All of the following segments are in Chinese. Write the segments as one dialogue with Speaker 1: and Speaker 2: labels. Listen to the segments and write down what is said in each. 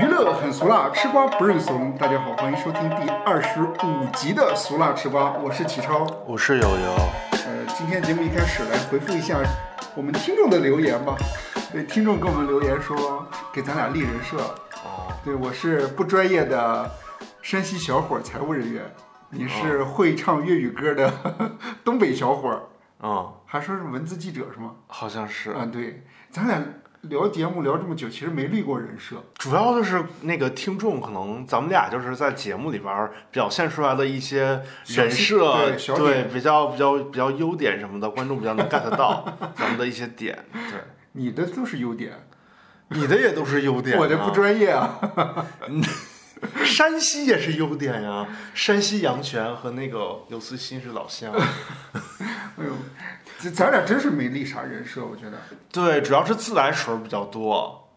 Speaker 1: 娱乐很俗辣，吃瓜不认怂。大家好，欢迎收听第二十五集的《俗辣吃瓜》，我是启超。
Speaker 2: 我是友友，
Speaker 1: 呃，今天节目一开始来回复一下我们听众的留言吧。对，听众给我们留言说，给咱俩立人设。
Speaker 2: 哦，
Speaker 1: 对我是不专业的山西小伙儿财务人员，你是会唱粤语歌的 东北小伙儿，
Speaker 2: 嗯，
Speaker 1: 还说是文字记者是吗？
Speaker 2: 好像是，
Speaker 1: 啊，对，咱俩聊节目聊这么久，其实没立过人设。
Speaker 2: 主要就是那个听众，可能咱们俩就是在节目里边儿表现出来的一些人设，
Speaker 1: 小细对
Speaker 2: 对
Speaker 1: 小点
Speaker 2: 比较比较比较优点什么的，观众比较能 get 到咱们的一些点。对，
Speaker 1: 你的都是优点，
Speaker 2: 你的也都是优点、啊，
Speaker 1: 我的不专业啊。
Speaker 2: 山西也是优点呀、山西阳泉和那个刘慈欣是老乡。
Speaker 1: 哎呦，这咱俩真是没立啥人设，我觉得。
Speaker 2: 对，主要是自来水儿比较多，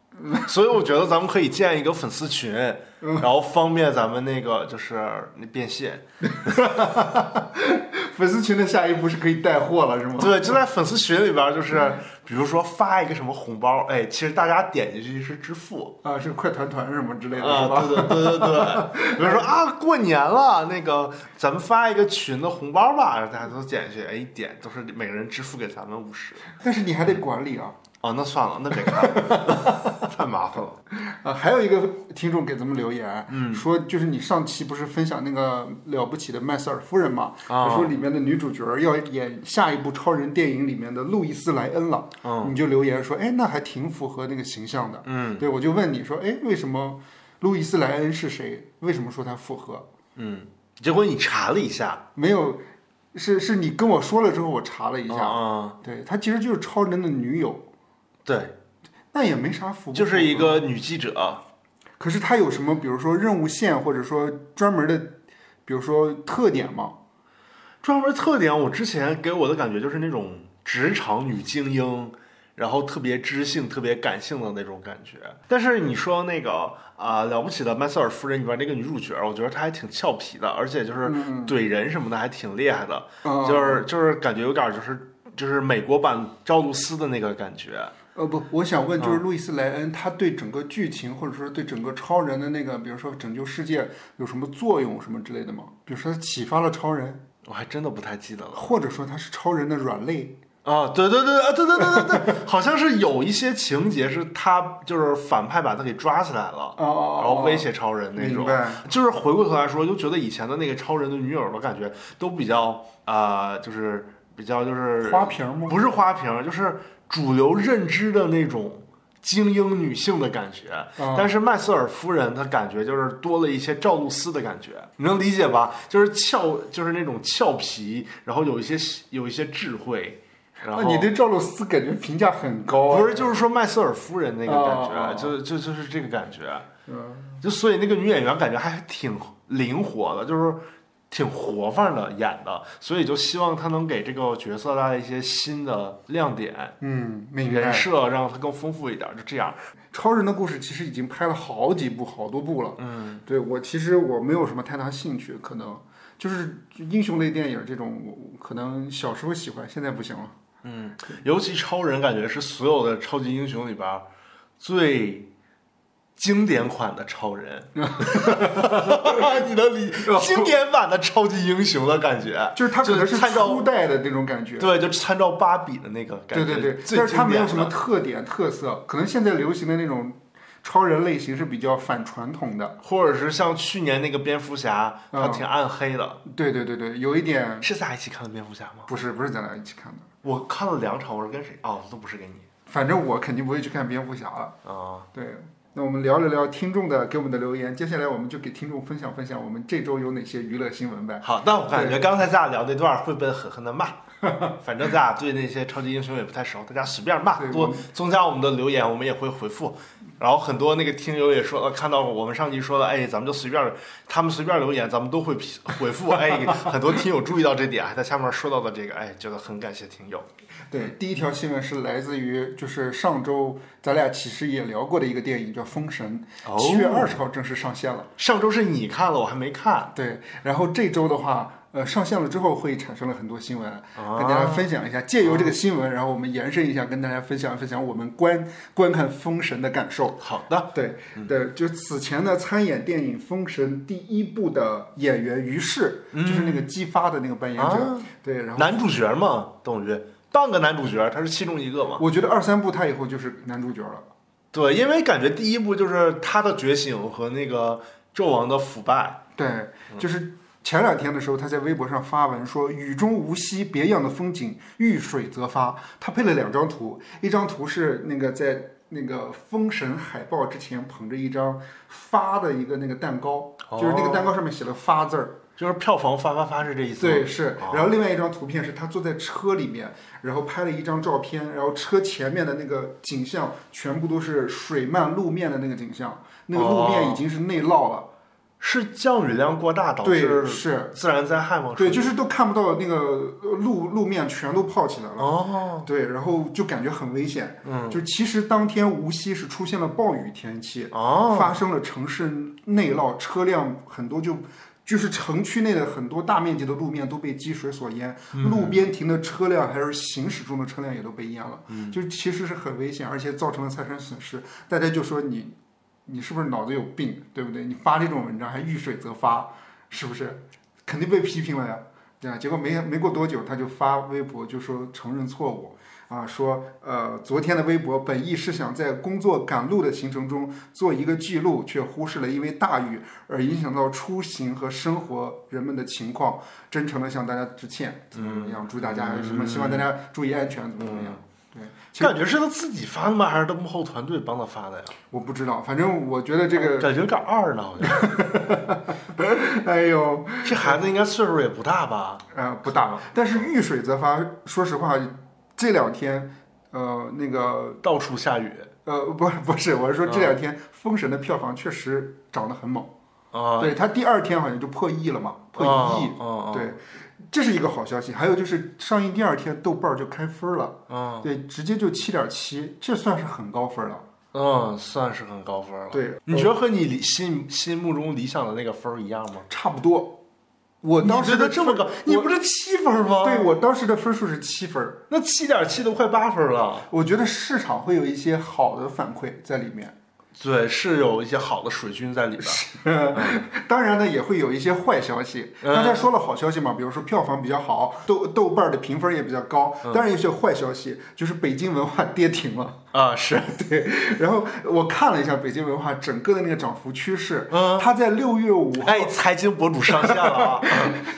Speaker 2: 所以我觉得咱们可以建一个粉丝群，
Speaker 1: 嗯
Speaker 2: 然后方便咱们那个就是那变现。
Speaker 1: 粉丝群的下一步是可以带货了，是吗？
Speaker 2: 对，就在粉丝群里边儿，就是
Speaker 1: 嗯
Speaker 2: 比如说发一个什么红包，哎，其实大家点进去是支付。
Speaker 1: 啊，是快团团什么之类的，
Speaker 2: 啊
Speaker 1: 是，吧？
Speaker 2: 对对对对对，比如说啊，过年了，那个咱们发一个群的红包吧，然后大家都点进去，哎，一点都是每个人支付给咱们五十。
Speaker 1: 但是你还得管理啊。
Speaker 2: 哦，那算了，那别看了， 太麻烦了。
Speaker 1: 啊，还有一个听众给咱们留言，嗯，说就是你上期不是分享那个了不起的麦瑟尔夫人嘛？
Speaker 2: 啊
Speaker 1: 他说里面的女主角要演下一部超人电影里面的路易斯莱恩了，
Speaker 2: 嗯
Speaker 1: 你就留言说，哎，那还挺符合那个形象的。
Speaker 2: 嗯
Speaker 1: 对，我就问你说，哎，为什么路易斯莱恩是谁？为什么说他符合？
Speaker 2: 嗯，结果你查了一下，
Speaker 1: 没有，是是你跟我说了之后，我查了一下，
Speaker 2: 啊、
Speaker 1: 对她其实就是超人的女友，
Speaker 2: 对，
Speaker 1: 那也没啥服务，
Speaker 2: 就是一。个女记者，
Speaker 1: 可是她有什么，比如说任务线，或者说专门的，比如说特点吗？
Speaker 2: 专门特点，我之前给我的感觉就是那种职场女精英，然后特别知性、特别感性的那种感觉。但是你说那个啊、了不起的麦瑟尔夫人里边那个女主角，我觉得她还挺俏皮的，而且就是
Speaker 1: 嗯，
Speaker 2: 怼人什么的还挺厉害的，
Speaker 1: 啊
Speaker 2: 就是就是感觉有点就是就是美国版赵露思的那个感觉。
Speaker 1: 呃不，我想问，
Speaker 2: 嗯
Speaker 1: 就是路易斯莱恩，她对整个剧情，或者说对整个超人的那个，比如说拯救世界，有什么作用什么之类的吗？比如说她启发了超人，
Speaker 2: 我还真的不太记得了。
Speaker 1: 或者说她是超人的软肋，
Speaker 2: 啊，对对对，啊，对对对对对，好像是有一些情节是他就是反派把他给抓起来
Speaker 1: 哦
Speaker 2: 了，
Speaker 1: 哦
Speaker 2: 然后威胁超人那
Speaker 1: 明
Speaker 2: 种。
Speaker 1: 白。
Speaker 2: 就是回过头来说，就觉得以前的那个超人的女友的感觉都比较啊、就是比较就是
Speaker 1: 花瓶吗？
Speaker 2: 不是花瓶，就是主流认知的那种精英女性的感觉。
Speaker 1: 啊
Speaker 2: 但是麦瑟尔夫人她感觉就是多了一些赵露思的感觉，你能理解吧？就是俏，就是那种俏皮，然后有一些有一些智慧，然后、
Speaker 1: 啊，你对赵露思感觉评价很高啊。
Speaker 2: 不是就是说麦瑟尔夫人那个感觉，
Speaker 1: 哦哦哦
Speaker 2: 就就就是这个感觉，
Speaker 1: 嗯，
Speaker 2: 就所以那个女演员感觉还挺灵活的，就是。挺活泛的演的，所以就希望她能给这个角色带来一些新的亮点，
Speaker 1: 嗯，明
Speaker 2: 人
Speaker 1: 白。
Speaker 2: 设让它更丰富一点，就这样。嗯
Speaker 1: 超人的故事其实已经拍了好几部、好多部了。
Speaker 2: 嗯，
Speaker 1: 对我其实我没有什么太大兴趣，可能就是英雄类电影这种，我可能小时候喜欢，现在不行了。
Speaker 2: 尤其超人感觉是所有的超级英雄里边儿最经典款的超人， 你能理经典版的超级英雄的感觉，
Speaker 1: 就是他可能是
Speaker 2: 就是参照
Speaker 1: 初代的那种感觉。
Speaker 2: 对，就参照芭比的那个感
Speaker 1: 对
Speaker 2: 觉，
Speaker 1: 对对，
Speaker 2: 最
Speaker 1: 但是他没有
Speaker 2: 经典的
Speaker 1: 什么特点特色，可能现在流行的那种超人类型是比较反传统的。
Speaker 2: 或者是像去年那个蝙蝠侠，
Speaker 1: 嗯
Speaker 2: 它挺暗黑的，
Speaker 1: 对对对对，有一点
Speaker 2: 是在一起看的蝙蝠侠吗？
Speaker 1: 不是不是咱俩一起看的，
Speaker 2: 我看了两场，我是跟谁？哦，都不是跟你
Speaker 1: 反正我肯定不会去看蝙蝠侠了。
Speaker 2: 啊、
Speaker 1: 对，那我们聊了聊听众的给我们的留言，接下来我们就给听众分享分享我们这周有哪些娱乐新闻呗。
Speaker 2: 好，但我感觉刚才咱俩聊那段儿会被狠狠 的骂，反正咱俩对那些超级英雄也不太熟，大家随便骂
Speaker 1: 对，我
Speaker 2: 多增加我们的留言，我们也会回复。然后很多那个听友也说，呃看到我们上集说的，哎，咱们就随便，他们随便留言，咱们都会批回复。哎，很多听友注意到这点，还在下面说到的这个，哎，觉得很感谢听友。
Speaker 1: 对，第一条新闻是来自于就是上周咱俩其实也聊过的一个电影叫《封神》，
Speaker 2: 哦
Speaker 1: 七月二，十号正式上线了。
Speaker 2: 上周是你看了，我还没看。
Speaker 1: 对，然后这周的话，呃上线了之后会产生了很多新闻，跟大家
Speaker 2: 啊，
Speaker 1: 分享一下。借由这个新闻，然后我们延伸一下，跟大家分享分享我们观观看《封神》的感受。
Speaker 2: 好的，
Speaker 1: 啊对对，就此前呢，参演电影《封神》第一部的演员于适，就是那个姬发的那个扮演者。
Speaker 2: 啊，
Speaker 1: 对，然后
Speaker 2: 男主角嘛，邓宇当个男主角，他是其中一个嘛。
Speaker 1: 我觉得二三部他以后就是男主角了。
Speaker 2: 对，因为感觉第一部就是他的觉醒和那个纣王的腐败，
Speaker 1: 对，就是前两天的时候，他在微博上发文说：“雨中无溪，别样的风景，遇水则发。”他配了两张图，一张图是那个在那个封神海报之前捧着一张发的一个那个蛋糕，就是那个蛋糕上面写了“发”字儿。
Speaker 2: 就是票房发发发是这意思吗。
Speaker 1: 对，是
Speaker 2: 哦。
Speaker 1: 然后另外一张图片是他坐在车里面，然后拍了一张照片，然后车前面的那个景象全部都是水漫路面的那个景象，那
Speaker 2: 哦
Speaker 1: 个路面已经是内涝了。
Speaker 2: 是降雨量过大导
Speaker 1: 对，
Speaker 2: 致
Speaker 1: 是。
Speaker 2: 自然灾害吗？
Speaker 1: 对，就是都看不到那个呃路路面全都泡起来了。
Speaker 2: 哦，
Speaker 1: 对，然后就感觉很危险。
Speaker 2: 嗯，
Speaker 1: 就其实当天无锡是出现了暴雨天气，
Speaker 2: 哦，
Speaker 1: 发生了城市内涝，车辆很多就就是城区内的很多大面积的路面都被积水所淹，路边停的车辆还是行驶中的车辆也都被淹了。
Speaker 2: 嗯
Speaker 1: 就其实是很危险，而且造成了财产损失。大家就说你你是不是脑子有病，对不对？你发这种文章还遇水则发，是不是？肯定被批评了呀，对吧？结果没没过多久，他就发微博就说承认错误。啊，说呃，昨天的微博本意是想在工作赶路的行程中做一个记录，却忽视了因为大雨而影响到出行和生活人们的情况，真诚的向大家致歉，
Speaker 2: 嗯
Speaker 1: 怎么怎么样，祝大家什么，希望大家注意安全，怎么怎么样。
Speaker 2: 嗯
Speaker 1: 对，其实
Speaker 2: 感觉是他自己发的吗？还是他幕后团队帮他发的呀？
Speaker 1: 我不知道，反正我觉得这个，
Speaker 2: 感觉有点二呢，好像。
Speaker 1: 哎呦，
Speaker 2: 这孩子应该岁数也不大吧？
Speaker 1: 呃，不大了。但是遇水则发，说实话，这两天，呃，那个，
Speaker 2: 到处下雨
Speaker 1: 呃，不，不是，我是说
Speaker 2: 嗯
Speaker 1: 这两天《封神》的票房确实涨得很猛，
Speaker 2: 啊，
Speaker 1: 对，它第二天好像就破亿了嘛，破一亿，
Speaker 2: 啊，
Speaker 1: 对，这是一个好消息。还有就是上映第二天，豆瓣儿就开分了，
Speaker 2: 嗯
Speaker 1: 对，直接就七点七，这算是很高分了。
Speaker 2: 嗯，算是很高分了。
Speaker 1: 对，哦
Speaker 2: 你觉得和你理心心目中理想的那个分儿一样吗？
Speaker 1: 差不多。我当时
Speaker 2: 你觉
Speaker 1: 的
Speaker 2: 得这么高，你不是七分吗？
Speaker 1: 对，我当时的分数是七分儿。
Speaker 2: 那七点七都快八分了。
Speaker 1: 我觉得市场会有一些好的反馈在里面，
Speaker 2: 对，是有一些好的水军在里边。
Speaker 1: 当然呢也会有一些坏消息。
Speaker 2: 嗯
Speaker 1: 刚才说了好消息嘛，比如说票房比较好，豆豆瓣儿的评分也比较高。
Speaker 2: 嗯
Speaker 1: 当然有些坏消息就是北京文化跌停了。
Speaker 2: 啊， 是，
Speaker 1: 然后我看了一下北京文化整个的那个涨幅趋势，
Speaker 2: 嗯，
Speaker 1: 它在六月五号，
Speaker 2: 哎，财经博主上线了 啊，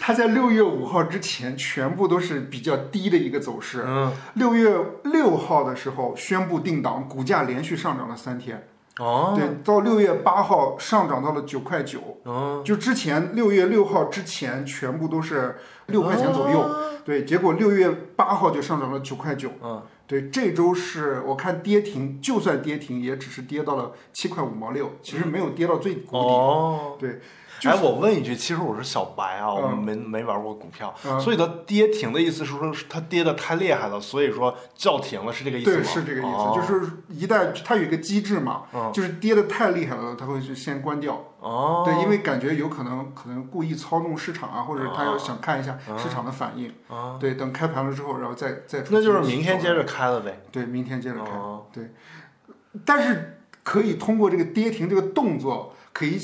Speaker 1: 它在六月五号之前全部都是比较低的一个走势。
Speaker 2: 嗯，
Speaker 1: 六月六号的时候宣布定档，股价连续上涨了三天。
Speaker 2: 哦，
Speaker 1: 对，到六月八号上涨到了九块九，
Speaker 2: 嗯，
Speaker 1: 就之前六月六号之前全部都是六块钱左右，
Speaker 2: 啊
Speaker 1: 对，结果六月八号就上涨了九块九，
Speaker 2: 嗯，
Speaker 1: 对，这周是我看跌停，就算跌停也只是跌到了七块五毛六，其实没有跌到最谷底，
Speaker 2: 哦，
Speaker 1: 对，就
Speaker 2: 哎，我问一句，其实我是小白啊，我
Speaker 1: 嗯
Speaker 2: 没没玩过股票，
Speaker 1: 嗯
Speaker 2: 所以它跌停的意思是说是它跌的太厉害了，所以说叫停了，是这个意思
Speaker 1: 对，
Speaker 2: 吗？
Speaker 1: 是这个意思，
Speaker 2: 哦
Speaker 1: 就是一旦它有一个机制嘛，
Speaker 2: 嗯
Speaker 1: 就是跌的太厉害了，它会去先关掉，
Speaker 2: 哦，
Speaker 1: 对，因为感觉有可能可能故意操弄市场啊，或者
Speaker 2: 哦
Speaker 1: 他要想看一下
Speaker 2: 嗯
Speaker 1: 市场的反应，
Speaker 2: 啊
Speaker 1: 对，等开盘了之后，然后再再出
Speaker 2: 那就是
Speaker 1: 新的
Speaker 2: 明天
Speaker 1: 手
Speaker 2: 接着开了呗。
Speaker 1: 对，明天接着开，
Speaker 2: 哦，
Speaker 1: 但是可以通过这个跌停这个动作，可以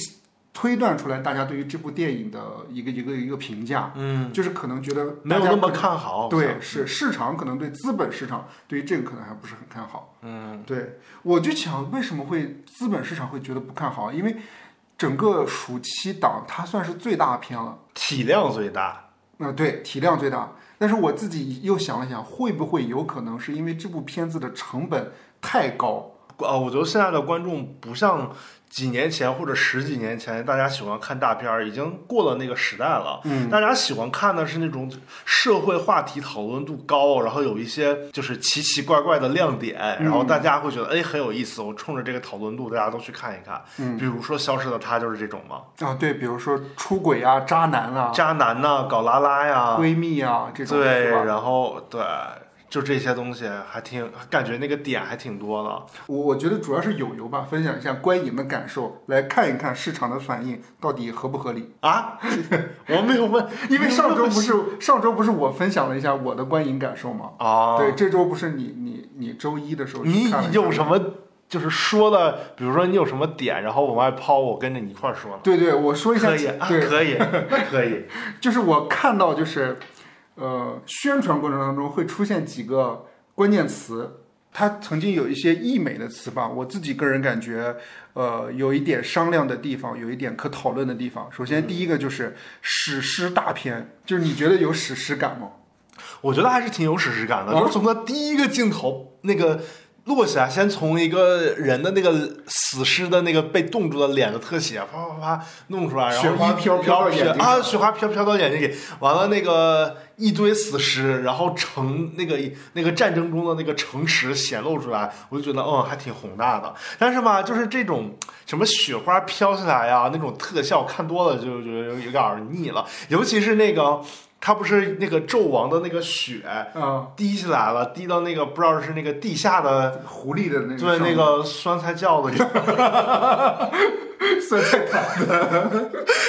Speaker 1: 推断出来大家对于这部电影的一个一个一个评价，
Speaker 2: 嗯，
Speaker 1: 就是可能觉得
Speaker 2: 没
Speaker 1: 大
Speaker 2: 有
Speaker 1: 家
Speaker 2: 那么
Speaker 1: 可能
Speaker 2: 看好，
Speaker 1: 对，是市场可能对资本市场对于这个可能还不是很看好。
Speaker 2: 嗯，
Speaker 1: 对，我就想为什么会资本市场会觉得不看好？因为整个暑期档它算是最大片了，
Speaker 2: 体量最大，
Speaker 1: 嗯、对，体量最大。但是我自己又想了想，会不会有可能是因为这部片子的成本太高？
Speaker 2: 啊，我觉得现在的观众不像。几年前或者十几年前，大家喜欢看大片儿，已经过了那个时代了。
Speaker 1: 嗯，
Speaker 2: 大家喜欢看的是那种社会话题讨论度高，然后有一些就是奇奇怪怪的亮点，
Speaker 1: 嗯
Speaker 2: 然后大家会觉得哎很有意思，我冲着这个讨论度大家都去看一看。
Speaker 1: 嗯
Speaker 2: 比如说《消失的她》就是这种嘛，
Speaker 1: 啊，对，比如说出轨啊、渣男啊、
Speaker 2: 渣男呐、搞拉拉呀，
Speaker 1: 闺蜜啊这种，
Speaker 2: 对，
Speaker 1: 是吧？
Speaker 2: 然后对，就这些东西还挺感觉那个点还挺多的。
Speaker 1: 我我觉得主要是友游吧，分享一下观影的感受，来看一看市场的反应到底合不合理。
Speaker 2: 啊， 我没有问，
Speaker 1: 因为上周不是上周不是我分享了一下我的观影感受吗？
Speaker 2: 啊，
Speaker 1: 对，这周不是你你你周一的时候去看
Speaker 2: 你
Speaker 1: 了一下
Speaker 2: 有什么就是说的，比如说你有什么点，然后往外抛，我跟着你一块儿说了。
Speaker 1: 对对，我说一下
Speaker 2: 可以啊，
Speaker 1: 对
Speaker 2: 可以，可以。
Speaker 1: 就是我看到就是，呃，宣传过程当中会出现几个关键词，它曾经有一些溢美的词吧，我自己个人感觉，呃，有一点商量的地方，有一点可讨论的地方。首先
Speaker 2: 嗯
Speaker 1: 第一个就是史诗大片，就是你觉得有史诗感吗？
Speaker 2: 我觉得还是挺有史诗感的，
Speaker 1: 啊
Speaker 2: 就是从他第一个镜头那个落下，先从一个人的那个死尸的那个被冻住的脸的特写，啪啪啪弄出来，然后
Speaker 1: 雪花
Speaker 2: 一
Speaker 1: 飘
Speaker 2: 然后
Speaker 1: 飘到眼睛
Speaker 2: 啊，雪花飘飘到眼睛里，完了那个一堆死尸，然后城那个那个战争中的那个城池显露出来，我就觉得嗯还挺宏大的。但是吧，就是这种什么雪花飘下来呀、那种特效看多了就觉得有有点儿腻了，尤其是那个。他不是那个纣王的那个血，
Speaker 1: 啊、
Speaker 2: 滴下来了，滴到那个不知道是那个地下的，
Speaker 1: 狐狸的那个
Speaker 2: 对
Speaker 1: 上
Speaker 2: 那
Speaker 1: 面
Speaker 2: 个酸菜窖子里，
Speaker 1: 酸菜塔，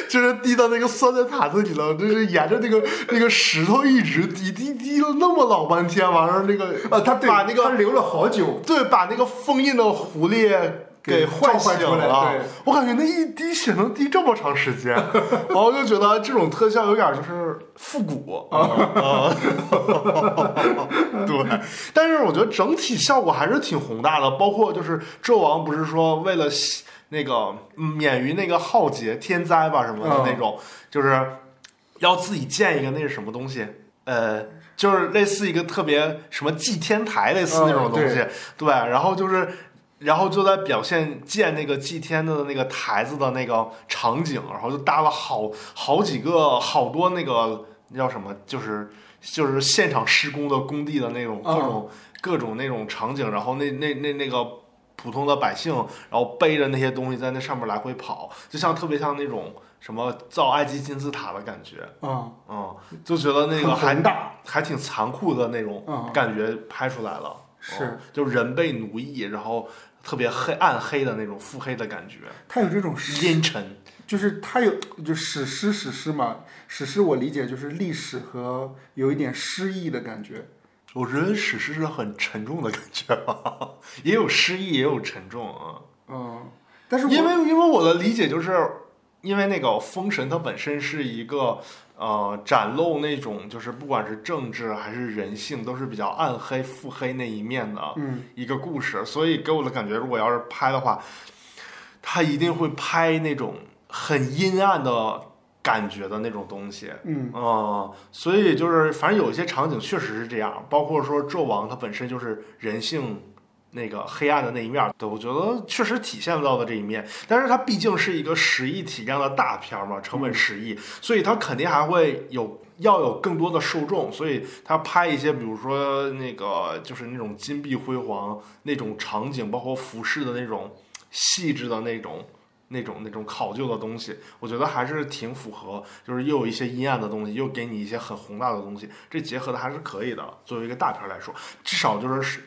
Speaker 2: 就是滴到那个酸菜塔子里了，就是沿着那个那个石头一直滴滴滴了那么老半天，完了那个
Speaker 1: 呃，他对
Speaker 2: 啊把那
Speaker 1: 他
Speaker 2: 个
Speaker 1: 留了好久，
Speaker 2: 对把那个封印的狐狸。
Speaker 1: 给
Speaker 2: 给唤
Speaker 1: 召唤
Speaker 2: 醒
Speaker 1: 出来
Speaker 2: 了
Speaker 1: 对，
Speaker 2: 我感觉那一滴血能滴这么长时间，然后就觉得这种特效有点就是复古啊，啊对。但是我觉得整体效果还是挺宏大的，包括就是纣王不是说为了洗那个嗯免于那个浩劫天灾吧什么的
Speaker 1: 嗯
Speaker 2: 那种，就是要自己建一个那是什么东西，呃，就是类似一个特别什么祭天台类似那种东西，对，然后就是。然后就在表现建那个祭天的那个台子的那个场景，然后就搭了好好几个好多那个那叫什么，就是就是现场施工的工地的那种
Speaker 1: 嗯
Speaker 2: 各种、各种那种场景，然后那那那那个普通的百姓，然后背着那些东西在那上面来回跑，就像特别像那种什么造埃及金字塔的感觉。
Speaker 1: 啊、
Speaker 2: 嗯，就觉得那个哦
Speaker 1: 很
Speaker 2: 还
Speaker 1: 宏大，
Speaker 2: 还挺残酷的那种
Speaker 1: 嗯
Speaker 2: 感觉拍出来了，
Speaker 1: 是
Speaker 2: 嗯就人被奴役，然后特别黑暗黑的那种腹黑的感觉，
Speaker 1: 他有这种诗
Speaker 2: 阴沉。
Speaker 1: 就是它有就史诗史诗嘛，史诗我理解就是历史和有一点诗意的感觉。
Speaker 2: 我觉得史诗是很沉重的感觉吧， 也有诗意，也有沉重啊。
Speaker 1: 嗯，但是我
Speaker 2: 因为因为我的理解就是，因为那个《封神》它本身是一个呃展露那种就是不管是政治还是人性都是比较暗黑腹黑那一面的，
Speaker 1: 嗯
Speaker 2: 一个故事，所以给我的感觉，如果要是拍的话，他一定会拍那种很阴暗的感觉的那种东西。
Speaker 1: 嗯
Speaker 2: 嗯，所以就是反正有一些场景确实是这样，包括说纣王他本身就是人性那个黑暗的那一面儿，对，我觉得确实体现到了这一面。但是它毕竟是一个十亿体量的大片儿嘛，成本十亿，所以它肯定还会有。要有更多的受众，所以他拍一些，比如说那个就是那种金碧辉煌那种场景，包括服饰的那种细致的那种、那种、那种考究的东西，我觉得还是挺符合就是又有一些阴暗的东西，又给你一些很宏大的东西，这结合的还是可以的。作为一个大片儿来说，至少就是是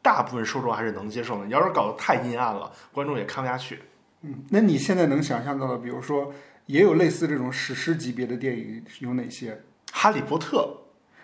Speaker 2: 大部分受众还是能接受的。你要是搞得太阴暗了，观众也看不下去。
Speaker 1: 嗯，那你现在能想象到的，比如说也有类似这种史诗级别的电影有哪些？
Speaker 2: 哈利波特，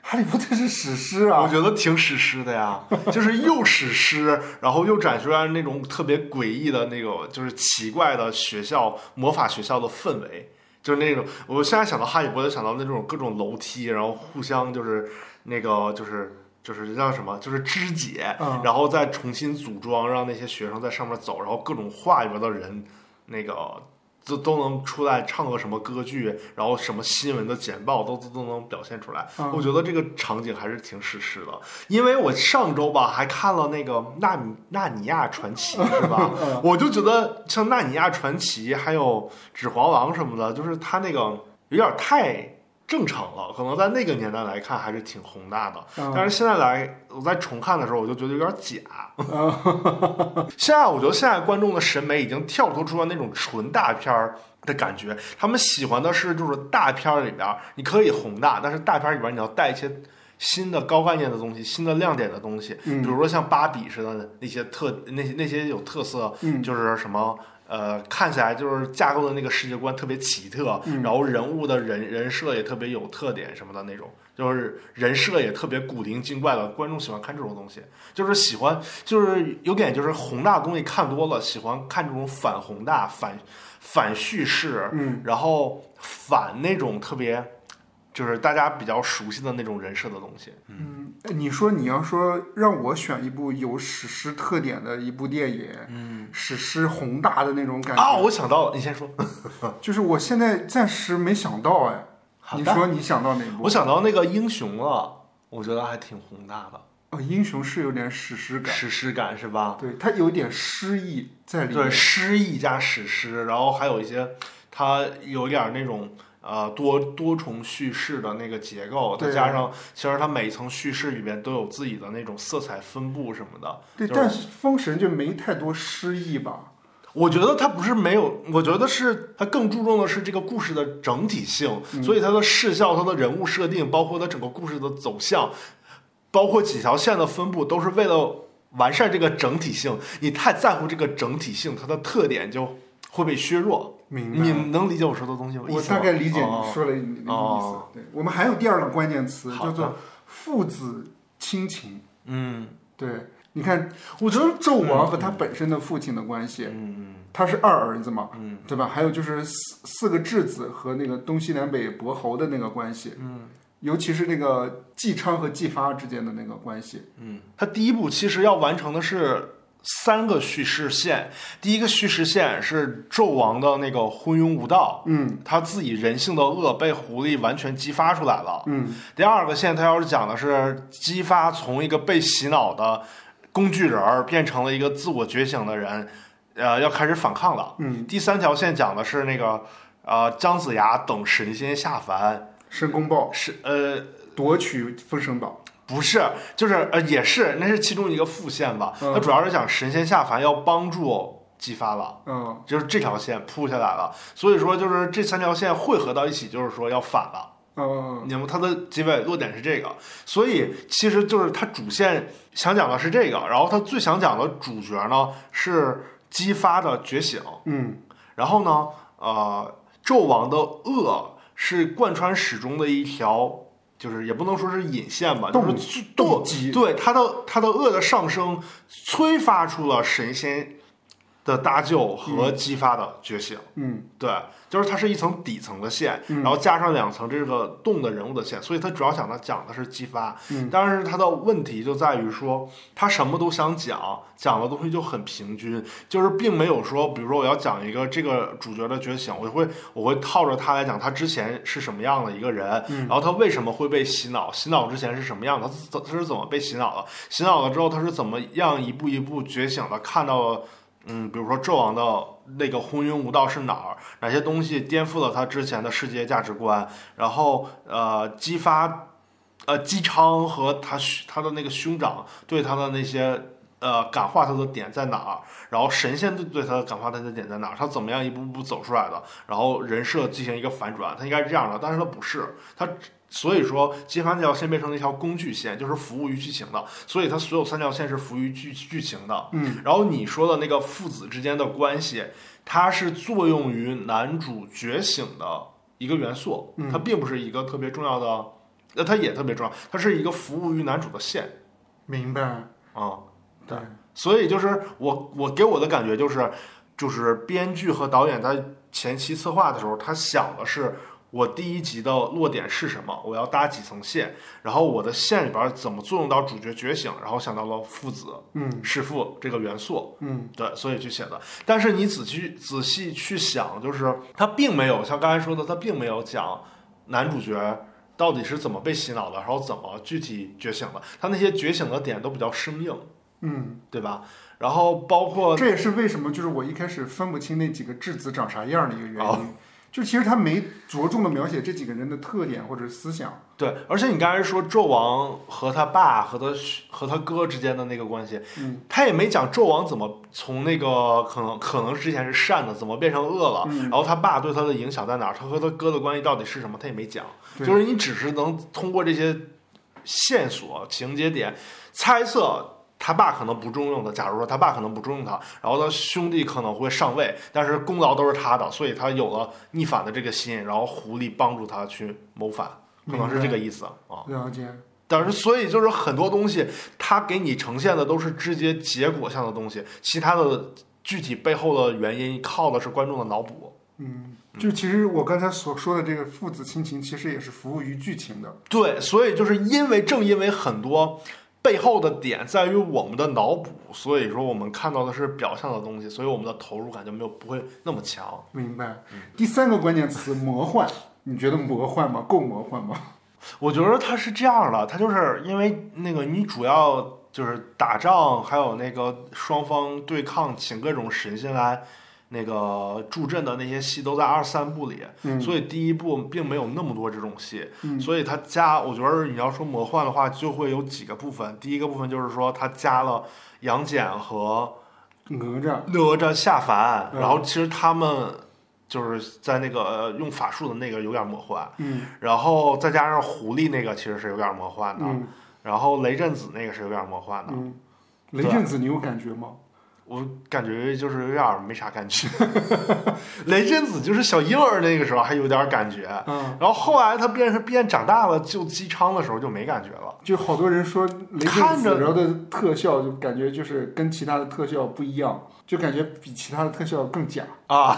Speaker 1: 哈利波特是史诗
Speaker 2: 我
Speaker 1: 啊，
Speaker 2: 觉得挺史诗的呀， 就是又史诗，然后又展现出来那种特别诡异的那种，就是奇怪的学校魔法学校的氛围，就是那种我现在想到哈利波特，想到那种各种楼梯，然后互相就是那个就是就是叫什么，就是肢解，
Speaker 1: 嗯
Speaker 2: 然后再重新组装，让那些学生在上面走，然后各种画里边的人，那个都都能出来唱个什么歌剧，然后什么新闻的简报都都都能表现出来。
Speaker 1: 嗯
Speaker 2: 我觉得这个场景还是挺史诗的，因为我上周吧还看了那个《纳米纳尼亚传奇》，是吧？
Speaker 1: 嗯
Speaker 2: 我就觉得像《纳尼亚传奇》还有《指环王》什么的，就是它那个有点太。正常了，可能在那个年代来看还是挺宏大的，但
Speaker 1: 嗯
Speaker 2: 是现在来，我在重看的时候，我就觉得有点假。
Speaker 1: 嗯
Speaker 2: 现在我觉得现在观众的审美已经跳脱出了那种纯大片儿的感觉，他们喜欢的是就是大片儿里边儿你可以宏大，但是大片儿里边儿你要带一些新的高概念的东西，新的亮点的东西，比
Speaker 1: 嗯
Speaker 2: 如说像芭比似的那些特那些那些有特色，
Speaker 1: 嗯
Speaker 2: 就是什么。呃，看起来就是架构的那个世界观特别奇特，
Speaker 1: 嗯
Speaker 2: 然后人物的人人设也特别有特点什么的那种，就是人设也特别古灵精怪的，观众喜欢看这种东西，就是喜欢，就是有点就是宏大的东西看多了，喜欢看这种反宏大、反反叙事，
Speaker 1: 嗯
Speaker 2: 然后反那种特别，就是大家比较熟悉的那种人设的东西。
Speaker 1: 嗯，你说你要说让我选一部有史诗特点的一部电影，嗯，史诗宏大的那种感觉，
Speaker 2: 啊，我想到了，你先说。
Speaker 1: 就是我现在暂时没想到哎，
Speaker 2: 好
Speaker 1: 你
Speaker 2: 的
Speaker 1: 说你想到哪部
Speaker 2: 我？想到那个英雄了，我觉得还挺宏大的，
Speaker 1: 哦，英雄是有点史诗感，
Speaker 2: 史诗感是吧？
Speaker 1: 对，它有点诗意在里
Speaker 2: 对，
Speaker 1: 面。
Speaker 2: 诗意加史诗，然后还有一些，它有点儿那种。呃，多多重叙事的那个结构，再
Speaker 1: 对
Speaker 2: 加上其实它每一层叙事里边都有自己的那种色彩分布什么的，
Speaker 1: 对，
Speaker 2: 就是
Speaker 1: 但是封神就没太多诗意吧？
Speaker 2: 我觉得他不是没有，我觉得是他更注重的是这个故事的整体性，所以他的视效、他的人物设定，包括他整个故事的走向，包括几条线的分布，都是为了完善这个整体性。你太在乎这个整体性，它的特点就会被削弱。
Speaker 1: 明白。
Speaker 2: 你能理解我说的东西吗？
Speaker 1: 我
Speaker 2: 意思吗
Speaker 1: 大概理解
Speaker 2: 哦
Speaker 1: 你说了你那个意思。
Speaker 2: 哦
Speaker 1: 对我们还有第二个关键词
Speaker 2: 好
Speaker 1: 叫
Speaker 2: 的
Speaker 1: 做父子亲情。
Speaker 2: 嗯
Speaker 1: 对，你看，我觉得纣王和他本身的父亲的关系，
Speaker 2: 嗯
Speaker 1: 他是二儿子嘛，
Speaker 2: 嗯
Speaker 1: 对吧？还有就是四四个质子和那个东西南北伯侯的那个关系，
Speaker 2: 嗯
Speaker 1: 尤其是那个季昌和季发之间的那个关系，
Speaker 2: 嗯，他第一步其实要完成的是。三个叙事线，第一个叙事线是纣王的那个昏庸无道，
Speaker 1: 嗯
Speaker 2: 他自己人性的恶被狐狸完全激发出来了。
Speaker 1: 嗯
Speaker 2: 第二个线，他要是讲的是激发从一个被洗脑的工具人儿变成了一个自我觉醒的人，呃，要开始反抗了。
Speaker 1: 嗯，
Speaker 2: 第三条线讲的是那个呃姜子牙等神仙下凡，
Speaker 1: 申公豹
Speaker 2: 是呃
Speaker 1: 夺取封神榜，
Speaker 2: 不是，就是呃也是，那是其中一个副线吧。
Speaker 1: 嗯
Speaker 2: 它主要是讲神仙下凡要帮助姬发了。
Speaker 1: 嗯，
Speaker 2: 就是这条线铺下来了，所以说就是这三条线汇合到一起，就是说要反了。
Speaker 1: 嗯
Speaker 2: 那么它的结尾落点是这个，所以其实就是它主线想讲的是这个，然后它最想讲的主角呢是姬发的觉醒，
Speaker 1: 嗯
Speaker 2: 然后呢，呃，纣王的恶是贯穿始终的一条，就是也不能说是引线吧，就是
Speaker 1: 动
Speaker 2: 最
Speaker 1: 动机
Speaker 2: 对他的他的恶的上升，催发出了神仙的搭救和激发的觉醒。
Speaker 1: 嗯
Speaker 2: 对，就是它是一层底层的线，
Speaker 1: 嗯
Speaker 2: 然后加上两层这个动的人物的线，所以它主要想的讲的是激发。
Speaker 1: 嗯
Speaker 2: 但是它的问题就在于说，他什么都想讲，讲的东西就很平均，就是并没有说，比如说我要讲一个这个主角的觉醒，我会我会套着他来讲他之前是什么样的一个人，
Speaker 1: 嗯
Speaker 2: 然后他为什么会被洗脑，洗脑之前是什么样的，他他是怎么被洗脑的，洗脑了之后他是怎么样一步一步觉醒的，看到了。嗯，比如说纣王的那个昏庸无道是哪儿？哪些东西颠覆了他之前的世界价值观？然后呃，激发呃姬昌和他兄他的那个兄长对他的那些呃感化他的点在哪儿？然后神仙对对他的感化他的点在哪儿？他怎么样一步步走出来的？然后人设进行一个反转，他应该是这样的，但是他不是，他所以说揭发那条线变成了一条工具线，就是服务于剧情的，所以他所有三条线是服务于剧剧情的。
Speaker 1: 嗯
Speaker 2: 然后你说的那个父子之间的关系，它是作用于男主觉醒的一个元素，
Speaker 1: 嗯
Speaker 2: 它并不是一个特别重要的，那它也特别重要，它是一个服务于男主的线
Speaker 1: 明白，
Speaker 2: 啊、
Speaker 1: 对，
Speaker 2: 所以就是我我给我的感觉就是，就是编剧和导演在前期策划的时候，他想的是。我第一集的落点是什么？我要搭几层线，然后我的线里边怎么作用到主角觉醒，然后想到了父子
Speaker 1: 嗯
Speaker 2: 弑父这个元素，
Speaker 1: 嗯
Speaker 2: 对，所以去写的。但是你仔细仔细去想，就是他并没有像刚才说的，他并没有讲男主角到底是怎么被洗脑的，然后怎么具体觉醒的。他那些觉醒的点都比较生硬，
Speaker 1: 嗯，
Speaker 2: 对吧？然后包括
Speaker 1: 这也是为什么就是我一开始分不清那几个质子长啥样的一个原因
Speaker 2: 哦，
Speaker 1: 就其实他没着重的描写这几个人的特点或者思想，
Speaker 2: 对，而且你刚才说纣王和他爸和他和他哥之间的那个关系，
Speaker 1: 嗯
Speaker 2: 他也没讲纣王怎么从那个可能可能之前是善的，怎么变成恶了。
Speaker 1: 嗯
Speaker 2: 然，后他爸对他的影响在哪儿？他和他哥的关系到底是什么？他也没讲，
Speaker 1: 对
Speaker 2: 就是你只是能通过这些线索、情节点，猜测。他爸可能不重用他，假如说他爸可能不重用他，然后他兄弟可能会上位，但是功劳都是他的，所以他有了逆反的这个心，然后狐狸帮助他去谋反，可能是这个意思啊。
Speaker 1: 了解，嗯
Speaker 2: 但是所以就是很多东西，他给你呈现的都是直接结果上的东西，其他的具体背后的原因靠的是观众的脑补。
Speaker 1: 嗯，就其实我刚才所说的这个父子亲情，其实也是服务于剧情的。
Speaker 2: 对，所以就是因为正因为很多背后的点在于我们的脑补，所以说我们看到的是表象的东西，所以我们的投入感就没有不会那么强。
Speaker 1: 明白。
Speaker 2: 嗯
Speaker 1: 第三个关键词魔幻，你觉得魔幻吗？够魔幻吗？
Speaker 2: 我觉得他是这样的，他就是因为那个你主要就是打仗，还有那个双方对抗，请各种神仙来那个助阵的那些戏都在二三部里，
Speaker 1: 嗯
Speaker 2: 所以第一部并没有那么多这种戏。
Speaker 1: 嗯
Speaker 2: 所以它加，我觉得你要说魔幻的话，就会有几个部分。第一个部分就是说，它加了杨戬和
Speaker 1: 嗯哪吒，
Speaker 2: 哪吒下凡，
Speaker 1: 嗯
Speaker 2: 然后其实他们就是在那个呃用法术的那个有点魔幻，
Speaker 1: 嗯
Speaker 2: 然后再加上狐狸那个其实是有点魔幻的，
Speaker 1: 嗯
Speaker 2: 然后雷震子那个是有点魔幻的。
Speaker 1: 嗯，雷震子你有感觉吗？
Speaker 2: 我感觉就是有点没啥感觉， 雷震子就是小婴儿那个时候还有点感觉，
Speaker 1: 嗯，
Speaker 2: 然后后来他变是变长大了救姬昌的时候就没感觉了。
Speaker 1: 就好多人说雷震
Speaker 2: 看
Speaker 1: 子
Speaker 2: 着
Speaker 1: 然后的特效就感觉就是跟其他的特效不一样，就感觉比其他的特效更假。
Speaker 2: 啊，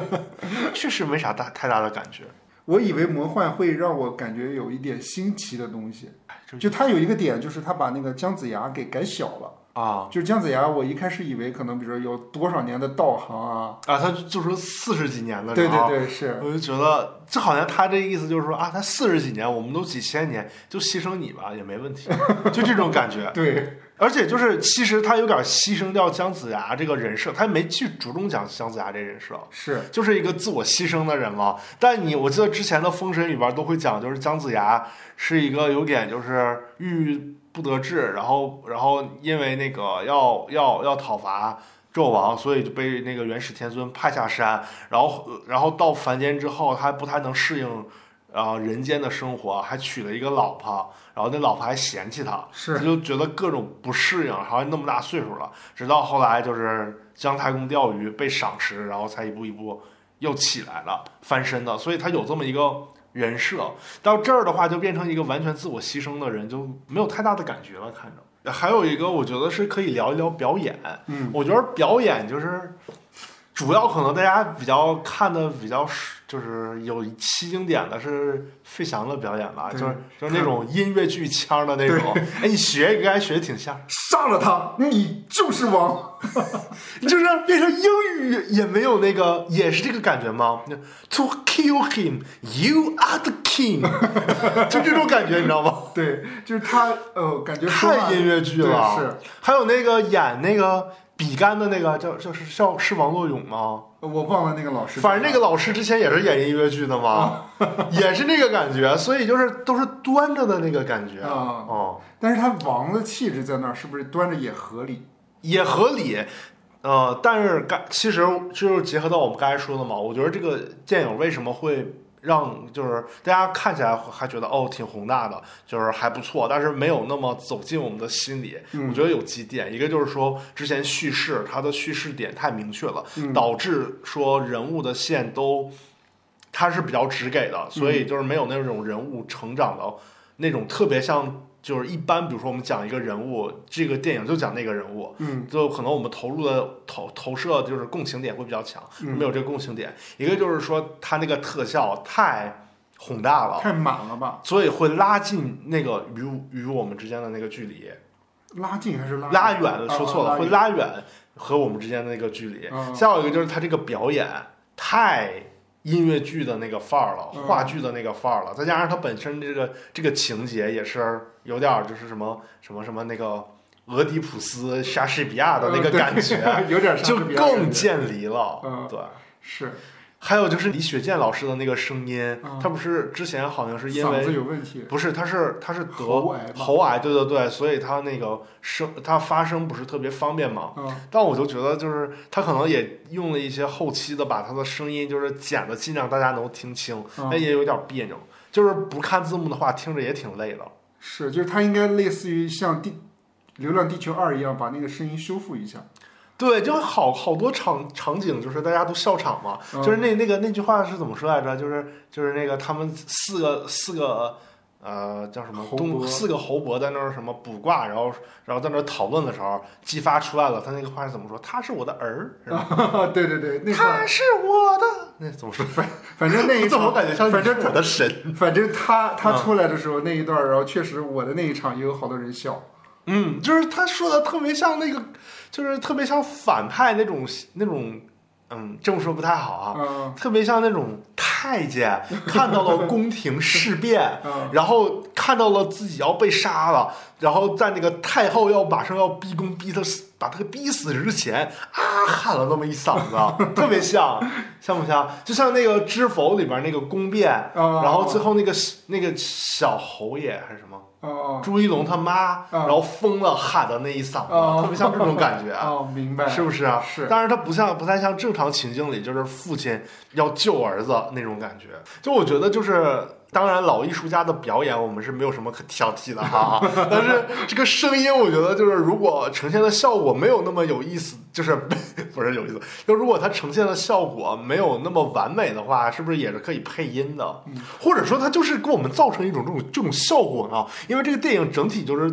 Speaker 2: 确实没啥大太大的感觉。
Speaker 1: 我以为魔幻会让我感觉有一点新奇的东西，
Speaker 2: 哎这
Speaker 1: 就它有一个点，就是它把那个姜子牙给改小了。
Speaker 2: 啊
Speaker 1: 就是姜子牙，我一开始以为可能，比如说有多少年的道行啊，
Speaker 2: 啊，他就是四十几年的，
Speaker 1: 对对，对，是，
Speaker 2: 我就觉得这好像他这意思就是说啊，他四十几年，我们都几千年，就牺牲你吧，也没问题，就这种感觉。
Speaker 1: 对，
Speaker 2: 而且就是其实他有点牺牲掉姜子牙这个人设，他没去着重讲姜子牙这人设。
Speaker 1: 是，
Speaker 2: 就是一个自我牺牲的人嘛。但你，我记得之前的《封神》里边都会讲，就是姜子牙是一个有点就是郁郁不得志，然后然后因为那个要要要讨伐。纣王，所以就被那个元始天尊派下山，然后呃然后到凡间之后，他不太能适应，啊、人间的生活，还娶了一个老婆，然后那老婆还嫌弃他，
Speaker 1: 是
Speaker 2: 他就觉得各种不适应，好像那么大岁数了，直到后来就是姜太公钓鱼被赏识，然后才一步一步又起来了，翻身的，所以他有这么一个人设。到这儿的话，就变成一个完全自我牺牲的人，就没有太大的感觉了，看着。还有一个，我觉得是可以聊一聊表演。
Speaker 1: 嗯，
Speaker 2: 我觉得表演就是主要可能大家比较看的比较就是有一期经典的是费翔的表演吧，
Speaker 1: 对
Speaker 2: 就是就是那种音乐剧腔的那种。哎，你学应该学的挺像，
Speaker 1: 杀了他，你就是王，
Speaker 2: 就是变成英语也没有那个，也是这个感觉吗就？To kill him, you are the king，就 这种感觉，你知道吗？
Speaker 1: 对，就是他，呃，感觉说话
Speaker 2: 太音乐剧了。
Speaker 1: 对是
Speaker 2: 还有那个演那个比干的那个叫叫是叫是王洛勇吗？
Speaker 1: 我忘了那个老师，
Speaker 2: 反正那个老师之前也是演音乐剧的嘛，也是那个感觉，所以就是都是端着的那个感觉。
Speaker 1: 啊
Speaker 2: 哦、
Speaker 1: 但是他王的气质在那儿，是不是端着也合理？
Speaker 2: 也合理。呃，但是刚其实就是结合到我们刚才说的嘛，我觉得这个电影为什么会让就是大家看起来还觉得哦挺宏大的，就是还不错，但是没有那么走进我们的心里。
Speaker 1: 嗯
Speaker 2: 我觉得有几点，一个就是说之前叙事它的叙事点太明确了，
Speaker 1: 嗯
Speaker 2: 导致说人物的线都它是比较直给的，
Speaker 1: 嗯
Speaker 2: 所以就是没有那种人物成长的那种特别像。就是一般，比如说我们讲一个人物，这个电影就讲那个人物，
Speaker 1: 嗯
Speaker 2: 就可能我们投入的投投射就是共情点会比较强，
Speaker 1: 嗯
Speaker 2: 没有这个共情点。一个就是说它那个特效太宏大了，
Speaker 1: 太满了吧？
Speaker 2: 所以会拉近那个与与我们之间的那个距离，
Speaker 1: 拉近还是拉
Speaker 2: 拉
Speaker 1: 啊拉
Speaker 2: 远了，说错了，会拉远和我们之间的那个距离。
Speaker 1: 嗯
Speaker 2: 再有一个就是它这个表演太音乐剧的那个范儿了，
Speaker 1: 嗯
Speaker 2: 话剧的那个范儿了，再加上它本身这个这个情节也是有点儿就是什么什么什么那个俄狄浦斯、莎士比亚的那个
Speaker 1: 嗯
Speaker 2: 感觉。啊
Speaker 1: 呃 有点莎
Speaker 2: 就
Speaker 1: 士比亚
Speaker 2: 更
Speaker 1: 感觉
Speaker 2: 渐离了。
Speaker 1: 嗯
Speaker 2: 对，
Speaker 1: 是
Speaker 2: 还有就是李雪健老师的那个声音，
Speaker 1: 嗯
Speaker 2: 他不是之前好像是因
Speaker 1: 嗓子
Speaker 2: 为
Speaker 1: 有问题，
Speaker 2: 不是，他是他是得
Speaker 1: 喉癌吧？
Speaker 2: 喉癌，对对对，所以他那个声他发声不是特别方便嘛。
Speaker 1: 嗯，
Speaker 2: 但我就觉得就是他可能也用了一些后期的，把他的声音就是剪的尽量大家能听清，
Speaker 1: 嗯
Speaker 2: 但也有点别扭。就是不看字幕的话，听着也挺累的。
Speaker 1: 是，就是它应该类似于像地《流浪地球二》一样，把那个声音修复一下。
Speaker 2: 对，就好好多场场景，就是大家都笑场嘛，
Speaker 1: 嗯
Speaker 2: 就是那那个那句话是怎么说来着？就是就是那个他们四个四个呃叫什么
Speaker 1: 侯
Speaker 2: 东
Speaker 1: 伯
Speaker 2: 四个侯伯在那儿什么卜卦，然后然后在那儿讨论的时候，姬发出来了，他那个话是怎么说？他是我的儿，是吧
Speaker 1: 对对对，那块
Speaker 2: 他是我的，那怎么 说？
Speaker 1: 反正那一
Speaker 2: 怎么
Speaker 1: 场，
Speaker 2: 感觉像
Speaker 1: 反正
Speaker 2: 是我的神？
Speaker 1: 反正他他
Speaker 2: 嗯
Speaker 1: 出来的时候那一段儿，然后确实我的那一场也有好多人笑。
Speaker 2: 嗯，就是他说的特别像那个，就是特别像反派那种那种，嗯，这么说不太好啊，
Speaker 1: 嗯
Speaker 2: 特别像那种太监看到了宫廷事变，
Speaker 1: 嗯，
Speaker 2: 然后看到了自己要被杀了，然后在那个太后要马上要逼宫逼他死，把他给逼死之前啊喊了那么一嗓子，特别像，像不像？就像那个《知否》里边那个宫变，
Speaker 1: 然
Speaker 2: 然后最后那个那个小侯爷还是什么？
Speaker 1: 哦
Speaker 2: 朱一龙他妈，
Speaker 1: 嗯
Speaker 2: 然后疯了喊的那一嗓
Speaker 1: 哦
Speaker 2: 子，特别像这种感觉啊
Speaker 1: 哦，哦，明白，
Speaker 2: 是不是啊？
Speaker 1: 是
Speaker 2: 当然，他不像不太像正常情境里，就是父亲要救儿子那种感觉。就我觉得，就是当然老艺术家的表演，我们是没有什么可挑剔 的哈。但是这个声音，我觉得就是如果呈现的效果没有那么有意思，就是 不是有意思，就如果它呈现的效果没有那么完美的话，是不是也是可以配音的？
Speaker 1: 嗯
Speaker 2: 或者说，它就是给我们造成一种这种这种效果呢？因为这个电影整体就是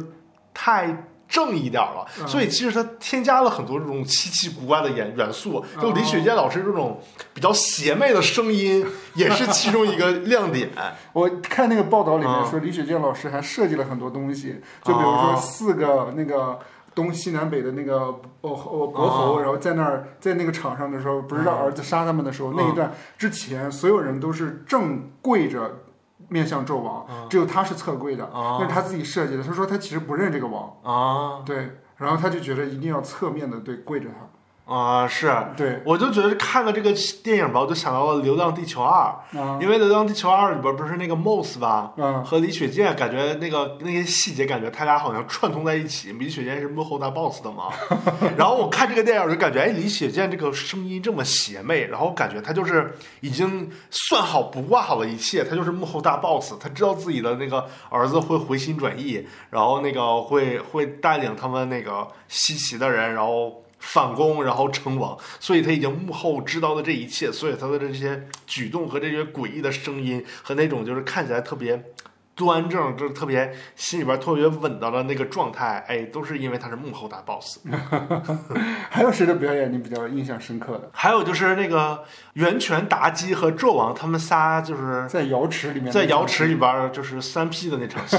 Speaker 2: 太正一点了，
Speaker 1: 嗯
Speaker 2: 所以其实它添加了很多这种奇奇怪怪的元元
Speaker 1: 哦
Speaker 2: 素。就李雪健老师这种比较邪魅的声 音，也是其中一个亮点。
Speaker 1: 我看那个报道里面
Speaker 2: 嗯
Speaker 1: 说，李雪健老师还设计了很多东西，就比如说
Speaker 2: 哦
Speaker 1: 四个那个东西南北的那个哦哦伯侯，
Speaker 2: 哦
Speaker 1: 然后在那儿在那个场上的时候，不是让
Speaker 2: 嗯
Speaker 1: 儿子杀他们的时候，
Speaker 2: 嗯
Speaker 1: 那一段之前所有人都是正跪着面向纣王，
Speaker 2: 啊
Speaker 1: 只有他是侧跪的，那
Speaker 2: 啊
Speaker 1: 是他自己设计的。他说他其实不认这个王，
Speaker 2: 啊
Speaker 1: 对，然后他就觉得一定要侧面的对跪着他，
Speaker 2: 啊！是，
Speaker 1: 对
Speaker 2: 我就觉得看了这个电影吧，我就想到了《流浪地球二》，
Speaker 1: 啊
Speaker 2: 因为《流浪地球二》里边不是那个 Moss 吧？
Speaker 1: 啊
Speaker 2: 和李雪健感觉那个那些细节，感觉他俩好像串通在一起。李雪健是幕后大 boss 的嘛，然后我看这个电影我就感觉，哎，李雪健这个声音这么邪魅，然后感觉他就是已经算好卜卦好了一切，他就是幕后大 boss，他知道自己的那个儿子会回心转意，然后那个会会带领他们那个西岐的人，然后。反攻，然后称王，所以他已经幕后知道了这一切，所以他的这些举动和这些诡异的声音和那种就是看起来特别端正，就是特别心里边特别稳当的那个状态，哎，都是因为他是幕后大 boss。
Speaker 1: 还有谁的表演你比较印象深刻的？
Speaker 2: 还有就是那个源泉妲己和纣王他们仨，就是
Speaker 1: 在瑶池里面，
Speaker 2: 在瑶池里边儿就是三 P 的那场戏，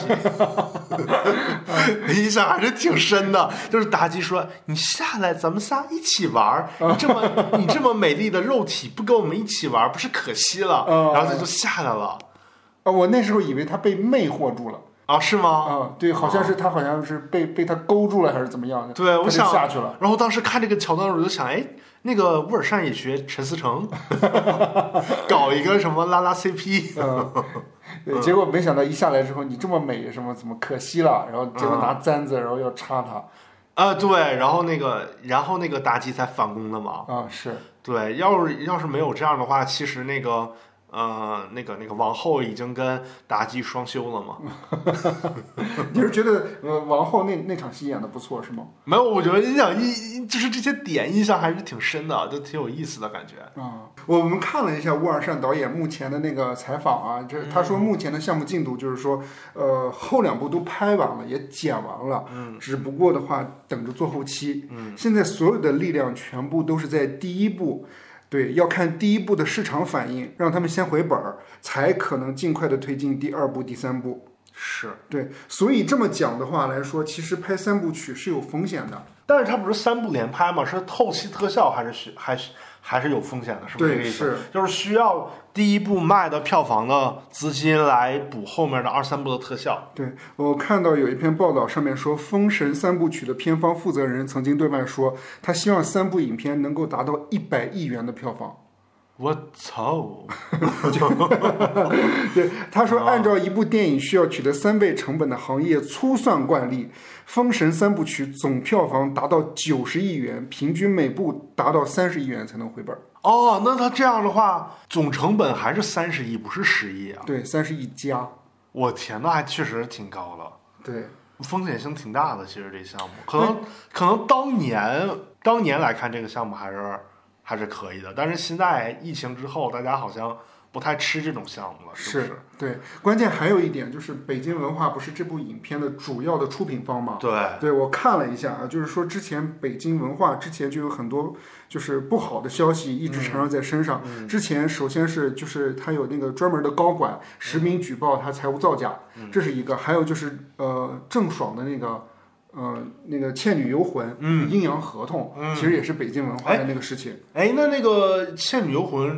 Speaker 2: 印象还是挺深的。就是妲己说：“你下来，咱们仨一起玩儿。你这么你这么美丽的肉体，不跟我们一起玩儿，不是可惜了？”
Speaker 1: 嗯
Speaker 2: 然后他就下来了
Speaker 1: 啊，我那时候以为他被魅惑住了
Speaker 2: 啊，是吗？
Speaker 1: 啊，对，好像是他好像是被被他勾住了还是怎么样的，
Speaker 2: 对，
Speaker 1: 他
Speaker 2: 我
Speaker 1: 就
Speaker 2: 想
Speaker 1: 下去 了。
Speaker 2: 然后当时看这个桥段的时候，我就想，哎，那个乌尔善也学陈思诚， 搞一个什么拉拉 CP，
Speaker 1: 嗯，对，结果没想到一下来之后，你这么美，什么怎么可惜了？然后结果拿簪子，然后要插他
Speaker 2: 啊、对，然后那个，然后那个妲己才反攻的嘛。
Speaker 1: 啊，是
Speaker 2: 对，要是要是没有这样的话，其实那个，呃，那个那个王后已经跟妲己双修了嘛。
Speaker 1: 你是觉得呃王后那那场戏演的不错是吗？
Speaker 2: 没有，我觉得印象印就是这些点印象还是挺深的，就挺有意思的感觉。
Speaker 1: 啊，我们看了一下乌尔善导演目前的那个采访啊，这他说目前的项目进度就是说，呃，后两部都拍完了，也剪完了，
Speaker 2: 嗯，
Speaker 1: 只不过的话等着做后期，
Speaker 2: 嗯，
Speaker 1: 现在所有的力量全部都是在第一部。对，要看第一部的市场反应，让他们先回本儿，才可能尽快的推进第二部、第三部。
Speaker 2: 是，
Speaker 1: 对，所以这么讲的话来说，其实拍三部曲是有风险的。
Speaker 2: 但是它不是三部连拍嘛？是后期特效还是需还是还是有风险的，是不是这
Speaker 1: 对，
Speaker 2: 个意思？
Speaker 1: 是，
Speaker 2: 就是需要第一部卖的票房的资金来补后面的二三部的特效。
Speaker 1: 对我看到有一篇报道，上面说《封神三部曲》的片方负责人曾经对外说，他希望三部影片能够达到一百亿元的票房。
Speaker 2: 我 操！
Speaker 1: 对，他说，
Speaker 2: 哦
Speaker 1: 按照一部电影需要取得三倍成本的行业粗算惯例，《封神三部曲》总票房达到九十亿元，平均每部达到三十亿元才能回本儿。
Speaker 2: 哦，那他这样的话，总成本还是三十亿，不是十亿啊！
Speaker 1: 对，三十亿加。
Speaker 2: 我天，那还确实挺高了。
Speaker 1: 对，
Speaker 2: 风险性挺大的。其实这项目可
Speaker 1: 嗯
Speaker 2: 能可能当年当年来看这个项目还是还是可以的，但是现在疫情之后，大家好像不太吃这种项目了，不是？
Speaker 1: 对。关键还有一点就是，北京文化不是这部影片的主要的出品方嘛？
Speaker 2: 对，
Speaker 1: 对，我看了一下啊，就是说之前北京文化之前就有很多就是不好的消息一直缠绕在身上。
Speaker 2: 嗯
Speaker 1: 之前首先是就是他有那个专门的高管实名举报他财务造假，
Speaker 2: 嗯
Speaker 1: 这是一个；还有就是呃郑爽的那个呃那个《倩女幽魂》
Speaker 2: 嗯，
Speaker 1: 阴阳合同，
Speaker 2: 嗯
Speaker 1: 其实也是北京文化的那个事情。
Speaker 2: 哎，那那个《倩女幽魂》，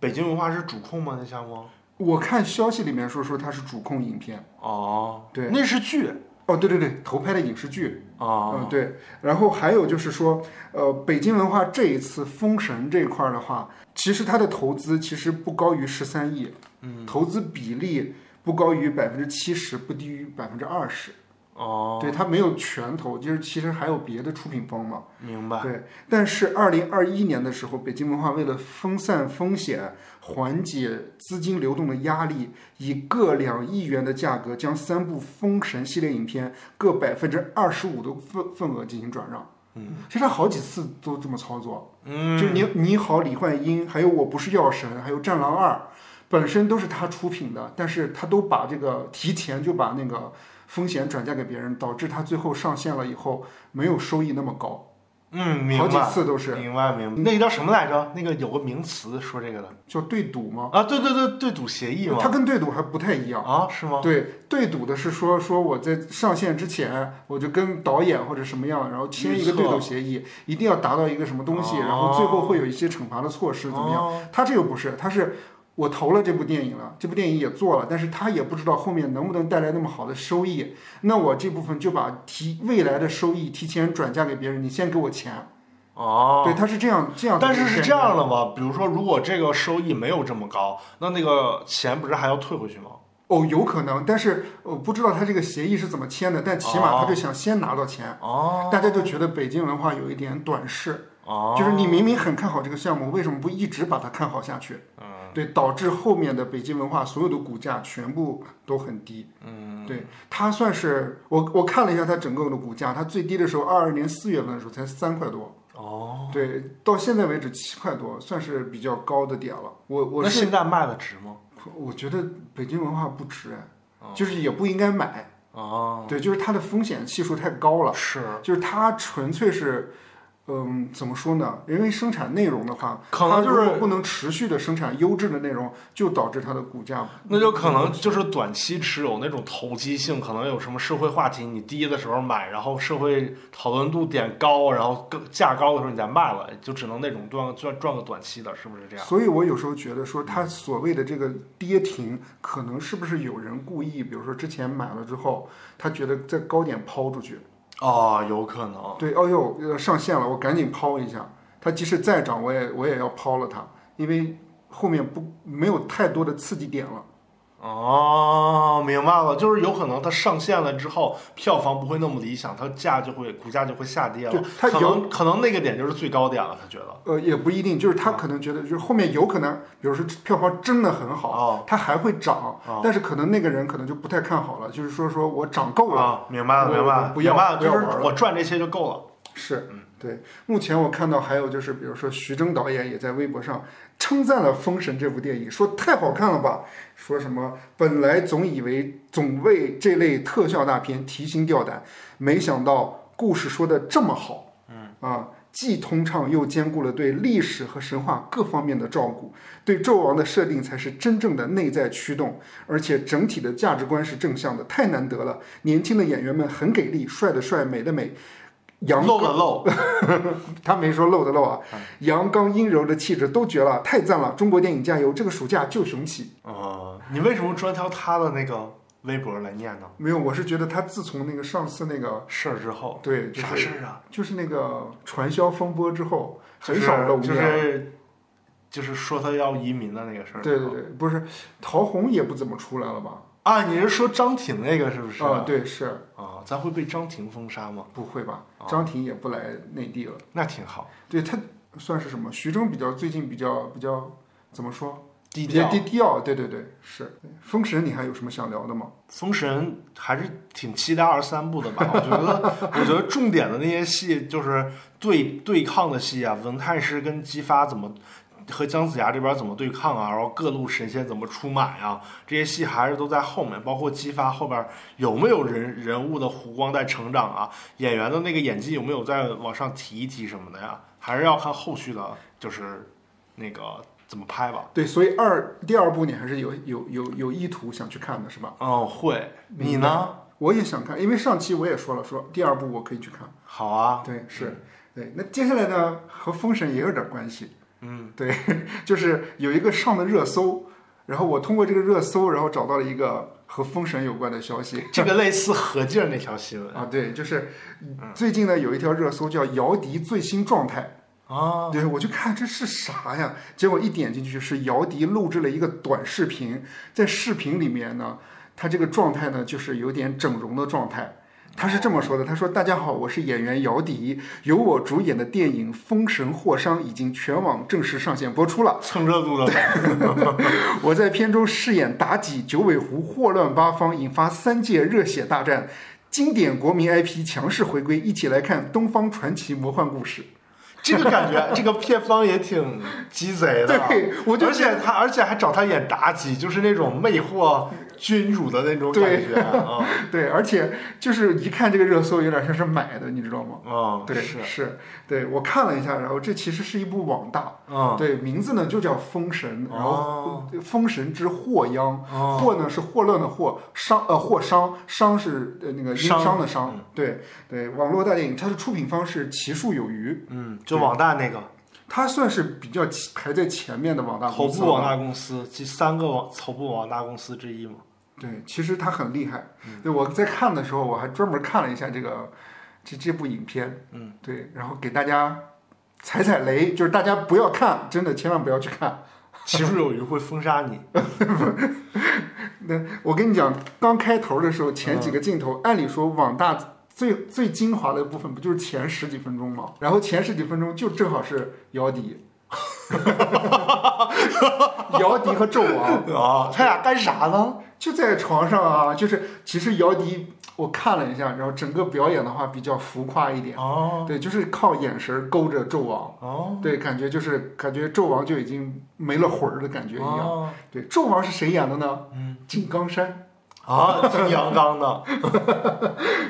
Speaker 2: 北京文化是主控吗？那项目？
Speaker 1: 我看消息里面说说它是主控影片，
Speaker 2: 哦，
Speaker 1: 对
Speaker 2: 那是剧
Speaker 1: 哦对对对，投拍的影视剧。嗯，
Speaker 2: 哦，
Speaker 1: 对。然后还有就是说，呃，北京文化这一次封神这一块儿的话，其实它的投资其实不高于十三亿，
Speaker 2: 嗯，
Speaker 1: 投资比例不高于百分之七十，不低于百分之二十。
Speaker 2: 哦，
Speaker 1: 嗯对，它没有全投，就是其实还有别的出品方嘛。
Speaker 2: 明白，
Speaker 1: 对，但是二零二一年的时候，北京文化为了分散风险，缓解资金流动的压力，以各两亿元的价格将三部《封神》系列影片各百分之二十五的份份额进行转让。
Speaker 2: 嗯，
Speaker 1: 其实好几次都这么操作，
Speaker 2: 嗯，
Speaker 1: 就是你你好李焕英，还有我不是药神，还有战狼二，本身都是他出品的，但是他都把这个提前就把那个风险转嫁给别人，导致他最后上线了以后没有收益那么高。
Speaker 2: 嗯，明
Speaker 1: 好几
Speaker 2: 白，
Speaker 1: 次都是
Speaker 2: 明白，明白。那个叫什么来着？那个有个名词说这个的
Speaker 1: 叫对赌吗？
Speaker 2: 啊，对对对，对赌协议
Speaker 1: 它
Speaker 2: 嘛，
Speaker 1: 跟对赌还不太一样。
Speaker 2: 啊，是吗？
Speaker 1: 对，对赌的是说说我在上线之前，我就跟导演或者什么样，然后签一个
Speaker 2: 预测
Speaker 1: 对赌协议，一定要达到一个什么东西，
Speaker 2: 哦
Speaker 1: 然后最后会有一些惩罚的措施，怎么样？
Speaker 2: 样？
Speaker 1: 他这个不是，他是我投了这部电影了，这部电影也做了，但是他也不知道后面能不能带来那么好的收益，那我这部分就把提未来的收益提前转嫁给别人，你先给我钱。对，
Speaker 2: 哦，
Speaker 1: 他是这样这样的一
Speaker 2: 但
Speaker 1: 个概
Speaker 2: 是
Speaker 1: 念，
Speaker 2: 是这样的嘛？比如说，如果这个收益没有这么高，那那个钱不是还要退回去吗？
Speaker 1: 哦，有可能，但是我不知道他这个协议是怎么签的，但起码他就想先拿到钱。
Speaker 2: 哦，
Speaker 1: 大家就觉得北京文化有一点短视，
Speaker 2: 哦，
Speaker 1: 就是你明明很看好这个项目，为什么不一直把它看好下去？
Speaker 2: 嗯
Speaker 1: 对，导致后面的北京文化所有的股价全部都很低。
Speaker 2: 嗯，
Speaker 1: 对，它算是我我看了一下它整个的股价，它最低的时候，二二年四月份的时候才三块多，
Speaker 2: 哦，
Speaker 1: 对，到现在为止七块多，算是比较高的点了。我我
Speaker 2: 那
Speaker 1: 是
Speaker 2: 现在卖的值吗？
Speaker 1: 我觉得北京文化不值，哎
Speaker 2: 哦
Speaker 1: 就是也不应该买。
Speaker 2: 哦，
Speaker 1: 对，就是它的风险系数太高了，
Speaker 2: 是，
Speaker 1: 就是它纯粹是，嗯，怎么说呢？因为生产内容的话，
Speaker 2: 可能
Speaker 1: 它如
Speaker 2: 就
Speaker 1: 果
Speaker 2: 是
Speaker 1: 不能持续的生产优质的内容，就导致它的股价。
Speaker 2: 那就可能就是短期持有那种投机性，可能有什么社会话题，你低的时候买，然后社会讨论度点高，然后更价高的时候你再卖了，就只能那种赚赚赚个短期的，是不是这样？嗯
Speaker 1: 所以我有时候觉得说，它所谓的这个跌停，可能是不是有人故意，比如说之前买了之后，他觉得在高点抛出去，
Speaker 2: 哦，有可能。
Speaker 1: 对，哦呦，呃上线了，我赶紧抛一下。它即使再涨，我也我也要抛了它，因为后面不没有太多的刺激点了。
Speaker 2: 哦，明白了，就是有可能它上线了之后，票房不会那么理想，它价就会股价就会下跌
Speaker 1: 对
Speaker 2: 了。
Speaker 1: 它
Speaker 2: 可
Speaker 1: 有
Speaker 2: 能可能那个点就是最高点了，他觉得。
Speaker 1: 呃，也不一定，就是
Speaker 2: 啊
Speaker 1: 他可能觉得，就是后面有可能，比如说票房真的很好，
Speaker 2: 哦
Speaker 1: 它还会涨，
Speaker 2: 哦
Speaker 1: 但是可能那个人可能就不太看好了，就是说说我涨够了，
Speaker 2: 啊，明白了，
Speaker 1: 我
Speaker 2: 明白了，
Speaker 1: 我不要
Speaker 2: 明白了，
Speaker 1: 不要
Speaker 2: 就
Speaker 1: 玩
Speaker 2: 是
Speaker 1: 了
Speaker 2: 我赚这些就够了。
Speaker 1: 是
Speaker 2: 嗯，
Speaker 1: 对。目前我看到还有就是，比如说徐峥导演也在微博上称赞了《封神》这部电影，说太好看了吧，说什么本来总以为总为这类特效大片提心吊胆，没想到故事说的这么好，嗯啊。既通畅又兼顾了对历史和神话各方面的照顾，对纣王的设定才是真正的内在驱动，而且整体的价值观是正向的，太难得了。年轻的演员们很给力，帅的帅，美的美，阳
Speaker 2: 漏了漏，
Speaker 1: 他没说漏的漏啊，
Speaker 2: 嗯
Speaker 1: 阳刚阴柔的气质都绝了，太赞了！中国电影加油，这个暑假就雄起。
Speaker 2: 哦，你为什么专挑他的那个微博来念呢？
Speaker 1: 没有，我是觉得他自从那个上次那个
Speaker 2: 事儿之后，
Speaker 1: 对，就
Speaker 2: 啥
Speaker 1: 是
Speaker 2: 事儿啊？
Speaker 1: 就是那个传销风波之后，很少露面。
Speaker 2: 就是就是就是说他要移民的那个事儿。
Speaker 1: 对对对，不是陶虹也不怎么出来了吧？
Speaker 2: 啊，你是说张挺那个是不是？
Speaker 1: 啊，对，是
Speaker 2: 啊，咱会被张挺封杀吗？
Speaker 1: 不会吧
Speaker 2: 啊？
Speaker 1: 张庭也不来内地了。
Speaker 2: 那挺好，
Speaker 1: 对他算是什么？徐峥比较最近比较比较怎么说？
Speaker 2: 低
Speaker 1: 比较
Speaker 2: 调。
Speaker 1: 低调，对对对，是。封神，你还有什么想聊的吗？
Speaker 2: 封神还是挺期待二三部的吧？我觉得，我觉得重点的那些戏就是对对抗的戏啊，文太师跟姬发怎么和姜子牙这边怎么对抗啊，然后各路神仙怎么出马呀、这些戏还是都在后面。包括姬发后边有没有人人物的弧光在成长啊，演员的那个演技有没有在往上提一提什么的呀？还是要看后续的，就是那个怎么拍吧。
Speaker 1: 对，所以二第二部你还是有有有有意图想去看的是吧？
Speaker 2: 嗯，会。你呢？
Speaker 1: 我也想看，因为上期我也说了，说第二部我可以去看。
Speaker 2: 好啊。
Speaker 1: 对，是，对。那接下来呢，和封神也有点关系，
Speaker 2: 嗯。
Speaker 1: 就是有一个上的热搜，然后我通过这个热搜，然后找到了一个和封神有关的消息。
Speaker 2: 这个类似何静那条新闻
Speaker 1: 啊，对，就是
Speaker 2: 嗯
Speaker 1: 最近呢有一条热搜叫姚笛最新状态，
Speaker 2: 啊，
Speaker 1: 对，我就看这是啥呀？结果一点进去是姚笛录制了一个短视频，在视频里面呢，她这个状态呢就是有点整容的状态。她是这么说的：“她说大家好，我是演员姚笛，由我主演的电影《封神霍商》已经全网正式上线播出了。
Speaker 2: 蹭热度的
Speaker 1: 我在片中饰演妲己、九尾狐，祸乱八方，引发三界热血大战。”经典国民 IP 强势回归，一起来看《东方传奇魔幻故事
Speaker 2: 这个感觉，这个片方也挺鸡贼》。的。啊
Speaker 1: 对，我就
Speaker 2: 而且他，而且还找他演妲己，就是那种魅惑君主的那种感觉啊
Speaker 1: 对，而且就是一看这个热搜，有点像是买的，你知道吗？
Speaker 2: 啊！
Speaker 1: 对，
Speaker 2: 是，
Speaker 1: 是，对我看了一下，然后这其实是一部网大，
Speaker 2: 嗯，
Speaker 1: 对，名字呢就叫《封神》，然后
Speaker 2: 哦
Speaker 1: 《封神之祸殃》，
Speaker 2: 哦，
Speaker 1: 祸呢是祸乱的祸，伤呃祸伤，伤是呃那个殷
Speaker 2: 商
Speaker 1: 商的商
Speaker 2: 嗯，
Speaker 1: 对对，网络大电影，它的出品方是奇数有余，
Speaker 2: 嗯，就网大那个
Speaker 1: 它算是比较前排在前面的网大
Speaker 2: 头
Speaker 1: 公司
Speaker 2: 部网
Speaker 1: 了
Speaker 2: 大公司，即三个网头部网大公司之一嘛。
Speaker 1: 对，其实他很厉害。对，我在看的时候，我还专门看了一下这个这这部影片。
Speaker 2: 嗯，
Speaker 1: 对，然后给大家踩踩雷，就是大家不要看，真的千万不要去看。
Speaker 2: 其实有鱼会封 杀你，
Speaker 1: 那我跟你讲，刚开头的时候，前几个镜头，按理说网大最最精华的部分不就是前十几分钟吗？然后前十几分钟就正好是姚笛， 姚笛和纣王。
Speaker 2: 啊，他俩干啥呢？
Speaker 1: 就在床上啊，就是其实姚笛我看了一下，然后整个表演的话比较浮夸一点，
Speaker 2: 哦
Speaker 1: 对，就是靠眼神勾着纣王，
Speaker 2: 哦，
Speaker 1: 对，感觉就是感觉纣王就已经没了魂儿的感觉一样。
Speaker 2: 哦
Speaker 1: 对，纣王是谁演的呢？
Speaker 2: 嗯，
Speaker 1: 金刚山。
Speaker 2: 啊，挺阳刚的。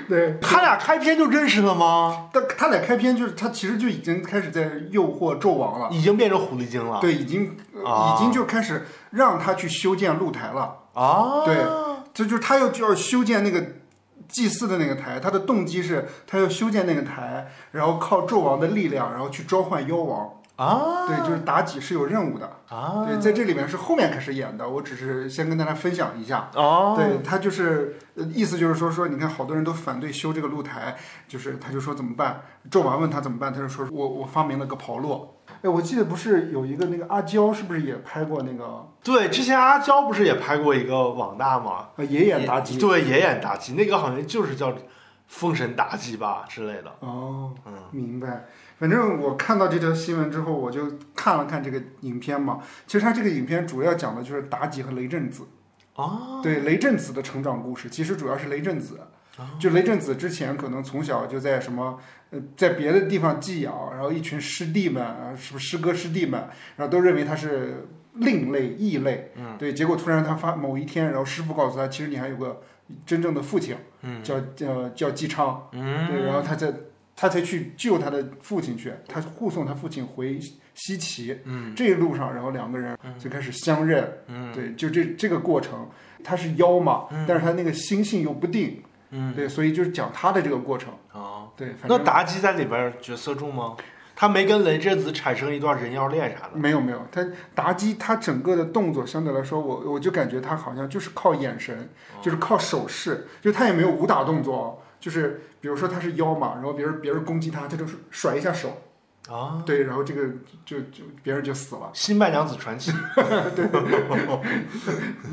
Speaker 1: 对，
Speaker 2: 他俩开篇就认识了吗？
Speaker 1: 但他俩开篇就是他其实就已经开始在诱惑纣王了，
Speaker 2: 已经变成狐狸精了。
Speaker 1: 对，已经、呃
Speaker 2: 啊
Speaker 1: 已经就开始让他去修建露台了。
Speaker 2: 啊，
Speaker 1: 对，这就是他又就要修建那个祭祀的那个台，他的动机是他要修建那个台，然后靠纣王的力量，然后去召唤妖王。
Speaker 2: 啊，
Speaker 1: 对，就是妲己是有任务的。
Speaker 2: 啊，
Speaker 1: 对，在这里面是后面开始演的，我只是先跟大家分享一下。
Speaker 2: 哦，
Speaker 1: 对他就是呃意思就是说说，你看好多人都反对修这个露台，就是他就说怎么办？纣王问他怎么办，他就说我我发明了个炮烙。哎，我记得不是有一个那个阿娇，是不是也拍过那个
Speaker 2: 对，之前阿娇不是也拍过一个网大吗？
Speaker 1: 呃也演妲己？
Speaker 2: 对，也演妲己，那个好像就是叫《封神妲己》吧之类的。
Speaker 1: 哦，
Speaker 2: 嗯
Speaker 1: 明白。反正我看到这条新闻之后，我就看了看这个影片嘛。其实它这个影片主要讲的就是妲己和雷震子，
Speaker 2: 啊，
Speaker 1: 对雷震子的成长故事。其实主要是雷震子
Speaker 2: 哦，
Speaker 1: 就雷震子之前可能从小就在什么呃，在别的地方寄养，然后一群师弟们，啊，是不是师哥师弟们，然后都认为他是另类异类，
Speaker 2: 嗯，
Speaker 1: 对。结果突然他发某一天，然后师傅告诉他，其实你还有个真正的父亲，
Speaker 2: 嗯
Speaker 1: 叫叫叫姬昌。对，
Speaker 2: 嗯，
Speaker 1: 然后他才他才去救他的父亲去，他护送他父亲回西岐。
Speaker 2: 嗯
Speaker 1: 这一路上，然后两个人
Speaker 2: 嗯
Speaker 1: 就开始相认，
Speaker 2: 嗯
Speaker 1: 对，就这这个过程，他是妖嘛，
Speaker 2: 嗯
Speaker 1: 但是他那个心性又不定，
Speaker 2: 嗯，
Speaker 1: 对，所以就是讲他的这个过程，
Speaker 2: 啊，
Speaker 1: 对，反
Speaker 2: 那
Speaker 1: 正
Speaker 2: 妲己在里边角色重吗？她没跟雷震子产生一段人妖恋啥的。
Speaker 1: 没有没有，他妲己他整个的动作相对来说，我我就感觉他好像就是靠眼神，
Speaker 2: 哦
Speaker 1: 就是靠手势，就他也没有武打动作哦，就是比如说他是妖嘛，然后别人别人攻击他，他就是甩一下手，
Speaker 2: 啊，
Speaker 1: 对，然后这个就就别人就死了。
Speaker 2: 《新白娘子 传奇》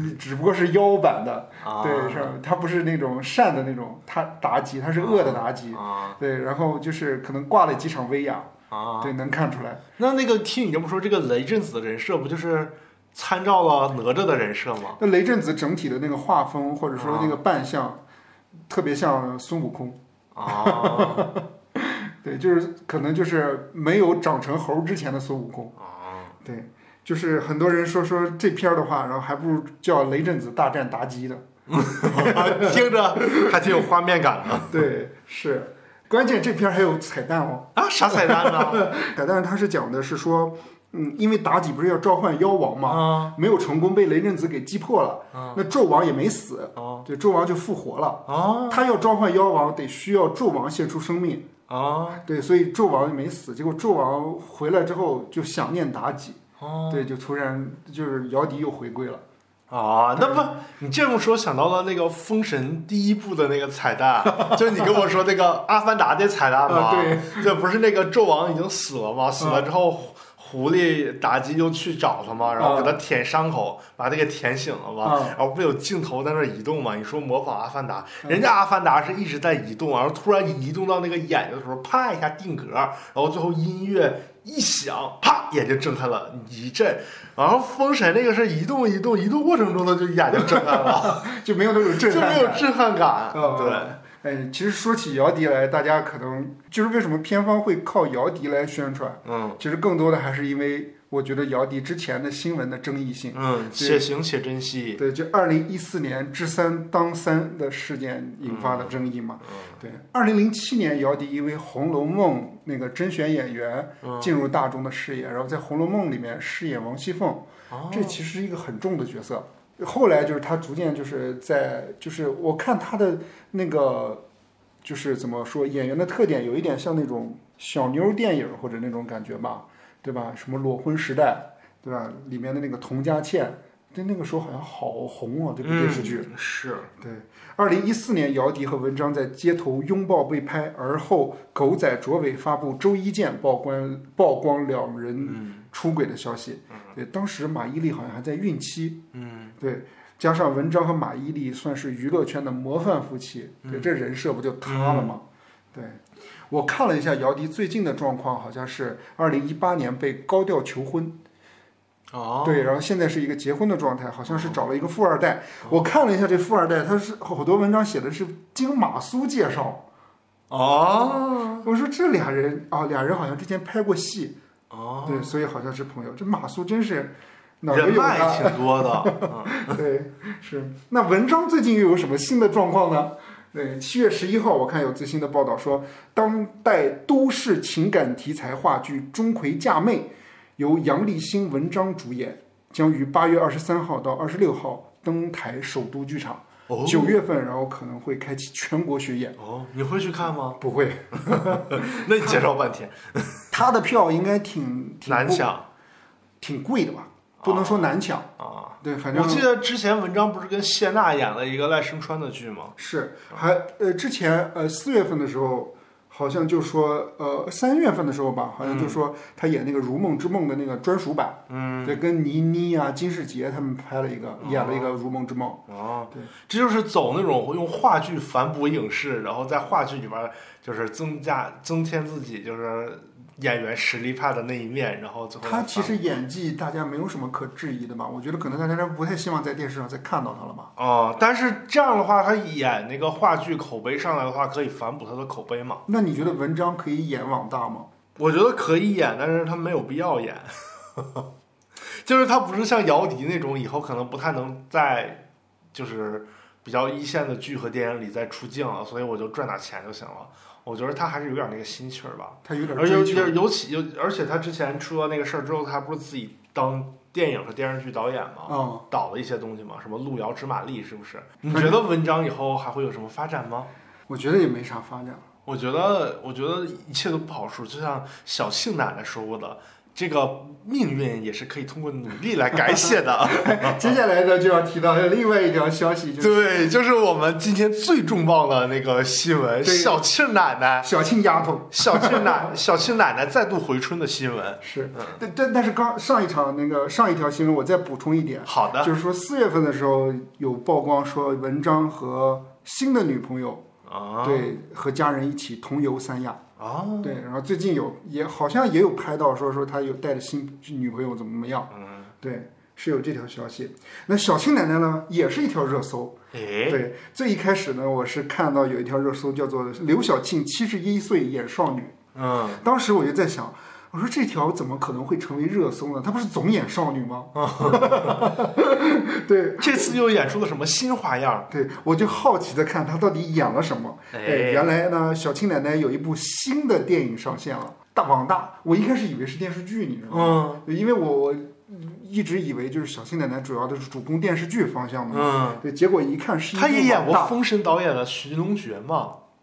Speaker 1: 你只不过是妖版的，
Speaker 2: 啊，
Speaker 1: 对，是吧它不是那种善的那种，它妲己，它是恶的妲己，
Speaker 2: 啊
Speaker 1: 对，然后就是可能挂了几场威亚，
Speaker 2: 啊，
Speaker 1: 对，能看出来，
Speaker 2: 那那个听你这么说，这个雷震子的人设不就是参照了哪吒的人设吗？
Speaker 1: 那雷震子整体的那个画风或者说那个扮相，特别像孙悟空。
Speaker 2: 啊
Speaker 1: 对，就是可能就是没有长成猴之前的孙悟空。
Speaker 2: 啊，
Speaker 1: 对，就是很多人说说这片儿的话，然后还不如叫雷震子大战妲己的。
Speaker 2: 听着还挺有画面感的
Speaker 1: 对，是。关键这片儿还有彩蛋哦，
Speaker 2: 啊！啥彩蛋呢？
Speaker 1: 彩蛋它是讲的是说，嗯，因为妲己不是要召唤妖王嘛，
Speaker 2: 啊
Speaker 1: 没有成功，被雷震子给击破了。
Speaker 2: 啊
Speaker 1: 那纣王也没死，
Speaker 2: 啊
Speaker 1: 对，纣王就复活了。
Speaker 2: 啊
Speaker 1: 他要召唤妖王，得需要纣王献出生命，
Speaker 2: 啊
Speaker 1: 对，所以纣王没死。结果纣王回来之后就想念妲己，
Speaker 2: 啊！
Speaker 1: 对，就突然就是尧舜又回归了。
Speaker 2: 啊，那不，你这么说想到了那个《封神》第一部的那个彩蛋，就是你跟我说那个《阿凡达》那彩蛋吗？
Speaker 1: 啊对，
Speaker 2: 这不是那个纣王已经死了吗？死了之后，狐狐狸妲己又去找他嘛，然后给他舔伤口，把他给舔醒了嘛。
Speaker 1: 啊，
Speaker 2: 然后不有镜头在那儿移动嘛？你说模仿《阿凡达》，人家《阿凡达》是一直在移动，然后突然移动到那个眼睛的时候，啪一下定格，然后最后音乐一响，啪眼睛睁开了一震。然后《封神》那个是移动移动移动过程中，它就眼睛睁开了，
Speaker 1: 就没有那种
Speaker 2: 就
Speaker 1: 震撼
Speaker 2: 没有
Speaker 1: 感。
Speaker 2: 震撼感。
Speaker 1: 嗯
Speaker 2: 对，
Speaker 1: 哎，其实说起尧舜来，大家可能就是为什么片方会靠尧舜来宣传，
Speaker 2: 嗯
Speaker 1: 其实更多的还是因为我觉得尧舜之前的新闻的争议性。
Speaker 2: 嗯，且行且珍惜。
Speaker 1: 对，就二零一四年知三当三的事件引发的争议嘛。对，二零零七年，姚笛因为《红楼梦》那个甄选演员
Speaker 2: 嗯
Speaker 1: 进入大众的视野，然后在《红楼梦》里面饰演王熙凤，
Speaker 2: 哦
Speaker 1: 这其实是一个很重的角色。后来就是他逐渐就是在就是我看他的那个就是怎么说演员的特点有一点像那种小妞电影或者那种感觉吧，对吧？什么裸婚时代，对吧？里面的那个佟佳倩，对那个时候好像好红哦，这部电视剧。
Speaker 2: 嗯是
Speaker 1: 对，二零一四年，姚笛和文章在街头拥抱被拍，而后狗仔卓伟发布周一见曝光曝光两人出轨的消息。
Speaker 2: 嗯
Speaker 1: 对，当时马伊琍好像还在孕期。嗯，对，加上文章和马伊琍算是娱乐圈的模范夫妻，
Speaker 2: 嗯
Speaker 1: 对，这人设不就塌了吗？对。我看了一下姚笛最近的状况，好像是二零一八年被高调求婚，
Speaker 2: 哦，
Speaker 1: 对，然后现在是一个结婚的状态，好像是找了一个富二代。
Speaker 2: 哦
Speaker 1: 我看了一下这富二代，他是好多文章写的是经马苏介绍。
Speaker 2: 哦
Speaker 1: 我说这俩人啊，俩人好像之前拍过戏，
Speaker 2: 哦，
Speaker 1: 对，所以好像是朋友。这马苏真是哪儿都
Speaker 2: 人
Speaker 1: 有
Speaker 2: 脉
Speaker 1: 他。
Speaker 2: 挺 多的。嗯
Speaker 1: 对，是。那文章最近又有什么新的状况呢？对，七月十一号，我看有最新的报道说，当代都市情感题材话剧《钟馗嫁妹》由杨立新、文章主演，将于八月二十三号到二十六号登台首都剧场，
Speaker 2: 哦
Speaker 1: 九、月份，然后可能会开启全国巡演。
Speaker 2: 哦，你会去看吗？
Speaker 1: 不会，
Speaker 2: 那你介绍半天，
Speaker 1: 他的票应该 挺挺
Speaker 2: 难
Speaker 1: 贵
Speaker 2: 抢。
Speaker 1: 挺贵的吧？不能说难抢，
Speaker 2: 啊，
Speaker 1: 对，反正
Speaker 2: 我记得之前文章不是跟谢娜演了一个赖声川的剧吗？
Speaker 1: 是，还呃，之前呃四月份的时候，好像就说呃三月份的时候吧，好像就说他演那个《如梦之梦》的那个专属版，
Speaker 2: 嗯，
Speaker 1: 对，跟倪妮啊、金世杰他们拍了一个，演了一个《如梦之梦》。
Speaker 2: 哦
Speaker 1: 对，
Speaker 2: 这就是走那种用话剧反哺影视，然后在话剧里边儿就是增加增添自己就是演员实力派的那一面，然后最后
Speaker 1: 他
Speaker 2: 来
Speaker 1: 其
Speaker 2: 反
Speaker 1: 实演技大家没有什么可质疑的吧？我觉得可能大家不太希望在电视上再看到他了吧？
Speaker 2: 哦、但是这样的话，他演那个话剧口碑上来的话，可以反哺他的口碑嘛？
Speaker 1: 那你觉得文章可以演网大吗？
Speaker 2: 我觉得可以演，但是他没有必要演， 就是他不是像姚笛那种以后可能不太能在就是比较一线的剧和电影里再出镜了，所以我就赚点钱就行了。我觉得他还是有点那个心气儿吧，
Speaker 1: 他有点
Speaker 2: 而且
Speaker 1: 追求
Speaker 2: 尤尤其尤而且他之前出了那个事儿之后，他不是自己当电影和电视剧导演
Speaker 1: 啊、
Speaker 2: 吗？
Speaker 1: 嗯
Speaker 2: 导了一些东西嘛，什么《路遥知马力》是不是？你觉得文章以后还会有什么发展吗？
Speaker 1: 我觉得也没啥发展。
Speaker 2: 我觉得，我觉得一切都不好说。就像小庆奶奶说过的，这个命运也是可以通过努力来改写的。
Speaker 1: 接下来呢，就要提到另外一条消息， 就是
Speaker 2: 对，就是我们今天最重磅的那个新闻，
Speaker 1: 对
Speaker 2: 小庆奶奶，
Speaker 1: 小庆丫头。
Speaker 2: 小庆 奶，小庆奶奶再度回春的新闻。
Speaker 1: 是
Speaker 2: 嗯，
Speaker 1: 但但但是刚上一场那个上一条新闻，我再补充一点，
Speaker 2: 好的，
Speaker 1: 就是说四月份的时候有曝光说文章和新的女朋友、
Speaker 2: 啊，
Speaker 1: 对和家人一起同游三亚，
Speaker 2: 啊，
Speaker 1: 对，然后最近有也好像也有拍到说说他有带着新女朋友怎么怎么样，
Speaker 2: 嗯，
Speaker 1: 对，是有这条消息。那小庆奶奶呢，也是一条热搜。
Speaker 2: 哎，
Speaker 1: 对，最一开始呢，我是看到有一条热搜叫做“刘晓庆七十一岁演少女”，
Speaker 2: 嗯，
Speaker 1: 当时我就在想，我说这条怎么可能会成为热搜呢？她不是总演少女吗？ 对
Speaker 2: 这次又演出了什么新花样？
Speaker 1: 对，我就好奇的看她到底演了什么。哎，原来呢，小庆奶奶有一部新的电影上线了，《大网大》。我一开始以为是电视剧，你知道吗？
Speaker 2: 嗯
Speaker 1: 因为我我一直以为就是小庆奶奶主要的是主攻电视剧方向嘛。
Speaker 2: 嗯，
Speaker 1: 对，结果一看是一部
Speaker 2: 他也演过
Speaker 1: 网大
Speaker 2: 《封神》导演的《寻龙诀》嘛？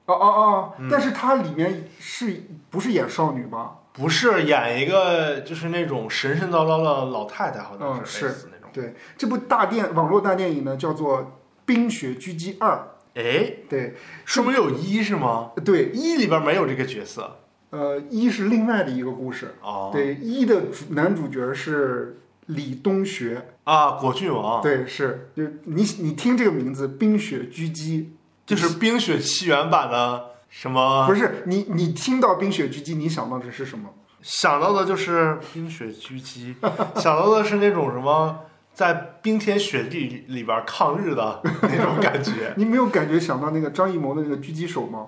Speaker 1: 哦哦
Speaker 2: 嗯
Speaker 1: 哦，但是它里面是不是演少女吧？
Speaker 2: 不是演一个就是那种神神叨叨的老太太，好像
Speaker 1: 嗯
Speaker 2: 是类似那种。
Speaker 1: 对，这部大电网络大电影呢，叫做《冰雪狙击二
Speaker 2: 哎，》。
Speaker 1: 对
Speaker 2: 说明有一是吗？
Speaker 1: 对，
Speaker 2: 一里边没有这个角色
Speaker 1: 呃，一是另外的一个故事。
Speaker 2: 哦。
Speaker 1: 对，一的主男主角是李东学。
Speaker 2: 啊，果郡王
Speaker 1: 对，是就你你听这个名字《冰雪狙击
Speaker 2: 就是啊《冰雪奇缘》版的什》，么？
Speaker 1: 不是你你听到《冰雪狙击》，你想到的是什么？
Speaker 2: 想到的就是冰雪 狙击，想到的是那种什么在冰天雪地里边抗日的那种 感觉
Speaker 1: 你没有感觉想到那个张艺谋的那个狙击手吗？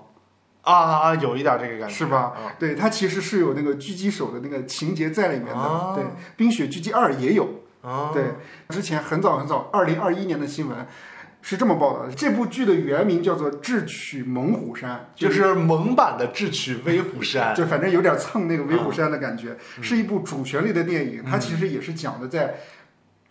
Speaker 2: 啊啊，啊有一点这个感觉
Speaker 1: 是吧？
Speaker 2: 啊
Speaker 1: 对，它其实是有那个狙击手的那个情节在里面的。
Speaker 2: 啊
Speaker 1: 对，《冰雪狙击二》也有。
Speaker 2: 啊，
Speaker 1: 对，之前很早很早，二零二一年的新闻是这么报道的：这部剧的原名叫做《智取猛虎山》，
Speaker 2: 就是是蒙版的《智取威虎山》嗯
Speaker 1: 就反正有点蹭那个威虎山的感觉，是一部主旋律的电影。它其实也是讲的在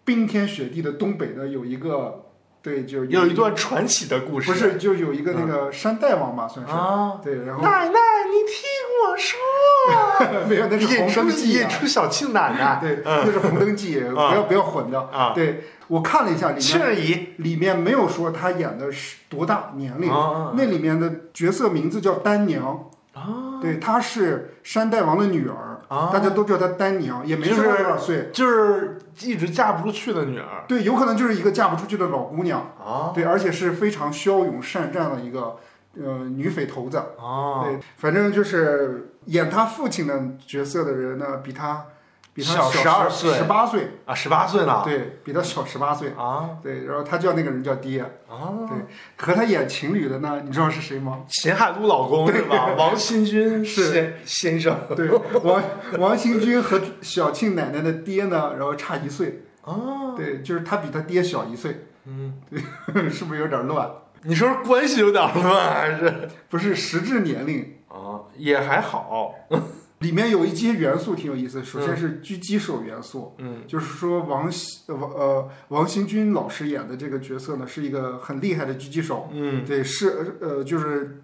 Speaker 1: 冰天雪地的东北的有一个，对，就
Speaker 2: 有一段传奇的故事。嗯
Speaker 1: 不是就有一个那个山大王吧，算是。
Speaker 2: 啊，
Speaker 1: 对，然后
Speaker 2: 奶奶，你听我说，
Speaker 1: 没有那是
Speaker 2: 演
Speaker 1: 红灯
Speaker 2: 出
Speaker 1: 记
Speaker 2: 演
Speaker 1: 啊，
Speaker 2: 出小庆奶奶
Speaker 1: 对，那是红灯记，不要不要混的。
Speaker 2: 啊，
Speaker 1: 对我看了一下，里面
Speaker 2: 庆儿姨
Speaker 1: 里面没有说她演的是多大年龄，
Speaker 2: 啊
Speaker 1: 那里面的角色名字叫丹娘，
Speaker 2: 啊，
Speaker 1: 对，她是山大王的女儿，
Speaker 2: 啊
Speaker 1: 大家都叫她丹娘，也没
Speaker 2: 就是
Speaker 1: 说她多少岁，
Speaker 2: 就是一直嫁不出去的女儿
Speaker 1: 对，有可能就是一个嫁不出去的老姑娘，
Speaker 2: 啊
Speaker 1: 对，而且是非常骁勇善战的一个呃女匪头子，
Speaker 2: 啊，
Speaker 1: 对，反正就是演她父亲的角色的人呢，比她比她
Speaker 2: 小12岁
Speaker 1: 十八岁，
Speaker 2: 啊，十八岁呢
Speaker 1: 对比她小十八岁，
Speaker 2: 啊
Speaker 1: 对，然后她叫那个人叫爹，
Speaker 2: 啊，
Speaker 1: 和她演情侣的呢，你知道是谁吗？
Speaker 2: 秦海璐老公是吧？王新军
Speaker 1: 是
Speaker 2: 先先生
Speaker 1: 对，王王兴军和小庆奶奶的爹呢，然后差一岁，
Speaker 2: 啊，
Speaker 1: 对，就是他比他爹小一岁，
Speaker 2: 嗯，
Speaker 1: 是不是有点乱？
Speaker 2: 你说关系有点乱还是
Speaker 1: 不是实质年龄，
Speaker 2: 啊，也还好，
Speaker 1: 里面有一些元素挺有意思。首先是狙击手元素，
Speaker 2: 嗯
Speaker 1: 就是说王喜呃王呃王兴军老师演的这个角色呢，是一个很厉害的狙击手，
Speaker 2: 嗯
Speaker 1: 对，是呃就是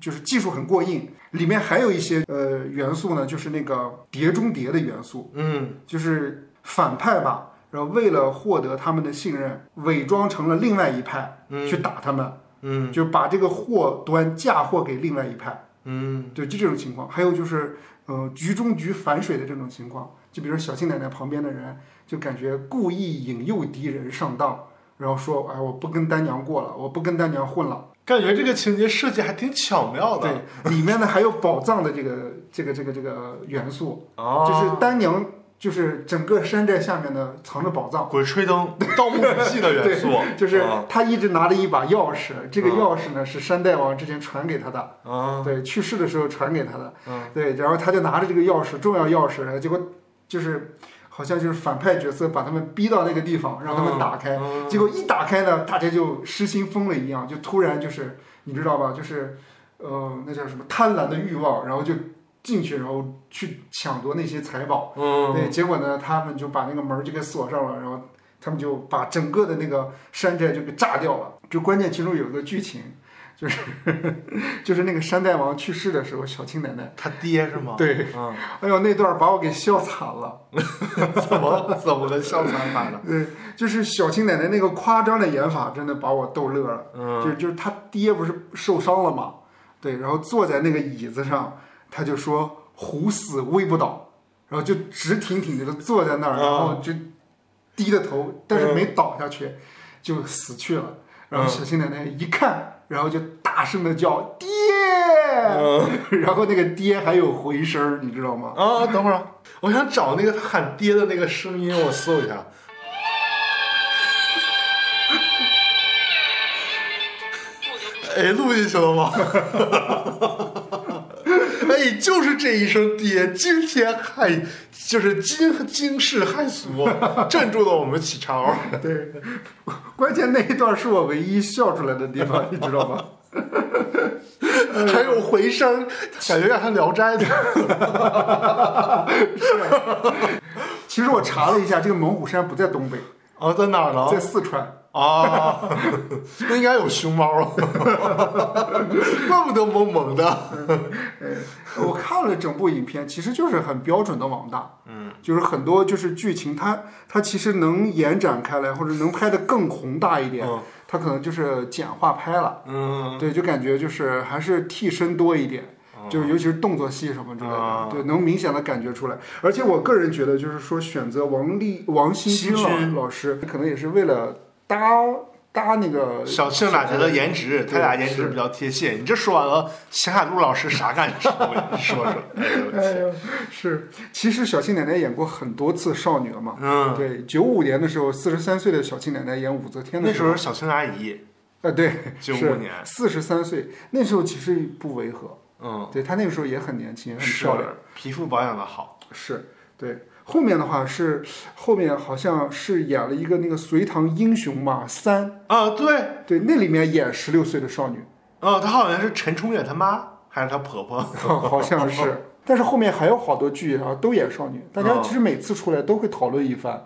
Speaker 1: 就是技术很过硬。里面还有一些呃元素呢，就是那个碟中谍的元素，
Speaker 2: 嗯
Speaker 1: 就是反派吧，然后为了获得他们的信任，伪装成了另外一派
Speaker 2: 嗯
Speaker 1: 去打他们，
Speaker 2: 嗯
Speaker 1: 就把这个祸端嫁祸给另外一派，
Speaker 2: 嗯
Speaker 1: 对，就这种情况。还有就是，呃，局中局反水的这种情况，就比如小庆奶奶旁边的人，就感觉故意引诱敌人上当，然后说，哎，我不跟丹娘过了，我不跟丹娘混了。
Speaker 2: 感觉这个情节设计还挺巧妙的，
Speaker 1: 对，里面呢还有宝藏的这个这个这个这个元素，
Speaker 2: 啊，
Speaker 1: 就是丹娘，就是整个山寨下面的藏着宝藏。，
Speaker 2: 《鬼吹灯》《盗墓笔记》的元素
Speaker 1: 就是
Speaker 2: 啊
Speaker 1: 他一直拿着一把钥匙，这个
Speaker 2: 嗯
Speaker 1: 钥匙呢是山大王之前传给他的，
Speaker 2: 啊
Speaker 1: 对，去世的时候传给他的，
Speaker 2: 嗯
Speaker 1: 对，然后他就拿着这个钥匙，重要钥匙，然后结果就是好像就是反派角色把他们逼到那个地方，让他们打开，
Speaker 2: 嗯
Speaker 1: 结果一打开呢，大家就失心疯了一样，就突然就是你知道吧，就是呃那叫什么贪婪的欲望，然后就进去，然后去抢夺那些财宝。对，
Speaker 2: 嗯
Speaker 1: 结果呢，他们就把那个门儿就给锁上了，然后他们就把整个的那个山寨就给炸掉了。就关键其中有一个剧情，就是 就是那个山大王去世的时候，小青奶奶，
Speaker 2: 他爹是吗？
Speaker 1: 对，
Speaker 2: 嗯，
Speaker 1: 哎呦那段儿把我给笑惨了。
Speaker 2: 怎么怎么个笑惨法呢？
Speaker 1: 对，就是小青奶奶那个夸张的演法，真的把我逗乐了。
Speaker 2: 嗯
Speaker 1: 就就是他爹不是受伤了嘛，对，然后坐在那个椅子上，他就说虎死威不倒，然后就直挺挺的坐在那儿，
Speaker 2: 啊
Speaker 1: 然后就低着头，但是没
Speaker 2: 嗯
Speaker 1: 倒下去，就死去了。然后小青奶奶一看，然后就大声的叫爹，
Speaker 2: 嗯
Speaker 1: 然后那个爹还有回声 儿，你知道吗？
Speaker 2: 啊，等会儿啊，我想找那个他喊爹的那个声音，我搜一下。
Speaker 3: 啊！
Speaker 2: 哎，录进去了 吗？哎，就是这一声爹，惊天骇，就是惊惊世骇俗， 镇住了我们启 超。
Speaker 1: 对，关键那一段是我唯一笑出来的地方，你知道吗？
Speaker 2: 还有回声，感觉像《聊斋》的。
Speaker 1: 其实我查了一下，这个猛虎山不在东北，
Speaker 2: 啊，在哪儿呢？
Speaker 1: 在四川。
Speaker 2: 啊， 那应该有熊猫 啊，怪不得萌萌的。
Speaker 1: 我看了整部影片，其实就是很标准的网大，嗯，就是很多就是剧情，它它其实能延展开来，或者能拍得更宏大一点，
Speaker 2: 嗯
Speaker 1: 它可能就是简化拍了，
Speaker 2: 嗯，
Speaker 1: 对，就感觉就是还是替身多一点。就尤其是动作戏什么之类的，
Speaker 2: 啊
Speaker 1: 对，能明显的感觉出来。而且我个人觉得，就是说选择王力、王新
Speaker 2: 新
Speaker 1: 军
Speaker 2: 军
Speaker 1: 老老师，可能也是为了搭搭那个
Speaker 2: 小庆哪来的颜值？他俩颜值比较贴切。你这说完了，秦海璐老师啥感受？你说说。哎
Speaker 1: 哎
Speaker 2: 呦
Speaker 1: 呦，是，其实小庆奶奶演过很多次少女了嘛。
Speaker 2: 嗯，
Speaker 1: 对，九五年的时候，四十三岁的小庆奶奶演武则天
Speaker 2: 那
Speaker 1: 的
Speaker 2: 时候，小庆阿姨，
Speaker 1: 呃，对，
Speaker 2: 九五年，
Speaker 1: 四十三岁，那时候其实不违和。
Speaker 2: 嗯，
Speaker 1: 对她那个时候也很年轻，很
Speaker 2: 是
Speaker 1: 漂亮。
Speaker 2: 皮肤保养的好。
Speaker 1: 是，对。后面的话是后面好像是演了一个那个《隋唐英雄》嘛三，
Speaker 2: 啊，对，
Speaker 1: 对，那里面演十六岁的少女，
Speaker 2: 嗯，她好像是陈冲远他妈还是他婆婆？
Speaker 1: 好像 是。但是后面还有好多剧啊，都演少女，大家
Speaker 2: 哦
Speaker 1: 其实每次出来都会讨论一番。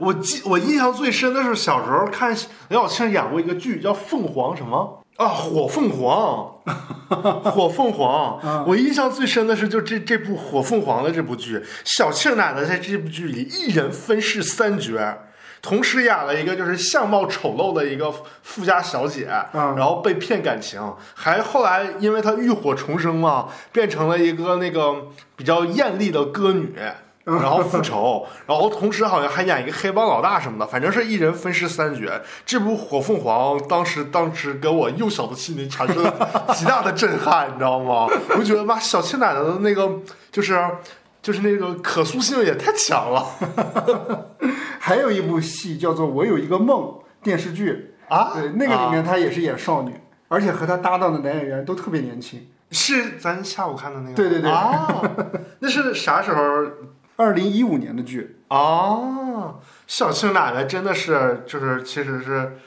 Speaker 2: 我记我印象最深的是小时候看刘晓庆演过一个剧叫《凤凰》什么啊，《火凤凰》，《火凤凰》。我印象最深的是就这这部《火凤凰》的这部剧，小庆奶奶在这部剧里一人分饰三角。同时演了一个就是相貌丑陋的一个富家小姐，
Speaker 1: 嗯
Speaker 2: 然后被骗感情，还后来因为她浴火重生嘛，变成了一个那个比较艳丽的歌女，然后复仇，然后同时好像还演一个黑帮老大什么的，反正是一人分饰三角。这部《火凤凰》当时当时给我幼小的心灵产生了极大的震撼，你知道吗？我就觉得妈，小庆奶奶的那个就是就是那个可塑性也太强了
Speaker 1: 还有一部戏叫做《我有一个梦》电视剧，
Speaker 2: 啊！
Speaker 1: 对，那个里
Speaker 2: 啊
Speaker 1: 面她也是演少女，而且和她搭档的男演员都特别年轻。
Speaker 2: 是咱下午看的那个，
Speaker 1: 对对对
Speaker 2: 啊， 那是啥时候
Speaker 1: 二零一五年的剧，
Speaker 2: 哦，小庆奶奶真的是，就是其实是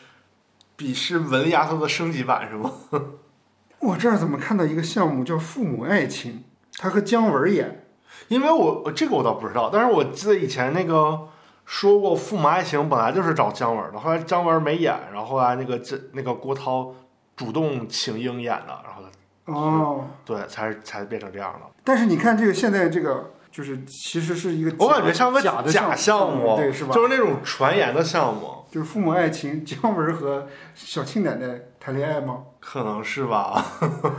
Speaker 2: 比是文丫头的升级版是吗？
Speaker 1: 我这儿怎么看到一个项目叫《父母爱情》，她和姜文演。
Speaker 2: 因为我我这个我倒不知道，但是我记得以前那个说过《父母爱情》本来就是找姜文的，后来姜文没演，然后后来那个这那个郭涛主动请缨演的，然后
Speaker 1: 哦，
Speaker 2: 对才才变成这样的。
Speaker 1: 但是你看这个现在这个，就是其实是一个假，
Speaker 2: 我感觉像个
Speaker 1: 假的
Speaker 2: 假项目，
Speaker 1: 对，是吧？
Speaker 2: 就是那种传言的项目，
Speaker 1: 就是父母爱情，姜文和小庆奶奶谈恋爱吗？
Speaker 2: 可能是吧。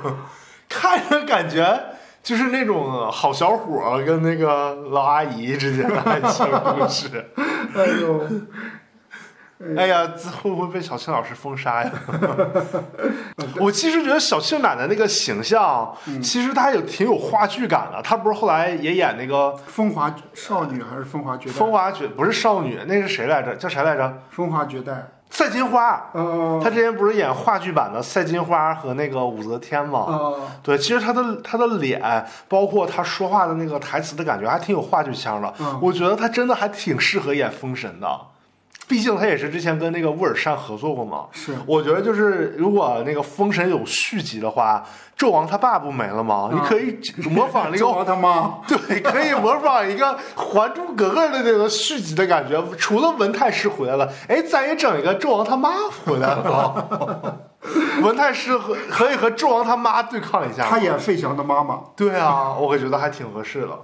Speaker 2: 看着感觉就是那种好小伙儿跟那个老阿姨之间的爱情故事。
Speaker 1: 哎呦，嗯
Speaker 2: 哎呀，这会不会被小庆老师封杀呀？ 我其实觉得小庆奶奶那个形象，
Speaker 1: 嗯
Speaker 2: 其实她有挺有话剧感的。她不是后来也演那个
Speaker 1: 风华少女还是风华绝
Speaker 2: 《
Speaker 1: 代？
Speaker 2: 风华绝》，不是少女，那是谁来着？叫啥来着？
Speaker 1: 风华绝代，
Speaker 2: 赛金花。
Speaker 1: 呃
Speaker 2: 她之前不是演话剧版的赛金花和那个武则天吗？
Speaker 1: 呃，
Speaker 2: 对，其实他的他的脸，包括他说话的那个台词的感觉，还挺有话剧腔的。
Speaker 1: 嗯
Speaker 2: 我觉得他真的还挺适合演封神的，毕竟他也是之前跟那个乌尔善合作过嘛。
Speaker 1: 是
Speaker 2: 我觉得就是，如果那个《封神》有续集的话，纣王他爸不没了吗？你
Speaker 1: 嗯
Speaker 2: 可以模仿那
Speaker 1: 纣
Speaker 2: 个，
Speaker 1: 王他妈。
Speaker 2: 对，可以模仿一个《还珠格格》的那个续集的感觉。除了文太师回来了，哎，咱也整一个纣王他妈回来了。 文太师和可以和纣王他妈对抗一下。
Speaker 1: 她演费翔的妈妈。
Speaker 2: 对啊，我感觉得还挺合适 的。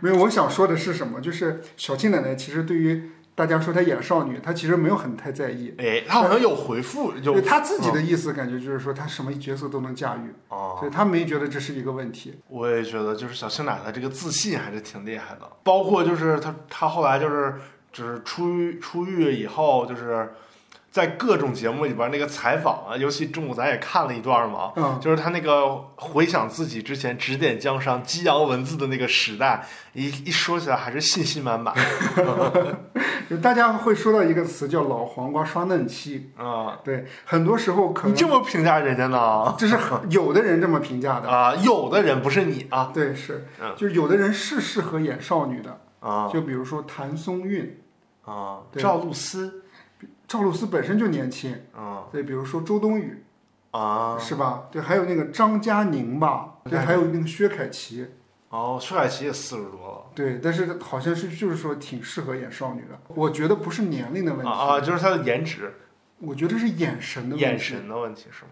Speaker 1: 没有，我想说的是什么？就是小庆奶奶其实对于大家说她演少女，她其实没有很太在意。
Speaker 2: 哎，他好像有回复，有
Speaker 1: 对她自己的
Speaker 2: 嗯
Speaker 1: 意思，感觉就是说她什么角色都能驾驭，
Speaker 2: 啊。
Speaker 1: 对她没觉得这是一个问题。
Speaker 2: 我也觉得，就是小庆奶奶这个自信还是挺厉害的，包括就是她，她后来就是就是出狱出狱以后，就是在各种节目里边那个采访啊，尤其中午咱也看了一段嘛，
Speaker 1: 嗯，
Speaker 2: 就是他那个回想自己之前指点江山、激扬文字的那个时代，一一说起来还是信心满满
Speaker 1: 嗯就大家会说到一个词叫老黄瓜刷嫩期，
Speaker 2: 啊！
Speaker 1: 对，很多时候可
Speaker 2: 你
Speaker 1: 能
Speaker 2: 这么评价人家呢？
Speaker 1: 这是很有的人这么评价的，
Speaker 2: 啊，有的人不是你啊
Speaker 1: 对，是
Speaker 2: 嗯，
Speaker 1: 就是有的人是适合演少女的，
Speaker 2: 啊
Speaker 1: 就比如说谭松韵、
Speaker 2: 啊！
Speaker 1: 对
Speaker 2: 赵露思
Speaker 1: 赵露思本身就年轻，
Speaker 2: 啊
Speaker 1: 对，比如说周冬雨
Speaker 2: 啊
Speaker 1: 是吧？对，还有那个张嘉宁吧，对，
Speaker 2: 嗯
Speaker 1: 还有那个薛凯琪，
Speaker 2: 哦，薛凯琪也四十多
Speaker 1: 对，但是好像是就是说挺适合演少女的，我觉得不是年龄的问
Speaker 2: 了
Speaker 1: 题
Speaker 2: 啊啊，，就是他的颜值、
Speaker 1: 我觉得是眼神的问题，
Speaker 2: 眼神的问题是吗？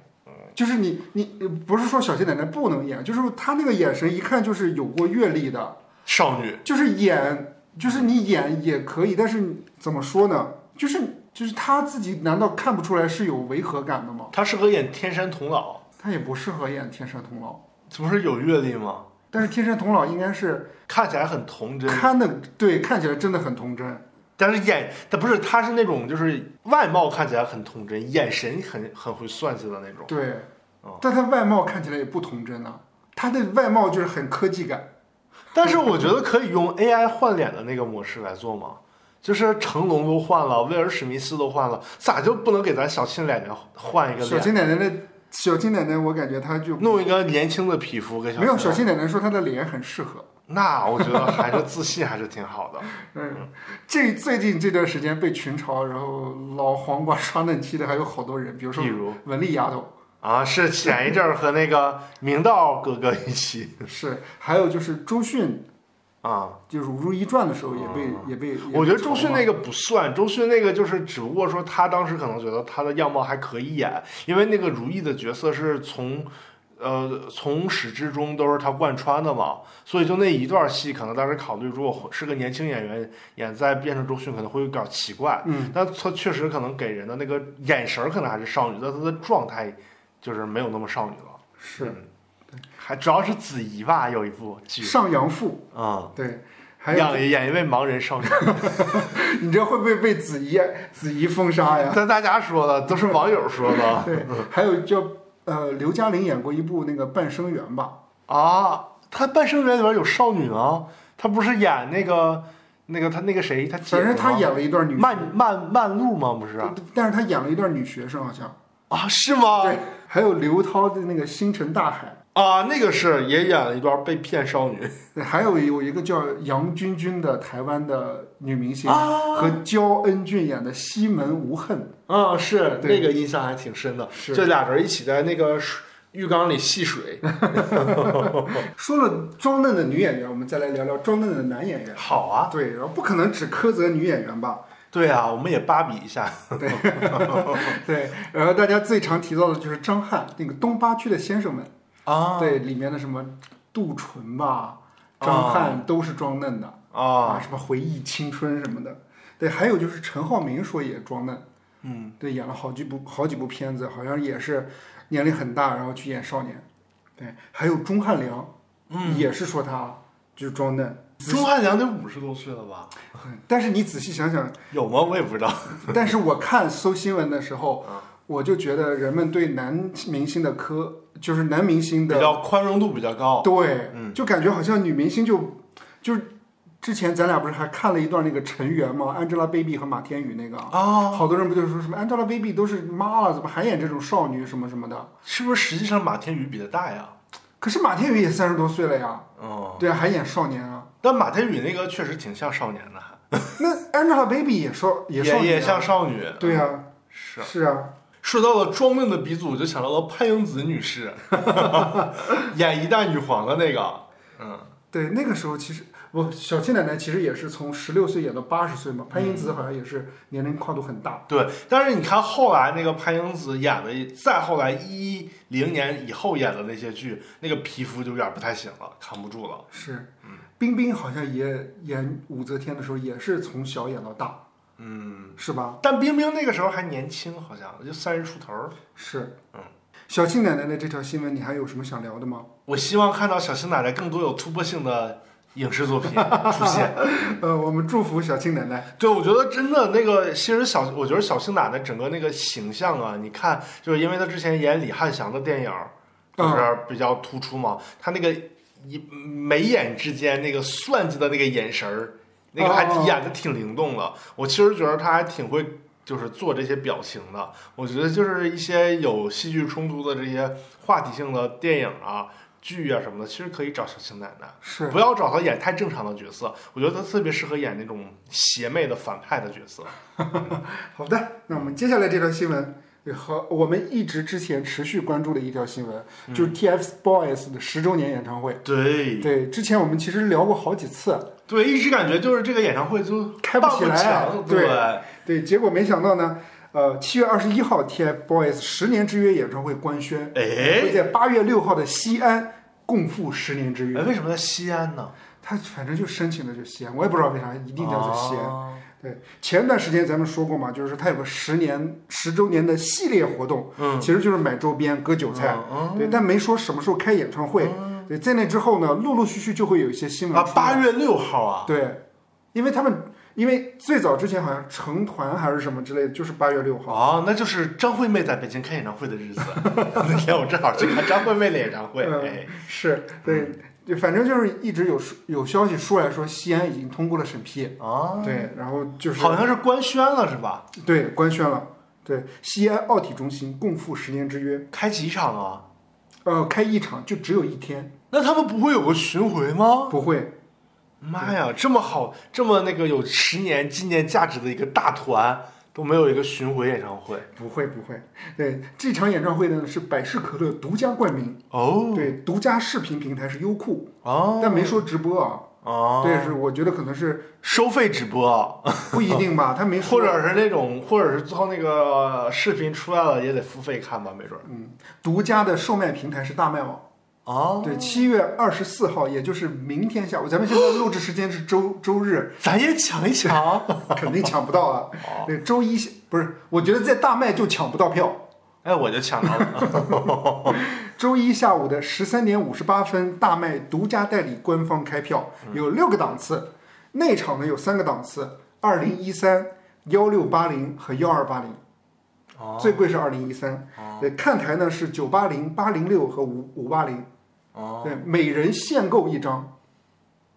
Speaker 1: 就是你你呃不是说小谢奶奶不能演，就是她那个眼神一看就是有过阅历的，
Speaker 2: 少女
Speaker 1: 就是演就是你演也可以，但是你怎么说呢？就是就是她自己难道看不出来是有违和感的吗？
Speaker 2: 她适合演天山童姥，
Speaker 1: 她也不适合演天山童姥，
Speaker 2: 这不是有阅历吗？
Speaker 1: 但是天山童姥应该是
Speaker 2: 看起来很童真，
Speaker 1: 看的对，看起来真的很童真，
Speaker 2: 但是眼，但不是，她是那种就是外貌看起来很童真，眼神很很会算计的那种。
Speaker 1: 对
Speaker 2: 哦，
Speaker 1: 但她外貌看起来也不童真啊，她的外貌就是很科技感，
Speaker 2: 但是我觉得可以用 AI 换脸的那个模式来做嘛，就是成龙都换了，威尔史密斯都换了，咋就不能给咱小青脸脸换一个
Speaker 1: 小
Speaker 2: 脸，
Speaker 1: 金奶奶的小金奶奶，我感觉她就
Speaker 2: 弄一个年轻的皮肤给小
Speaker 1: 没有小
Speaker 2: 青？
Speaker 1: 金奶奶说她的脸很适合。
Speaker 2: 那我觉得还是自信还是挺好的。
Speaker 1: 嗯，这最近这段时间被群嘲，然后老黄瓜刷嫩期的还有好多 人，比如说
Speaker 2: 比如
Speaker 1: 文丽丫 头，
Speaker 2: 啊，是前一阵儿和那个明道哥哥一起
Speaker 1: 是，还有就是周迅，
Speaker 2: 啊，
Speaker 1: 就是《如懿传》的时候也被、
Speaker 2: 嗯
Speaker 1: 也被，
Speaker 2: 我
Speaker 1: 也
Speaker 2: 觉得
Speaker 1: 被
Speaker 2: 周
Speaker 1: 嘲
Speaker 2: 迅
Speaker 1: 嘛
Speaker 2: 那个不算，周迅那个就是只不过说她当时可能觉得她的样貌还可以演，因为那个如懿的角色是从。呃，从始至终都是她贯穿的嘛，所以就那一段戏，可能当时考虑，如果是个年轻演员演再变成周迅，可能会有点奇怪。
Speaker 1: 嗯，
Speaker 2: 但她确实可能给人的那个眼神儿可能还是少女，但她的状态就是没有那么少女了。
Speaker 1: 是
Speaker 2: 嗯，还主要是子怡吧，有一部剧，
Speaker 1: 上阳赋，
Speaker 2: 嗯，
Speaker 1: 对，还有
Speaker 2: 演演一位盲人 少女。
Speaker 1: 你这会不会被子怡子怡封杀呀？
Speaker 2: 但大家说的都是网友说 的
Speaker 1: 对，还有叫呃刘嘉玲演过一部那个《半生缘》吧，
Speaker 2: 啊。他《半生缘》里边有少女啊，他不是演那个那个他那个谁他姐
Speaker 1: 反正她
Speaker 2: 吗
Speaker 1: 演了一段女，
Speaker 2: 啊慢慢慢路吗？不是啊，
Speaker 1: 但是她演了一段女学生好像，
Speaker 2: 啊是吗？
Speaker 1: 对，还有刘涛的那个《星辰大海》。
Speaker 2: 啊，那个是也演了一段被骗少女
Speaker 1: 对，还有有一个叫杨君君的台湾的女明星，
Speaker 2: 啊
Speaker 1: 和焦恩俊演的《西门无恨
Speaker 2: 啊，是
Speaker 1: 对
Speaker 2: 那个印象还挺深的，
Speaker 1: 是
Speaker 2: 这俩人一起在那个水浴缸里戏水，》。
Speaker 1: 说了装嫩的女演员，我们再来聊聊装嫩的男演员。
Speaker 2: 好啊，
Speaker 1: 对，然后不可能只苛责女演员吧？
Speaker 2: 对啊，我们也芭比一下，
Speaker 1: 对，然后大家最常提到的就是张翰，那个东八区的先生们，
Speaker 2: 啊
Speaker 1: 对里面的什么杜淳吧、
Speaker 2: 啊
Speaker 1: 张翰都是装嫩的
Speaker 2: 啊，
Speaker 1: 什么回忆青春什么的。对，还有就是陈浩民说也装嫩。
Speaker 2: 嗯，
Speaker 1: 对，演了好几部好几部片子，好像也是年龄很大，然后去演少年。对，还有钟汉良，嗯，也是说他就是装嫩。
Speaker 2: 钟汉良得五十多岁了吧？
Speaker 1: 嗯但是你仔细想想，
Speaker 2: 有吗？我也不知道。
Speaker 1: 但是我看搜新闻的时 候，
Speaker 2: 啊
Speaker 1: 我就觉得人们对男明星的苛，就是男明星
Speaker 2: 比
Speaker 1: 的
Speaker 2: 较宽容度比较高。
Speaker 1: 对，
Speaker 2: 嗯
Speaker 1: 就感觉好像女明星就就是之前咱俩不是还看了一段那个陈圆吗？Angelababy 和马天宇那个，
Speaker 2: 啊，
Speaker 1: 好多人不就说什么 Angelababy 都是妈了，怎么还演这种少女什么什么的？
Speaker 2: 是不是实际上马天宇比他大呀？
Speaker 1: 可是马天宇也三十多岁了呀，
Speaker 2: 嗯，
Speaker 1: 对啊，还演少年啊。
Speaker 2: 但马天宇那个确实挺像少年的，还
Speaker 1: 那 Angelababy 也少
Speaker 2: 也
Speaker 1: 少年、
Speaker 2: 也
Speaker 1: 啊，
Speaker 2: 像少女。
Speaker 1: 对呀、
Speaker 2: 是。
Speaker 1: 是啊，
Speaker 2: 说到了装嫩的鼻祖，我就想到了潘英子女 士，演一代女皇的那个。嗯，
Speaker 1: 对，那个时候其实我小七奶奶其实也是从十六岁演到八十岁嘛，潘英
Speaker 2: 嗯
Speaker 1: 子好像也是年龄跨度很大，
Speaker 2: 对。但是你看后来那个潘英子演的，再后来一零年以后演的那些剧，那个皮肤就有点不太行了，扛不住了。
Speaker 1: 是。
Speaker 2: 嗯
Speaker 1: 冰冰好像也演武则天的时候也是从小演到大，
Speaker 2: 嗯，
Speaker 1: 是吧？
Speaker 2: 但冰冰那个时候还年轻，好像就三十出头儿。
Speaker 1: 是。
Speaker 2: 嗯。
Speaker 1: 小庆奶奶的这条新闻，你还有什么想聊的吗？
Speaker 2: 我希望看到小新奶奶更多有突破性的影视作品出现。
Speaker 1: 呃，我们祝福小青奶奶。
Speaker 2: 对，我觉得真的那个，其实小，我觉得小青奶奶整个那个形象啊，你看，就是因为她之前演李翰祥的电影儿，
Speaker 1: 嗯
Speaker 2: 就是比较突出嘛，她那个一眉眼之间那个算计的那个眼神儿，那个还
Speaker 1: 哦
Speaker 2: 演的挺灵动的。我其实觉得她还挺会。就是做这些表情的，我觉得就是一些有戏剧冲突的这些话题性的电影啊、剧啊什么的，其实可以找小青奶奶。
Speaker 1: 是，
Speaker 2: 不要找他演太正常的角色，我觉得他特别适合演那种邪魅的反派的角色。
Speaker 1: 好的，那我们接下来这条新闻也和我们一直之前持续关注的一条新闻，
Speaker 2: 嗯
Speaker 1: 就是 TFBOYS 的十周年演唱会。
Speaker 2: 对
Speaker 1: 嗯对，之前我们其实聊过好几次，
Speaker 2: 对，一直感觉就是这个演唱会就
Speaker 1: 开不
Speaker 2: 办
Speaker 1: 起来啊
Speaker 2: 成
Speaker 1: 对
Speaker 2: 对
Speaker 1: 对，结果没想到呢，呃，七月二十一号 TFBOYS 十年之约演唱会官宣，
Speaker 2: 哎
Speaker 1: 会在八月六号的西安共赴十年之
Speaker 2: 哎，
Speaker 1: 约。
Speaker 2: 为什么在西安呢？
Speaker 1: 他反正就申请的就西安，我也不知道为啥一定要在西安。
Speaker 2: 安。
Speaker 1: 对，前段时间咱们说过嘛，就是他有个十年十周年的系列活动，
Speaker 2: 嗯，
Speaker 1: 其实就是买周边、割韭菜，
Speaker 2: 嗯
Speaker 1: 对，但没说什么时候开演唱会。对，在那之后呢，陆陆续续就会有一些新闻
Speaker 2: 哦啊，
Speaker 1: 出来
Speaker 2: 八月六号啊，
Speaker 1: 对，因为他们因为最早之前好像成团还是什么之类的，就是八月六号。
Speaker 2: 啊，那就是张惠妹在北京开演唱会的日子。 那天我正好去看张惠妹的演唱会，
Speaker 1: 嗯
Speaker 2: 哎，
Speaker 1: 是对，就反正就是一直有有消息出来说西安已经通过了审批，
Speaker 2: 啊，
Speaker 1: 对，然后就是
Speaker 2: 好像是官宣了是吧？
Speaker 1: 对官宣了，对，西安奥体中心共赴十年之约，
Speaker 2: 开几场啊？
Speaker 1: 呃，开一场就只有一天，
Speaker 2: 那他们不会有个巡回吗？
Speaker 1: 不会，
Speaker 2: 妈呀，这么好，这么那个有十年纪念价值的一个大团，都没有一个巡回演唱会
Speaker 1: 不会，不会，对，这场演唱会呢是百事可乐独家冠名，
Speaker 2: 哦
Speaker 1: 对，独家视频平台是优酷，
Speaker 2: 哦，
Speaker 1: 但没说直播啊，
Speaker 2: 哦，
Speaker 1: 对，是我觉得可能是
Speaker 2: 收费直播，啊
Speaker 1: 不一定吧，他没说
Speaker 2: 或者是那种，或者是最后那个视频出来了也得付费看吧，没准儿
Speaker 1: 独家的售卖平台是大麦网。
Speaker 2: 哦，
Speaker 1: 对，七月二十四号，也就是明天下午，咱们现在录制时间是周周日，
Speaker 2: 咱也抢一抢。
Speaker 1: 肯定抢不到 啊。
Speaker 2: 哦
Speaker 1: 对，周一下不是，我觉得在大麦就抢不到票。
Speaker 2: 哎，我就抢到了，
Speaker 1: 周一下午的十三点五十八分，大麦独家代理官方开票，有六个档次，内场呢有三个档次，二零一三、幺六八零和幺二八零。最贵是二零一三，对，看台呢是九八零、八零六和五五八零，对，每人限购一张，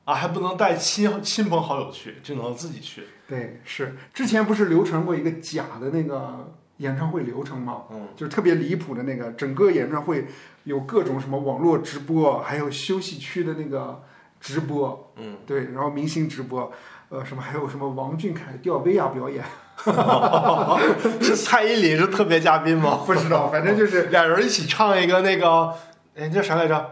Speaker 2: 哦啊，还不能带亲亲朋好友去，只能自己去。
Speaker 1: 对，是之前不是流传过一个假的那个演唱会流程吗？
Speaker 2: 嗯，
Speaker 1: 就是特别离谱的那个，整个演唱会有各种什么网络直播，还有休息区的那个直播，
Speaker 2: 嗯，
Speaker 1: 对，然后明星直播，呃，什么还有什么王俊凯吊威亚表演，
Speaker 2: 是蔡依林是特别嘉宾吗？
Speaker 1: 不知道，反正就是
Speaker 2: 俩人一起唱一个那个，哎，叫啥来着？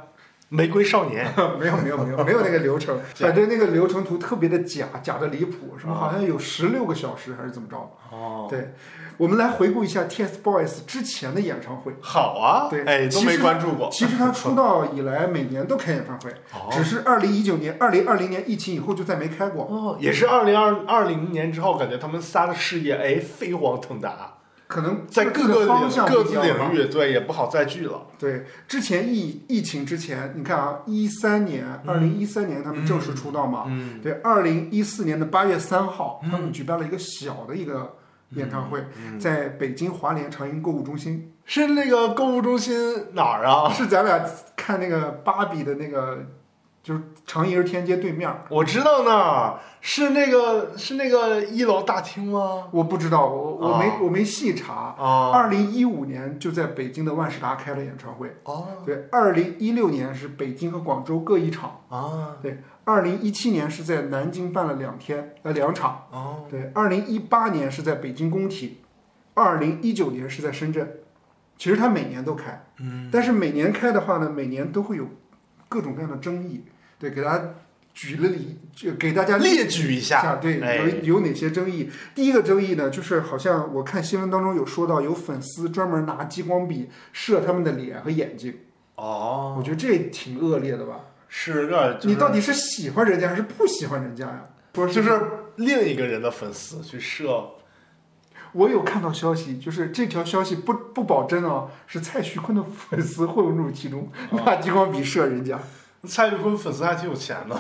Speaker 2: 玫瑰少年。
Speaker 1: 没有没有没有没有那个流程，
Speaker 2: 假
Speaker 1: 反正那个流程图特别的假，假的离谱，什么
Speaker 2: 啊
Speaker 1: 好像有十六个小时还是怎么着？
Speaker 2: 哦，
Speaker 1: 对，我们来回顾一下 TFBOYS 之前的演唱会。
Speaker 2: 好啊，
Speaker 1: 对
Speaker 2: 哎，都
Speaker 1: 其
Speaker 2: 没
Speaker 1: 实
Speaker 2: 关注过。
Speaker 1: 其实他出道以来每年都开演唱会，
Speaker 2: 哦
Speaker 1: 只是二零一九年、二零二零年疫情以后就再没开过，
Speaker 2: 哦，也是二零二二零年之后，感觉他们仨的事业哎飞黄腾达，
Speaker 1: 可能
Speaker 2: 在
Speaker 1: 各
Speaker 2: 各
Speaker 1: 自
Speaker 2: 个
Speaker 1: 的
Speaker 2: 领
Speaker 1: 方向
Speaker 2: 各
Speaker 1: 不一
Speaker 2: 自
Speaker 1: 样
Speaker 2: 领
Speaker 1: 吧。
Speaker 2: 域，对，也不好再聚了。
Speaker 1: 对，之前疫疫情之前，你看啊，一三年、二零一三年他们正式出道嘛，
Speaker 2: 嗯，
Speaker 1: 对，二零一四年的八月三号，
Speaker 2: 嗯
Speaker 1: 他们举办了一个小的一个演唱会，在北京华联长盈购物中心，
Speaker 2: 啊是那个购物中心哪儿啊？
Speaker 1: 是咱俩看那个芭比的那个，就是长楹天街对面儿。
Speaker 2: 我知道那儿是那个是那个一楼大厅吗？
Speaker 1: 我不知道，我我没、
Speaker 2: 啊
Speaker 1: 我没细查，
Speaker 2: 啊，
Speaker 1: 二零一五年就在北京的万事达开了演唱会，
Speaker 2: 哦
Speaker 1: 对，二零一六年是北京和广州各一场，
Speaker 2: 啊
Speaker 1: 二零一七年是在南京办了两天，呃两场，
Speaker 2: 哦，
Speaker 1: 对，二零一八年是在北京工体，二零一九年是在深圳，其实它每年都开，
Speaker 2: 嗯，
Speaker 1: 但是每年开的话呢，每年都会有各种各样的争议，对，给大家举了例，就给大家
Speaker 2: 列举一下，
Speaker 1: 对，
Speaker 2: 哎
Speaker 1: 有有哪些争议？第一个争议呢，就是好像我看新闻当中有说到，有粉丝专门拿激光笔射他们的脸和眼睛，
Speaker 2: 哦，
Speaker 1: 我觉得这挺恶劣的吧？
Speaker 2: 是有点就是
Speaker 1: 你到底是喜欢人家还是不喜欢人家呀？不
Speaker 2: 就是另一个人的粉丝去射
Speaker 1: 我有看到消息，就是这条消息不哦
Speaker 2: 哦
Speaker 1: 不保真啊，是蔡徐坤的粉丝混入其中，拿激光笔射人家，
Speaker 2: 蔡徐坤粉丝还挺有钱的。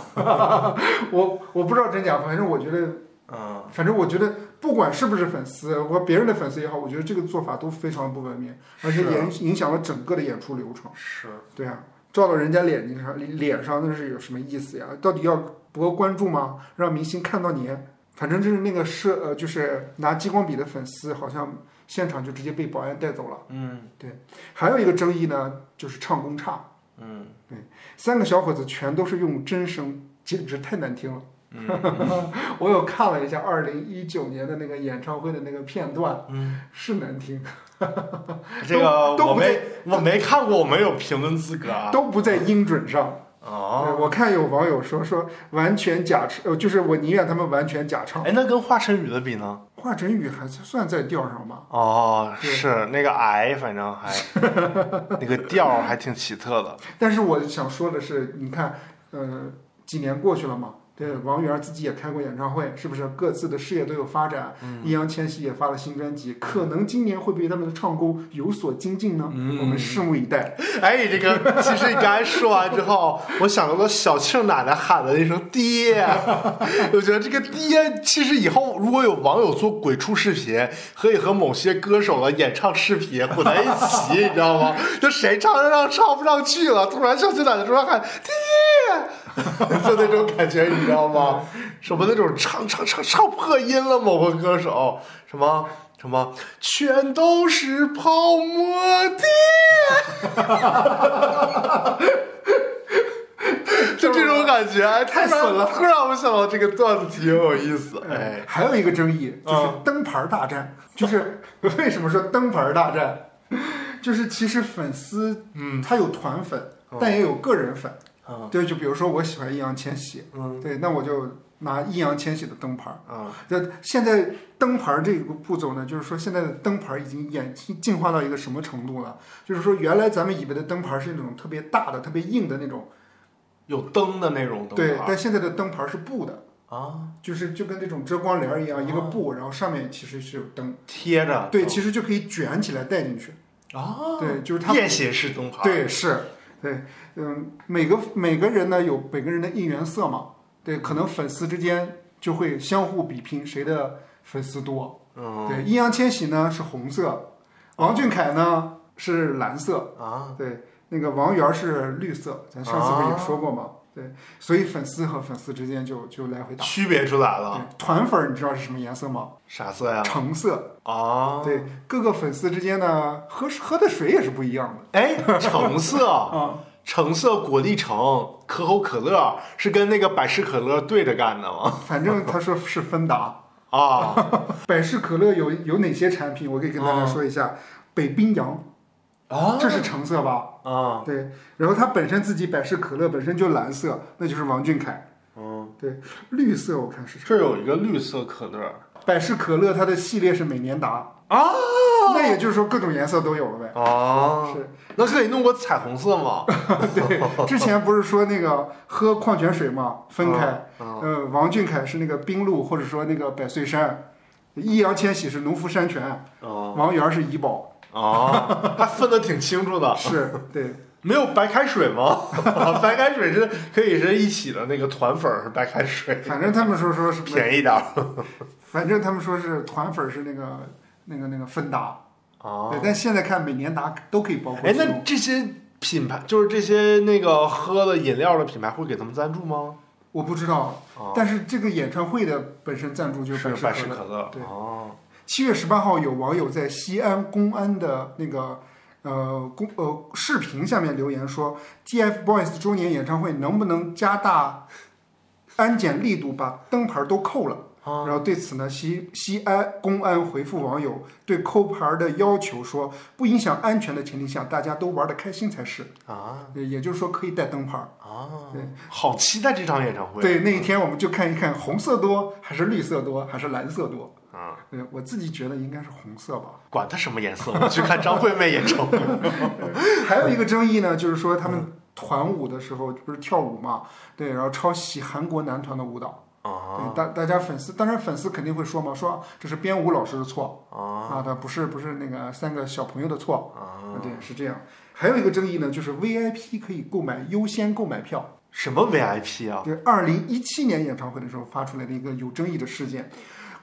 Speaker 1: 我我不知道真假，反正我觉得，
Speaker 2: 嗯，
Speaker 1: 反正我觉得，不管是不是粉丝和别人的粉丝也好，我觉得这个做法都非常不文明，而且
Speaker 2: 是啊
Speaker 1: 也影响了整个的演出流程。
Speaker 2: 是，
Speaker 1: 对啊，照到人家脸上脸上那是有什么意思呀？到底要博关注吗？让明星看到你？反正就是那个摄呃，就是拿激光笔的粉丝，好像现场就直接被保安带走了。
Speaker 2: 嗯
Speaker 1: 还有一个争议呢，就是唱功差，
Speaker 2: 嗯
Speaker 1: 三个小伙子全都是用真声，简直太难听了。
Speaker 2: 嗯
Speaker 1: 我有看了一下二零一九年的那个演唱会的那个片段，
Speaker 2: 嗯，
Speaker 1: 是难听，
Speaker 2: 这个
Speaker 1: 都
Speaker 2: 我
Speaker 1: 不在
Speaker 2: 没我没看过，我没有评论资格啊。
Speaker 1: 都不在音准上。对
Speaker 2: 哦，
Speaker 1: 我看有网友说说完全假唱，呃，就是我宁愿他们完全假唱。
Speaker 2: 哎，那跟华晨宇的比呢？
Speaker 1: 华晨宇还算在调上吧？
Speaker 2: 哦，
Speaker 1: 对
Speaker 2: 是那个癌，反正 还那个调儿还挺奇特的。
Speaker 1: 但是我想说的是，你看，呃，几年过去了嘛，对，王源自己也开过演唱会，是不是？各自的事业都有发展，
Speaker 2: 嗯
Speaker 1: 易烊千玺也发了新专辑，可能今年会不会他们的唱功有所精进呢？
Speaker 2: 嗯
Speaker 1: 我们拭目以待。
Speaker 2: 哎，这个其实你刚才说完之后，我想到了小庆奶奶喊的那声“爹”，啊 我觉得这个“爹”其实以后如果有网友做鬼畜视频，可以和某些歌手的演唱视频混在一起，你知道吗？就谁唱着唱唱不上去了，突然小庆奶奶突 然喊“爹”，就那种感觉，你知道吗？什么那种唱唱唱唱破音了，某个歌手什么。什么？全都是泡沫的。 就这种感觉，哎
Speaker 1: 太损了。
Speaker 2: 突然我想到这个段子挺有意思，哎，
Speaker 1: 还有一个争议就是
Speaker 2: 嗯
Speaker 1: 灯牌大战，就是 为什么说灯牌大战？就是其实粉丝
Speaker 2: 嗯
Speaker 1: 他有团粉
Speaker 2: 哦，
Speaker 1: 但也有个人粉。
Speaker 2: 啊
Speaker 1: 对，就比如说我喜欢易烊千玺，
Speaker 2: 嗯
Speaker 1: 对，那我就拿易烊千玺的灯牌儿。
Speaker 2: 啊
Speaker 1: 那现在灯牌儿这个步骤呢，就是说现在的灯牌儿已经演进化到一个什么程度了？就是说原来咱们以为的灯牌儿是那种特别大的、特别硬的那种，
Speaker 2: 有灯的那种灯
Speaker 1: 对，
Speaker 2: 牌
Speaker 1: 但现在的灯牌儿是布的，
Speaker 2: 啊，
Speaker 1: 就是就跟那种遮光帘儿一样，一个
Speaker 2: 哦啊
Speaker 1: 布，然后上面其实是有灯，
Speaker 2: 贴着
Speaker 1: 对，
Speaker 2: 灯
Speaker 1: 其实就可以卷起来带进去，
Speaker 2: 啊，
Speaker 1: 对，就是它
Speaker 2: 便携式灯牌，
Speaker 1: 对，是，对，嗯，每个每个人呢有每个人的应援色嘛，对，可能粉丝之间就会相互比拼谁的粉丝多。
Speaker 2: 嗯
Speaker 1: 对，易烊千玺呢是红色，王俊凯呢是蓝色，
Speaker 2: 啊，
Speaker 1: 对，那个王源是绿色，咱上次不也说过吗？对，所以粉丝和粉丝之间就就来回打。
Speaker 2: 区别出来
Speaker 1: 对
Speaker 2: 了，，
Speaker 1: 团粉儿你知道是什么颜色吗？
Speaker 2: 啥色呀？
Speaker 1: 橙色。
Speaker 2: 啊，
Speaker 1: 对，各个粉丝之间呢，喝喝的水也是不一样的
Speaker 2: 哎，橙色，
Speaker 1: 啊。
Speaker 2: 橙色果粒橙，可口可乐是跟那个百事可乐对着干的吗？
Speaker 1: 反正他说是芬达。
Speaker 2: 啊，
Speaker 1: 百事可乐有有哪些产品？我可以跟大家说一下。北冰洋，
Speaker 2: 啊
Speaker 1: 这是橙色吧？
Speaker 2: 啊，
Speaker 1: 对，然后它本身自己百事可乐本身就蓝色，那就是王俊凯。
Speaker 2: 嗯，
Speaker 1: 绿色我看是
Speaker 2: 这儿有一个绿色可乐
Speaker 1: 百事可乐，它的系列是美年达，
Speaker 2: 啊
Speaker 1: 那也就是说各种颜色都有了呗。
Speaker 2: 啊，
Speaker 1: 是，
Speaker 2: 那可以弄个彩虹色吗？
Speaker 1: 对，之前不是说那个喝矿泉水嘛，分开，
Speaker 2: 啊，
Speaker 1: 呃，王俊凯是那个冰露或者说那个百岁山，易烊千玺是农夫山泉，
Speaker 2: 啊
Speaker 1: 王源是怡宝，
Speaker 2: 啊，还分的挺清楚的，
Speaker 1: 是对，
Speaker 2: 没有白开水吗？ 白开水是可以是一起的那个团粉儿是白开水，
Speaker 1: 反正他们说说什么
Speaker 2: 便宜点儿
Speaker 1: 反正他们说是团粉儿是那个那个那个芬达，
Speaker 2: 啊
Speaker 1: 对，但现在看每年达都可以包括
Speaker 2: 哎，
Speaker 1: 其
Speaker 2: 那
Speaker 1: 中。
Speaker 2: 这些品牌就是这些那个喝的饮料的品牌会给他们赞助吗？
Speaker 1: 我不知道，
Speaker 2: 啊，
Speaker 1: 但是这个演唱会的本身赞助就是
Speaker 2: 是
Speaker 1: 百
Speaker 2: 百
Speaker 1: 事
Speaker 2: 事
Speaker 1: 可乐。
Speaker 2: 可乐
Speaker 1: 对
Speaker 2: 哦，
Speaker 1: 七月十八号，有网友在西安公安的那个呃公呃视频下面留言说，TFBOYS 周年演唱会能不能加大安检力度，把灯牌儿都扣了？
Speaker 2: 啊
Speaker 1: 然后对此呢，西西安公安回复网友对扣牌儿的要求说，不影响安全的前提下，大家都玩的开心才是。
Speaker 2: 啊
Speaker 1: 也也就是说，可以带灯牌儿。
Speaker 2: 啊
Speaker 1: 对！
Speaker 2: 好期待这场演唱会。啊嗯
Speaker 1: 对，那一天我们就看一看红色多还是绿色多还是蓝色多。
Speaker 2: 啊，
Speaker 1: 对我自己觉得应该是红色吧。
Speaker 2: 管他什么颜色，我去看张惠妹演唱 会。
Speaker 1: 还有一个争议呢，就是说他
Speaker 2: 嗯
Speaker 1: 们团舞的时候不是跳舞嘛，对，然后抄袭韩国男团的舞蹈。对，
Speaker 2: 啊
Speaker 1: 大大家粉丝，当然粉丝肯定会说嘛，说这是编舞老师的错
Speaker 2: 啊
Speaker 1: 啊，他不是不是那个三个小朋友的错。
Speaker 2: 啊！
Speaker 1: 对，是这样。还有一个争议呢，就是 VIP 可以购买优先购买票。
Speaker 2: 什么 VIP 啊？
Speaker 1: 对，二零一七年演唱会的时候发出来的一个有争议的事件，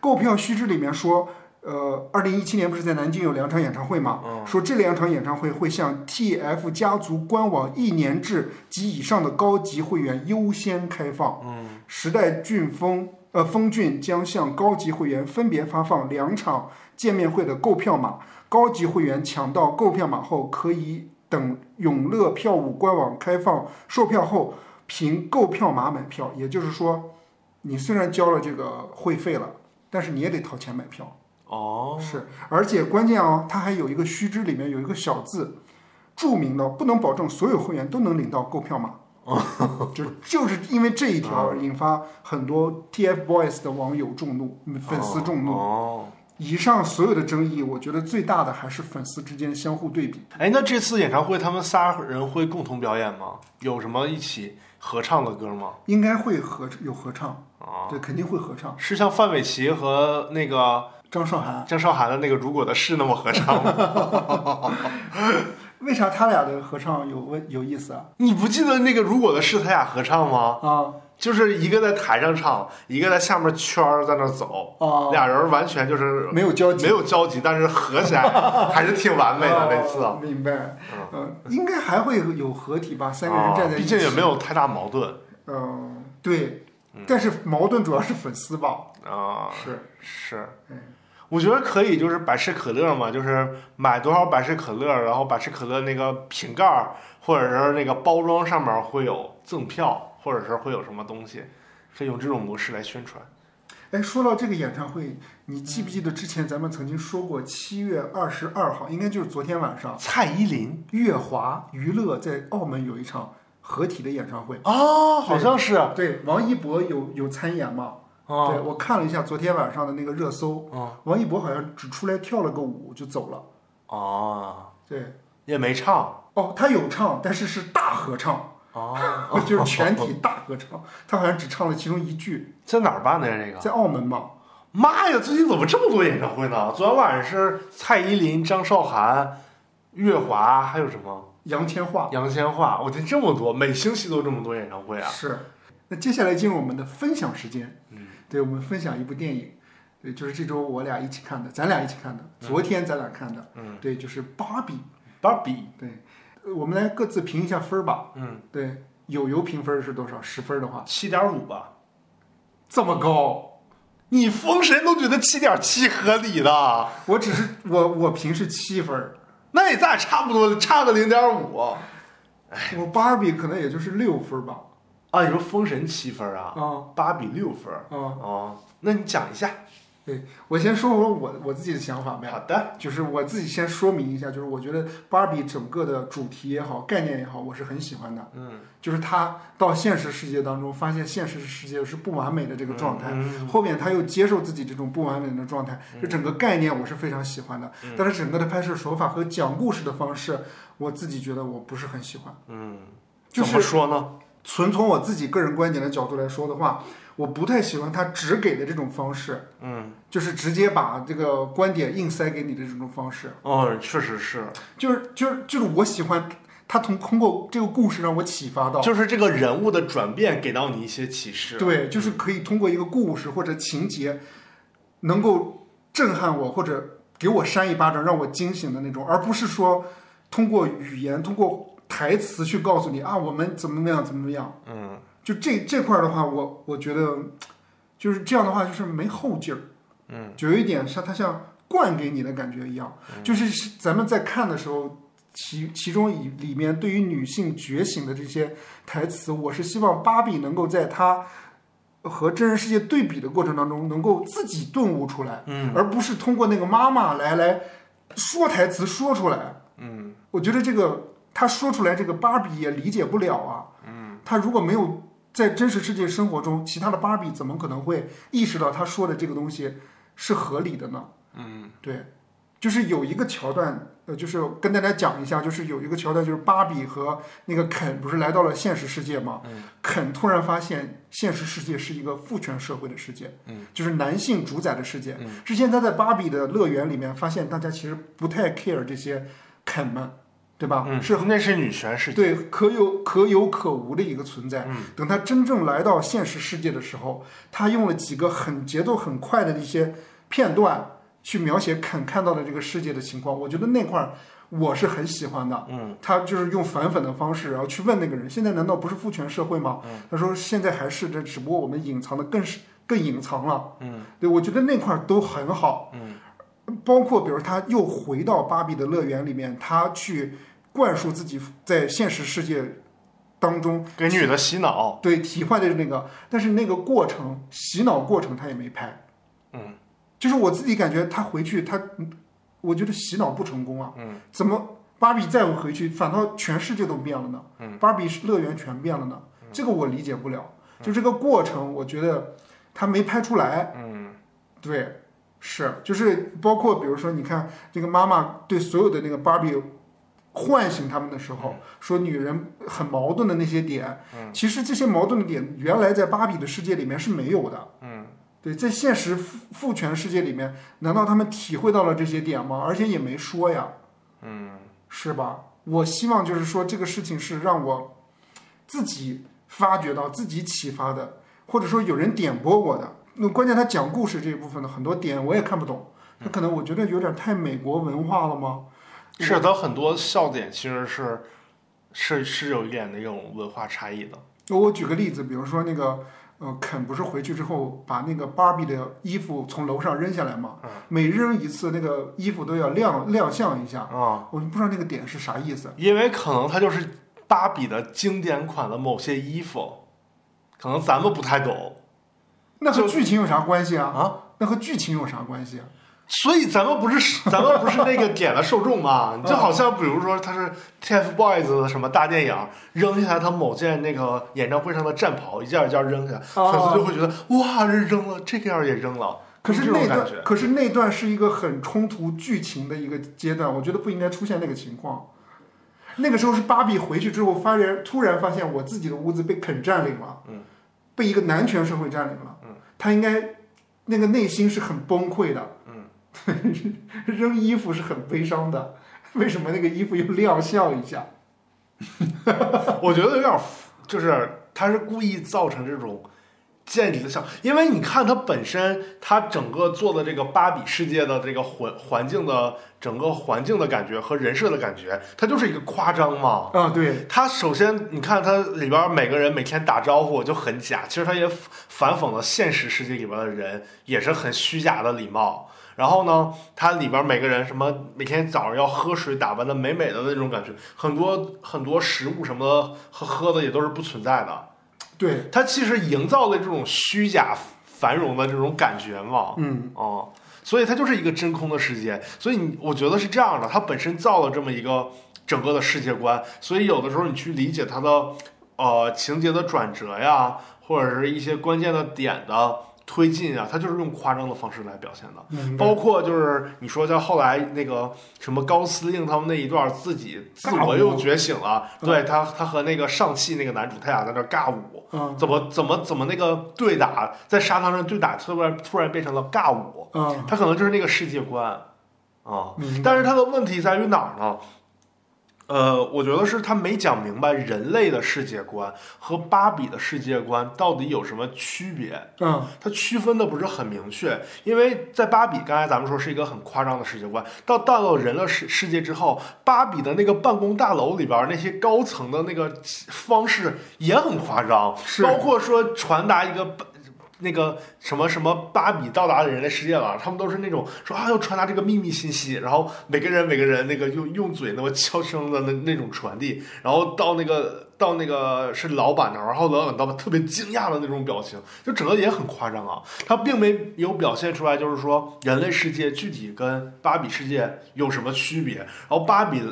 Speaker 1: 购票须知里面说，呃，二零一七年不是在南京有两场演唱会吗？
Speaker 2: 嗯
Speaker 1: 说这两场演唱会会向 TF 家族官网一年制及以上的高级会员优先开放。
Speaker 2: 嗯，
Speaker 1: 时代俊峰呃峰峻将向高级会员分别发放两场见面会的购票码，高级会员抢到购票码后，可以等永乐票务官网开放售票后，凭购票码买票。也就是说，你虽然交了这个会费了，但是你也得掏钱买票。
Speaker 2: 哦，
Speaker 1: 是，而且关键哦，它还有一个须知里面有一个小字，注明了不能保证所有会员都能领到购票码。
Speaker 2: 哦
Speaker 1: 就就是因为这一条
Speaker 2: 啊
Speaker 1: 而引发很多 TFBOYS 的网友众怒，嗯粉丝众怒。
Speaker 2: 哦，
Speaker 1: 以上所有的争议，我觉得最大的还是粉丝之间相互对比。
Speaker 2: 哎，那这次演唱会他们仨人会共同表演吗？有什么一起合唱的歌吗？
Speaker 1: 应该会合有合唱，
Speaker 2: 啊，
Speaker 1: 对，肯定会合唱。
Speaker 2: 是像范玮琪和那个
Speaker 1: 张韶涵，
Speaker 2: 张韶涵的那个《如果的事》那么合唱 吗？
Speaker 1: 为啥他俩的合唱有问有意思啊？
Speaker 2: 你不记得那个《如果的事》他俩合唱吗？
Speaker 1: 啊
Speaker 2: 就是一个在台上唱，一个在下面圈儿在那走，
Speaker 1: 啊，
Speaker 2: 俩人完全就是
Speaker 1: 没有交集
Speaker 2: 没。有交集，但是合 起来还是挺完美的那次。啊
Speaker 1: 哦明白，嗯，应该还会有合体吧？三个
Speaker 2: 啊
Speaker 1: 人站在一
Speaker 2: 毕
Speaker 1: 起，
Speaker 2: 竟也没有太大矛盾
Speaker 1: 嗯，对，但是矛盾主要是粉丝吧？
Speaker 2: 啊。
Speaker 1: 是，
Speaker 2: 是
Speaker 1: 嗯，
Speaker 2: 我觉得可以，就是百事可乐嘛，就是买多少百事可乐，然后百事可乐那个瓶盖儿或者是那个包装上面会有赠票，或者是会有什么东西，是用这种模式来宣传。
Speaker 1: 哎，说到这个演唱会，你记不记得之前咱们曾经说过，七月二十二号，应该就是昨天晚上，
Speaker 2: 蔡依林
Speaker 1: 月华娱乐在澳门有一场合体的演唱会。
Speaker 2: 哦，好像是啊，
Speaker 1: 对，王一博有有参演嘛？对，我看了一下昨天晚上的那个热搜，
Speaker 2: 哦
Speaker 1: 王一博好像只出来跳了个舞就走了。
Speaker 2: 哦，
Speaker 1: 对，
Speaker 2: 也没唱
Speaker 1: 哦，他有唱，但是是大合唱。
Speaker 2: 哦，
Speaker 1: 就是全体大合唱，他好像只唱了其中一句，
Speaker 2: 在哪儿办的呀？这个？
Speaker 1: 在澳门吧？
Speaker 2: 妈呀，最近怎么这么多演唱会呢？昨天晚上是蔡依林、张韶涵、月华，还有什么
Speaker 1: 杨千嬅
Speaker 2: 杨千嬅？我天，这么多，每星期都这么多演唱会啊！
Speaker 1: 是。那接下来进入我们的分享时间，
Speaker 2: 嗯，
Speaker 1: 对我们分享一部电影，对，就是这周我俩一起看的，咱俩一起看的，昨天咱俩看的，
Speaker 2: 嗯，
Speaker 1: 对，就是《芭比
Speaker 2: 芭比，》，
Speaker 1: 对，呃我们来各自评一下分儿吧，
Speaker 2: 嗯，
Speaker 1: 对，友友评分是多少？十分的话，
Speaker 2: 七点五吧。
Speaker 1: 这么高，
Speaker 2: 你封神都觉得七点七合理的，
Speaker 1: 我只是我我评是七分儿，
Speaker 2: 那也咱俩差不多，差个零点五
Speaker 1: 我芭比可能也就是六分儿吧，
Speaker 2: 啊！你说封神七分啊，
Speaker 1: 啊
Speaker 2: 芭比六分
Speaker 1: 啊，
Speaker 2: 哦，那你讲一下。
Speaker 1: 对我先说说我我自己的想法呗，
Speaker 2: 好的，
Speaker 1: 就是我自己先说明一下，就是我觉得芭比整个的主题也好，概念也好，我是很喜欢的。
Speaker 2: 嗯，
Speaker 1: 就是她到现实世界当中，发现现实世界是不完美的这
Speaker 2: 这
Speaker 1: 个状态，
Speaker 2: 嗯
Speaker 1: 后面她又接受自己这种不完美的状态，这整个概念我是非常喜欢的。
Speaker 2: 嗯
Speaker 1: 但是整个的拍摄手法和讲故事的方式，我自己觉得我不是很喜欢。
Speaker 2: 嗯，
Speaker 1: 就
Speaker 2: 怎么
Speaker 1: 是
Speaker 2: 说呢？
Speaker 1: 纯从我自己个人观点的角度来说的话，我不太喜欢他只给的这种方式，
Speaker 2: 嗯，
Speaker 1: 就是直接把这个观点硬塞给你的这种方式。
Speaker 2: 哦，确实是，
Speaker 1: 就是就是就是我喜欢他通通过这个故事让我启发到，
Speaker 2: 就是这个人物的转变给到你一些启示。，
Speaker 1: 对，就是可以通过一个故事或者情节，能够震撼我或者给我扇一巴掌让我惊醒的那种，而不是说通过语言通过台词去告诉你啊我们怎么怎么样怎么怎么样，
Speaker 2: 嗯
Speaker 1: 就这这块儿的话，我我觉得就是这样的话就是没后劲儿。
Speaker 2: 嗯
Speaker 1: 就有一点像它像灌给你的感觉一样，就是是咱们在看的时候，其其中以里面对于女性觉醒的这些台词，我是希望芭比能够在她和真人世界对比的过程当中，能够自己顿悟出来，
Speaker 2: 嗯
Speaker 1: 而不是通过那个妈妈来来说台词说出来。
Speaker 2: 嗯
Speaker 1: 我觉得这个她说出来，这个芭比也理解不了啊。嗯，她如果没有在真实世界生活中，其他的芭比怎么可能会意识到她说的这个东西是合理的呢？
Speaker 2: 嗯
Speaker 1: 对，就是有一个桥段，呃，就是跟大家讲一下，就是有一个桥段，就是芭比和那个肯不是来到了现实世界吗？
Speaker 2: 嗯
Speaker 1: 肯突然发现现实世界是一个父权社会的世界，
Speaker 2: 嗯，
Speaker 1: 就是男性主宰的世界。
Speaker 2: 嗯
Speaker 1: 之前他在芭比的乐园里面发现，大家其实不太 care 这些肯们，对吧？
Speaker 2: 嗯，
Speaker 1: 是
Speaker 2: 那是女权视角，
Speaker 1: 对可有可有可无的一个存在。等他真正来到现实世界的时候，他用了几个很节奏很快的一些片段去描写肯看到的这个世界的情况。我觉得那块儿我是很喜欢的。嗯，他就是用反讽的方式，然后去问那个人：现在难道不是父权社会吗？他说现在还是，这只不过我们隐藏的更是更隐藏了。嗯，对，我觉得那块儿都很好。嗯，包括比如他又回到芭比的乐园里面，他去。灌输自己在现实世界当中
Speaker 2: 给女的洗脑，
Speaker 1: 对体会的那个，但是那个过程洗脑过程他也没拍，
Speaker 2: 嗯，
Speaker 1: 就是我自己感觉他回去他，我觉得洗脑不成功啊，
Speaker 2: 嗯，
Speaker 1: 怎么芭比再回去，反倒全世界都变了呢？嗯，芭比乐园全变了呢？
Speaker 2: 嗯
Speaker 1: 这个我理解不了，就这个过程，我觉得他没拍出来，
Speaker 2: 嗯，
Speaker 1: 对，是，就是包括比如说，你看这个妈妈对所有的那个芭比唤醒他们的时候，
Speaker 2: 嗯
Speaker 1: 说女人很矛盾的那些点，其实这些矛盾的点原来在芭比的世界里面是没有的。
Speaker 2: 嗯，
Speaker 1: 对，在现实父父权世界里面，难道他们体会到了这些点吗？而且也没说呀。
Speaker 2: 嗯，
Speaker 1: 是吧？我希望就是说这个事情是让我自己发掘到、自己启发的，或者说有人点拨我的。那关键他讲故事这一部分的很多点我也看不懂，他
Speaker 2: 嗯
Speaker 1: 可能我觉得有点太美国文化了吗？
Speaker 2: 是的，很多笑点其实是是是有一点那种文化差异的，
Speaker 1: 我我举个例子，比如说那个呃，肯不是回去之后把那个芭比的衣服从楼上扔下来嘛，每扔一次，那个衣服都要亮亮相一下。
Speaker 2: 啊、
Speaker 1: 我就不知道那个点是啥意思。
Speaker 2: 因为可能它就是芭比的经典款的某些衣服，可能咱们不太懂，
Speaker 1: 那和剧情有啥关系啊？
Speaker 2: 啊，
Speaker 1: 那和剧情有啥关系啊？
Speaker 2: 所以咱们不是 咱们不是那个点的受众嘛？你就好像比如说它是 TFBOYS 的什么大电影，扔下来他某件那个演唱会上的战袍，一件一件扔下来，
Speaker 1: 哦
Speaker 2: 粉丝就会觉得哇，这扔了，这个样也扔了，
Speaker 1: 可是
Speaker 2: 这种
Speaker 1: 那
Speaker 2: 感觉
Speaker 1: 段，可是那段是一个很冲突剧情的一个阶段，我觉得不应该出现那个情况。那个时候是芭比回去之后，发现突然发现我自己的屋子被肯占领了，
Speaker 2: 嗯，
Speaker 1: 被一个男权社会占领了，
Speaker 2: 嗯，
Speaker 1: 他应该那个内心是很崩溃的，嗯， 扔衣服是很悲伤的，为什么那个衣服又亮相一下？
Speaker 2: 我觉得有点儿，就是他是故意造成这种建立的像，因为你看他本身，他整个做的这个芭比世界的这个环环境的整个环境的感觉和人设的感觉，它就是一个夸张嘛。
Speaker 1: 啊，对，
Speaker 2: 他首先，你看他里边儿每个人每天打招呼就很假，其实他也反讽了现实世界里边的人也是很虚假的礼貌。然后呢，它里边每个人什么每天早上要喝水，打扮的美美的那种感觉，很多很多食物什么的喝喝的也都是不存在的。
Speaker 1: 对，
Speaker 2: 它其实营造了这种虚假繁荣的这种感觉嘛。
Speaker 1: 嗯，
Speaker 2: 哦，所以它就是一个真空的世界。所以你，我觉得是这样的，它本身造了这么一个整个的世界观，所以有的时候你去理解它的呃情节的转折呀，或者是一些关键的点的推进啊，它就是用夸张的方式来表现的。
Speaker 1: 明白
Speaker 2: 包括就是你说像后来那个什么高司令他们那一段自己自我又觉醒了，
Speaker 1: 尬舞
Speaker 2: 对他他和那个上汽那个男主他俩在那儿尬舞，
Speaker 1: 嗯
Speaker 2: 怎么怎么怎么那个对打在沙滩上对打，突然突然变成了尬舞，
Speaker 1: 嗯，
Speaker 2: 他可能就是那个世界观啊。
Speaker 1: 明白
Speaker 2: 但是他的问题在于哪儿呢？呃，我觉得是他没讲明白人类的世界观和芭比的世界观到底有什么区别。
Speaker 1: 嗯
Speaker 2: 它区分的不是很明确，因为在芭比，刚才咱们说是一个很夸张的世界观，到到了人的世世界之后，芭比的那个办公大楼里边儿那些高层的那个方式也很夸张，
Speaker 1: 是
Speaker 2: 包括说传达一个。那个什么什么芭比到达人类世界了，他们都是那种说啊要传达这个秘密信息，然后每个人每个人那个用用嘴那么悄声的那那种传递，然后到那个到那个是老板那儿，然后老板老板特别惊讶的那种表情，就整个也很夸张啊。他并没有表现出来，就是说人类世界具体跟芭比世界有什么区别，然后芭比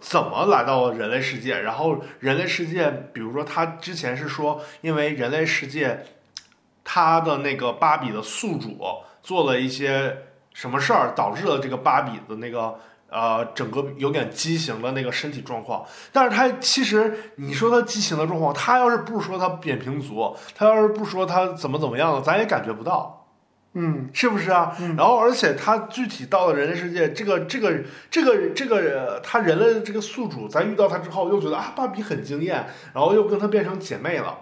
Speaker 2: 怎么来到了人类世界？然后人类世界，比如说他之前是说，因为人类世界他的那个芭比的宿主做了一些什么事儿，导致了这个芭比的那个呃整个有点畸形的那个身体状况。但是他其实你说他畸形的状况，他要是不说他扁平足，他要是不说他怎么怎么样了，咱也感觉不到。
Speaker 1: 嗯，
Speaker 2: 是不是啊？然后，而且他具体到了人类世界，这个、这个、这个、这个，他人类的这个宿主在遇到他之后，又觉得啊，芭比很惊艳，然后又跟他变成姐妹了，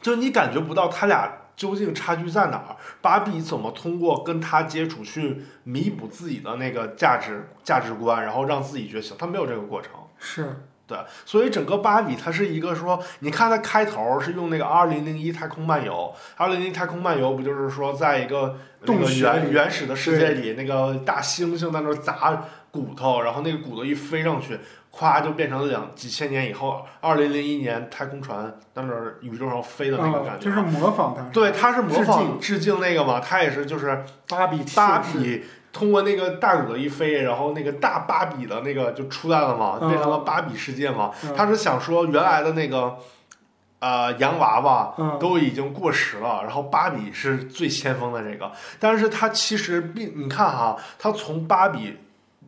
Speaker 2: 就你感觉不到他俩究竟差距在哪儿。芭比怎么通过跟他接触去弥补自己的那个价值价值观，然后让自己觉醒，他没有这个过程。
Speaker 1: 是，
Speaker 2: 对，所以整个芭比它是一个说，你看它开头是用那个二零零一太空漫游，二零零一太空漫游不就是说在一个那
Speaker 1: 洞
Speaker 2: 个
Speaker 1: 穴
Speaker 2: 原
Speaker 1: 里
Speaker 2: 原始的世界里，那个大猩猩在那儿砸骨头，然后那个骨头一飞上去，咵就变成两几千年以后二零零一年太空船在那儿宇宙上飞的那个
Speaker 1: 啊，
Speaker 2: 感觉。
Speaker 1: 就是模仿他，
Speaker 2: 对，它是模
Speaker 1: 致
Speaker 2: 仿致敬那个嘛，它也是就是
Speaker 1: 芭比体
Speaker 2: 芭
Speaker 1: 式
Speaker 2: 比通过那个大骨头一飞，然后那个大芭比的那个就出来了嘛，
Speaker 1: 嗯
Speaker 2: 变成了芭比世界嘛。
Speaker 1: 嗯
Speaker 2: 他是想说原来的那个呃洋娃娃
Speaker 1: 嗯
Speaker 2: 都已经过时了，然后芭比是最先锋的这个，但是它其实并你看哈，它从芭比。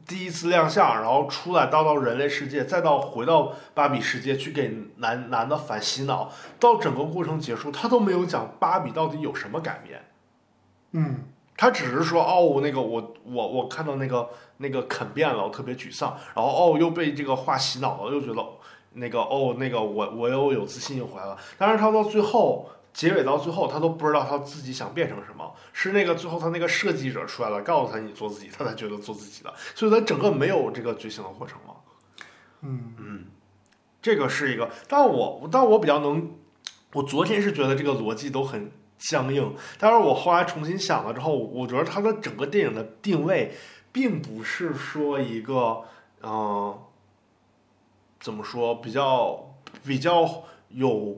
Speaker 2: 第一次亮相，然后出来到到人类世界，再到回到芭比世界去给男男的反洗脑，到整个过程结束，他都没有讲芭比到底有什么改变。
Speaker 1: 嗯，
Speaker 2: 他只是说哦，我那个我我我看到那个那个肯变了，我特别沮丧，然后哦又被这个话洗脑了，又觉得那个哦那个我我又有自信又回来了。但是他到最后结尾到最后，他都不知道他自己想变成什么，是那个最后他那个设计者出来了，告诉他你做自己，他才觉得做自己的，所以他整个没有这个觉醒的过程嘛。
Speaker 1: 嗯
Speaker 2: 嗯，这个是一个，但我但我比较能，我昨天是觉得这个逻辑都很僵硬，但是我后来重新想了之后，我觉得它的整个电影的定位，并不是说一个嗯、呃怎么说比较比较有。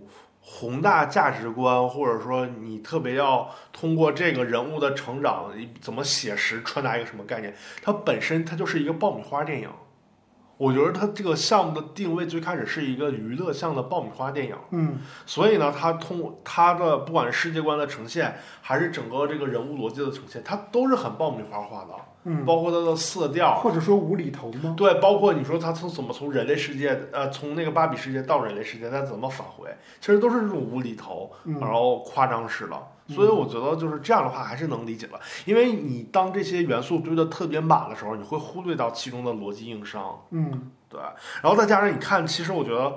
Speaker 2: 宏大价值观，或者说你特别要通过这个人物的成长，你怎么写实传达一个什么概念？它本身它就是一个爆米花电影，我觉得它这个项目的定位最开始是一个娱乐向的爆米花电影，
Speaker 1: 嗯
Speaker 2: 所以呢，它通它的不管是世界观的呈现，还是整个这个人物逻辑的呈现，它都是很爆米花化的，
Speaker 1: 嗯，
Speaker 2: 包括它的色调，
Speaker 1: 或者说无厘头吗？
Speaker 2: 对，包括你说他从怎么从人类世界，呃，从那个芭比世界到人类世界，他怎么返回，其实都是这种无厘头，
Speaker 1: 嗯
Speaker 2: 然后夸张式的。所以我觉得就是这样的话还是能理解的，因为你当这些元素堆的特别满的时候，你会忽略到其中的逻辑硬伤。
Speaker 1: 嗯
Speaker 2: 对，然后再加上你看，其实我觉得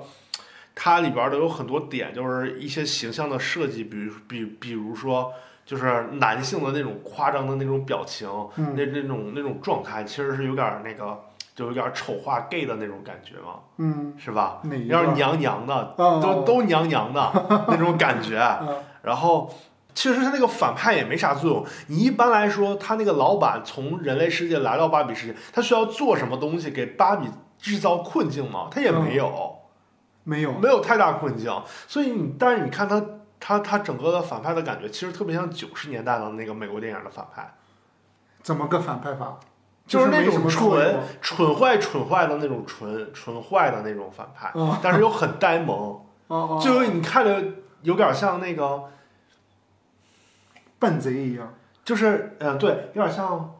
Speaker 2: 它里边儿的有很多点，就是一些形象的设计，比如比比如说就是男性的那种夸张的那种表情，
Speaker 1: 嗯
Speaker 2: 那那种那种状态，其实是有点儿那个，就有点儿丑化 gay 的那种感觉嘛，
Speaker 1: 嗯，
Speaker 2: 是吧？
Speaker 1: 哪一
Speaker 2: 要是
Speaker 1: 段
Speaker 2: 娘娘的，
Speaker 1: 啊
Speaker 2: 都都娘娘的那种感觉，
Speaker 1: 啊
Speaker 2: 然后其实他那个反派也没啥作用。你一般来说，他那个老板从人类世界来到芭比世界，他需要做什么东西给芭比制造困境吗？他也没有，
Speaker 1: 没有，
Speaker 2: 没有太大困境。所以你，但是你看他。他他整个的反派的感觉，其实特别像九十年代的那个美国电影的反派，
Speaker 1: 怎么个反派法？
Speaker 2: 就是那
Speaker 1: 没
Speaker 2: 种
Speaker 1: 什么作
Speaker 2: 蠢
Speaker 1: 用
Speaker 2: 蠢坏蠢坏的那种蠢蠢坏的那种反派，
Speaker 1: 啊
Speaker 2: 但是又很呆萌，
Speaker 1: 哦哦，
Speaker 2: 就是你看着有点像那个，
Speaker 1: 笨贼一样，
Speaker 2: 就是呃，对，有点像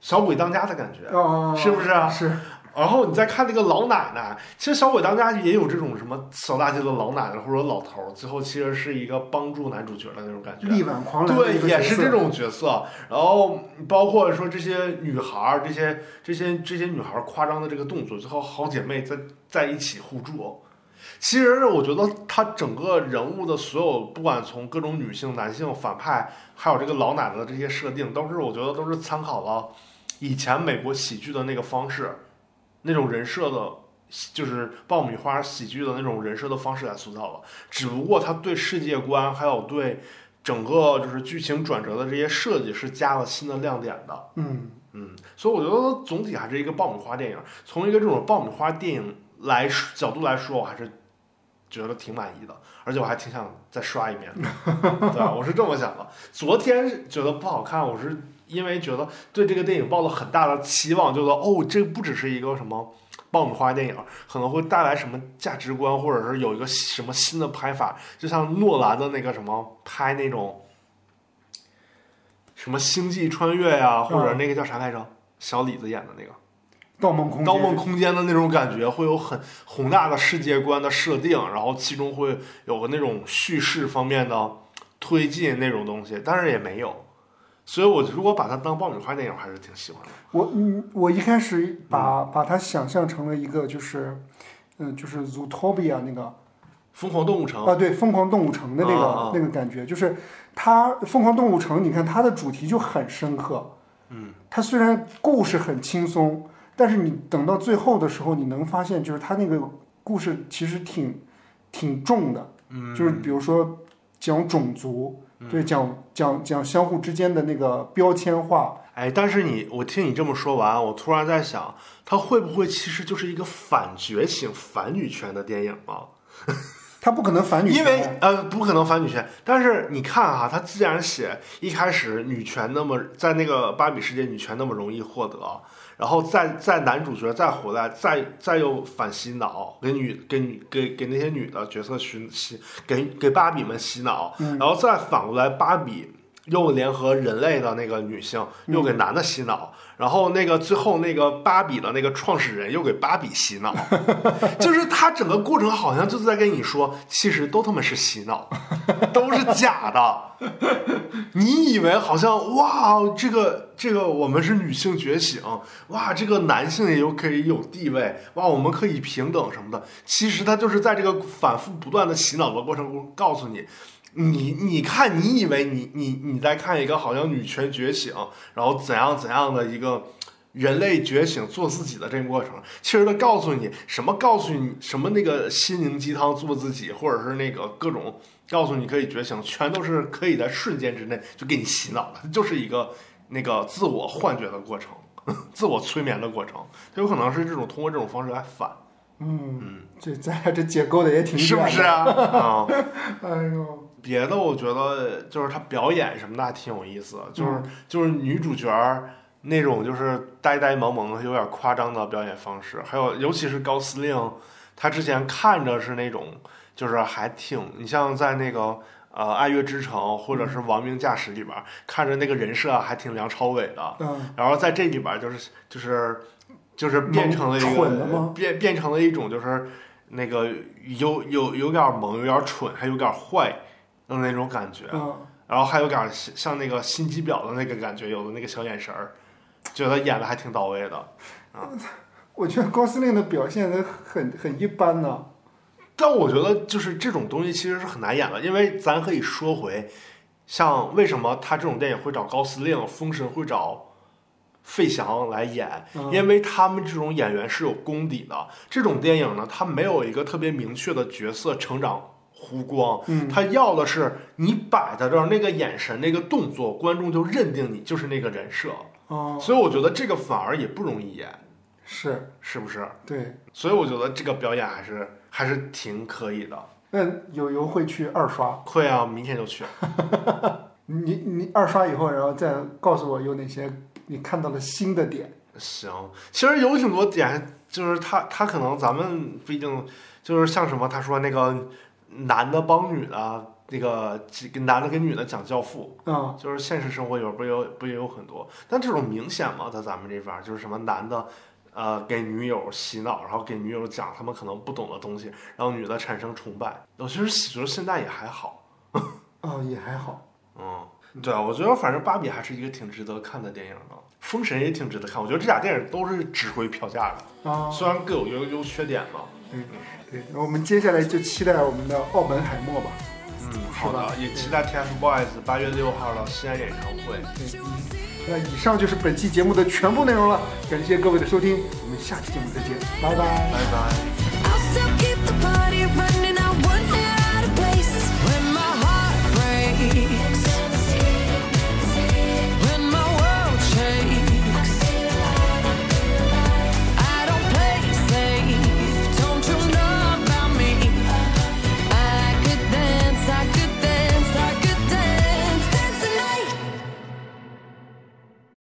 Speaker 2: 小鬼当家的感觉。
Speaker 1: 哦哦，
Speaker 2: 是不是啊
Speaker 1: 是，
Speaker 2: 然后你再看那个老奶奶，其实小鬼当家也有这种什么扫大街的老奶奶或者老头儿，最后其实是一个帮助男主角的那种感觉。
Speaker 1: 力挽狂澜的一
Speaker 2: 对，
Speaker 1: 个
Speaker 2: 也
Speaker 1: 角
Speaker 2: 是
Speaker 1: 色
Speaker 2: 这，种角色。然后包括说这些女孩儿，这些这些这些女孩儿夸张的这个动作，最后好姐妹在在一起互助。其实我觉得她整个人物的所有，不管从各种女性、男性、反派，还有这个老奶奶的这些设定，都是我觉得都是参考了以前美国喜剧的那个方式，那种人设的，就是爆米花喜剧的那种人设的方式来塑造了。只不过他对世界观还有对整个就是剧情转折的这些设计是加了新的亮点的。
Speaker 1: 嗯
Speaker 2: 嗯，所以我觉得总体还是一个爆米花电影。从一个这种爆米花电影来说角度来说，我还是觉得挺满意的，而且我还挺想再刷一遍的。 对吧，我是这么想的。昨天是觉得不好看，我是因为觉得对这个电影抱了很大的期望，觉得哦，这不只是一个什么。爆米花电影可能会带来什么价值观，或者是有一个什么新的拍法，就像诺兰的那个什么拍那种什么星际穿越呀、或者那个叫啥来着，小李子演的那个。
Speaker 1: 盗梦空间，
Speaker 2: 《盗梦空间》的那种感觉，会有很宏大的世界观的设定，然后其中会有那种叙事方面的推进那种东西，但是也没有。所以我如果把它当爆米花电影，我还是挺喜欢的。
Speaker 1: 我嗯，我一开始把把它想象成了一个就是，嗯，就是 Zootopia 那个
Speaker 2: 疯狂动物城，
Speaker 1: 啊，对，《疯狂动物城》的那个、
Speaker 2: 啊啊
Speaker 1: 那个感觉，就是它《疯狂动物城》，你看它的主题就很深刻，嗯，它虽然故事很轻松，但是你等到最后的时候，你能发现就是它那个故事其实挺挺重的，
Speaker 2: 嗯，
Speaker 1: 就是比如说讲种族，对，讲讲讲相互之间的那个标签化，
Speaker 2: 哎，但是你，我听你这么说完，我突然在想，它会不会其实就是一个反觉醒、反女权的电影啊？
Speaker 1: 它不可能反女
Speaker 2: 因
Speaker 1: 权
Speaker 2: 为呃，不可能反女权。但是你看哈、它既然写一开始女权那么在那个芭比世界女权那么容易获得，然后再再男主角再回来，再再又反洗脑，给女给女给给那些女的角色洗洗给给芭比们洗脑，
Speaker 1: 嗯
Speaker 2: 然后再反过来芭比。又联合人类的那个女性，又给男的洗脑，然后那个最后那个芭比的那个创始人又给芭比洗脑，就是他整个过程好像就是在跟你说，其实都他妈是洗脑，都是假的。你以为好像哇，哦这个这个我们是女性觉醒，哇，这个男性也有可以有地位，哇，我们可以平等什么的。其实他就是在这个反复不断的洗脑的过程中告诉你。你你看，你以为你你你在看一个好像女权觉醒，然后怎样怎样的一个人类觉醒做自己的这个过程，其实他告诉你什么，告诉你什么那个心灵鸡汤做自己，或者是那个各种告诉你可以觉醒，全都是可以在瞬间之内就给你洗脑了，就是一个那个自我幻觉的过程， 自我催眠的过程，它有可能是这种通过这种方式来反，
Speaker 1: 嗯，这咱这解构的也挺
Speaker 2: 是不
Speaker 1: 远
Speaker 2: 是
Speaker 1: 的？
Speaker 2: 啊？啊、
Speaker 1: 哎呦，
Speaker 2: 别的我觉得就是他表演什么的还挺有意思的，就是、
Speaker 1: 嗯
Speaker 2: 就是女主角儿那种就是呆呆萌萌的、有点夸张的表演方式，还有尤其是高司令，他之前看着是那种就是还挺，你像在那个呃《爱乐之城》或者是《亡命驾驶》里边儿，看着那个人设还挺梁朝伟的，
Speaker 1: 嗯，
Speaker 2: 然后在这里边儿就是就是就是变成了一
Speaker 1: 懵蠢了
Speaker 2: 个
Speaker 1: 吗
Speaker 2: 变变成了一种就是那个有有有点萌，有点蠢，还有点坏的那种感觉，
Speaker 1: 嗯，
Speaker 2: 然后还有点像像那个心机婊的那个感觉，有的那个小眼神儿，觉得演的还挺到位的。
Speaker 1: 我觉得高司令的表现得很很一般呢、
Speaker 2: 但我觉得就是这种东西其实是很难演的，因为咱可以说回，像为什么他这种电影会找高司令，《封神》会找费翔来演，
Speaker 1: 嗯
Speaker 2: 因为他们这种演员是有功底的。这种电影呢，它没有一个特别明确的角色成长弧光，
Speaker 1: 嗯
Speaker 2: 它要的是你摆在这儿那个眼神、那个动作，观众就认定你就是那个人设。
Speaker 1: 哦，
Speaker 2: 所以我觉得这个反而也不容易演，
Speaker 1: 是
Speaker 2: 是不是？
Speaker 1: 对，
Speaker 2: 所以我觉得这个表演还是还是挺可以的。
Speaker 1: 那有油会去二刷，
Speaker 2: 会啊，明天就去。
Speaker 1: 你你二刷以后，然后再告诉我有哪些你看到了新的点。
Speaker 2: 行，其实有挺多点，就是他他可能咱们不一定，就是像什么他说那个男的帮女的，那个几个男的跟女的讲教父，
Speaker 1: 嗯，
Speaker 2: 就是现实生活有不有不也有很多，但这种明显嘛，在咱们这边儿就是什么男的。呃，给女友洗脑，然后给女友讲他们可能不懂的东西，然后女的产生崇拜。我其实觉得现在也还好，
Speaker 1: 哦，也还好。
Speaker 2: 嗯，对啊，我觉得反正芭比还是一个挺值得看的电影的，封神也挺值得看。我觉得这俩电影都是值回票价的。
Speaker 1: 啊、
Speaker 2: 虽然各有优优缺点吧。
Speaker 1: 对，那我们接下来就期待我们的澳门海默吧。
Speaker 2: 嗯，好的，也期待 TFBOYS 八月六号的西安演唱会。
Speaker 1: 对，嗯那以上就是本期节目的全部内容了，感谢各位的收听，我们下期节目再见，拜拜
Speaker 2: 拜拜。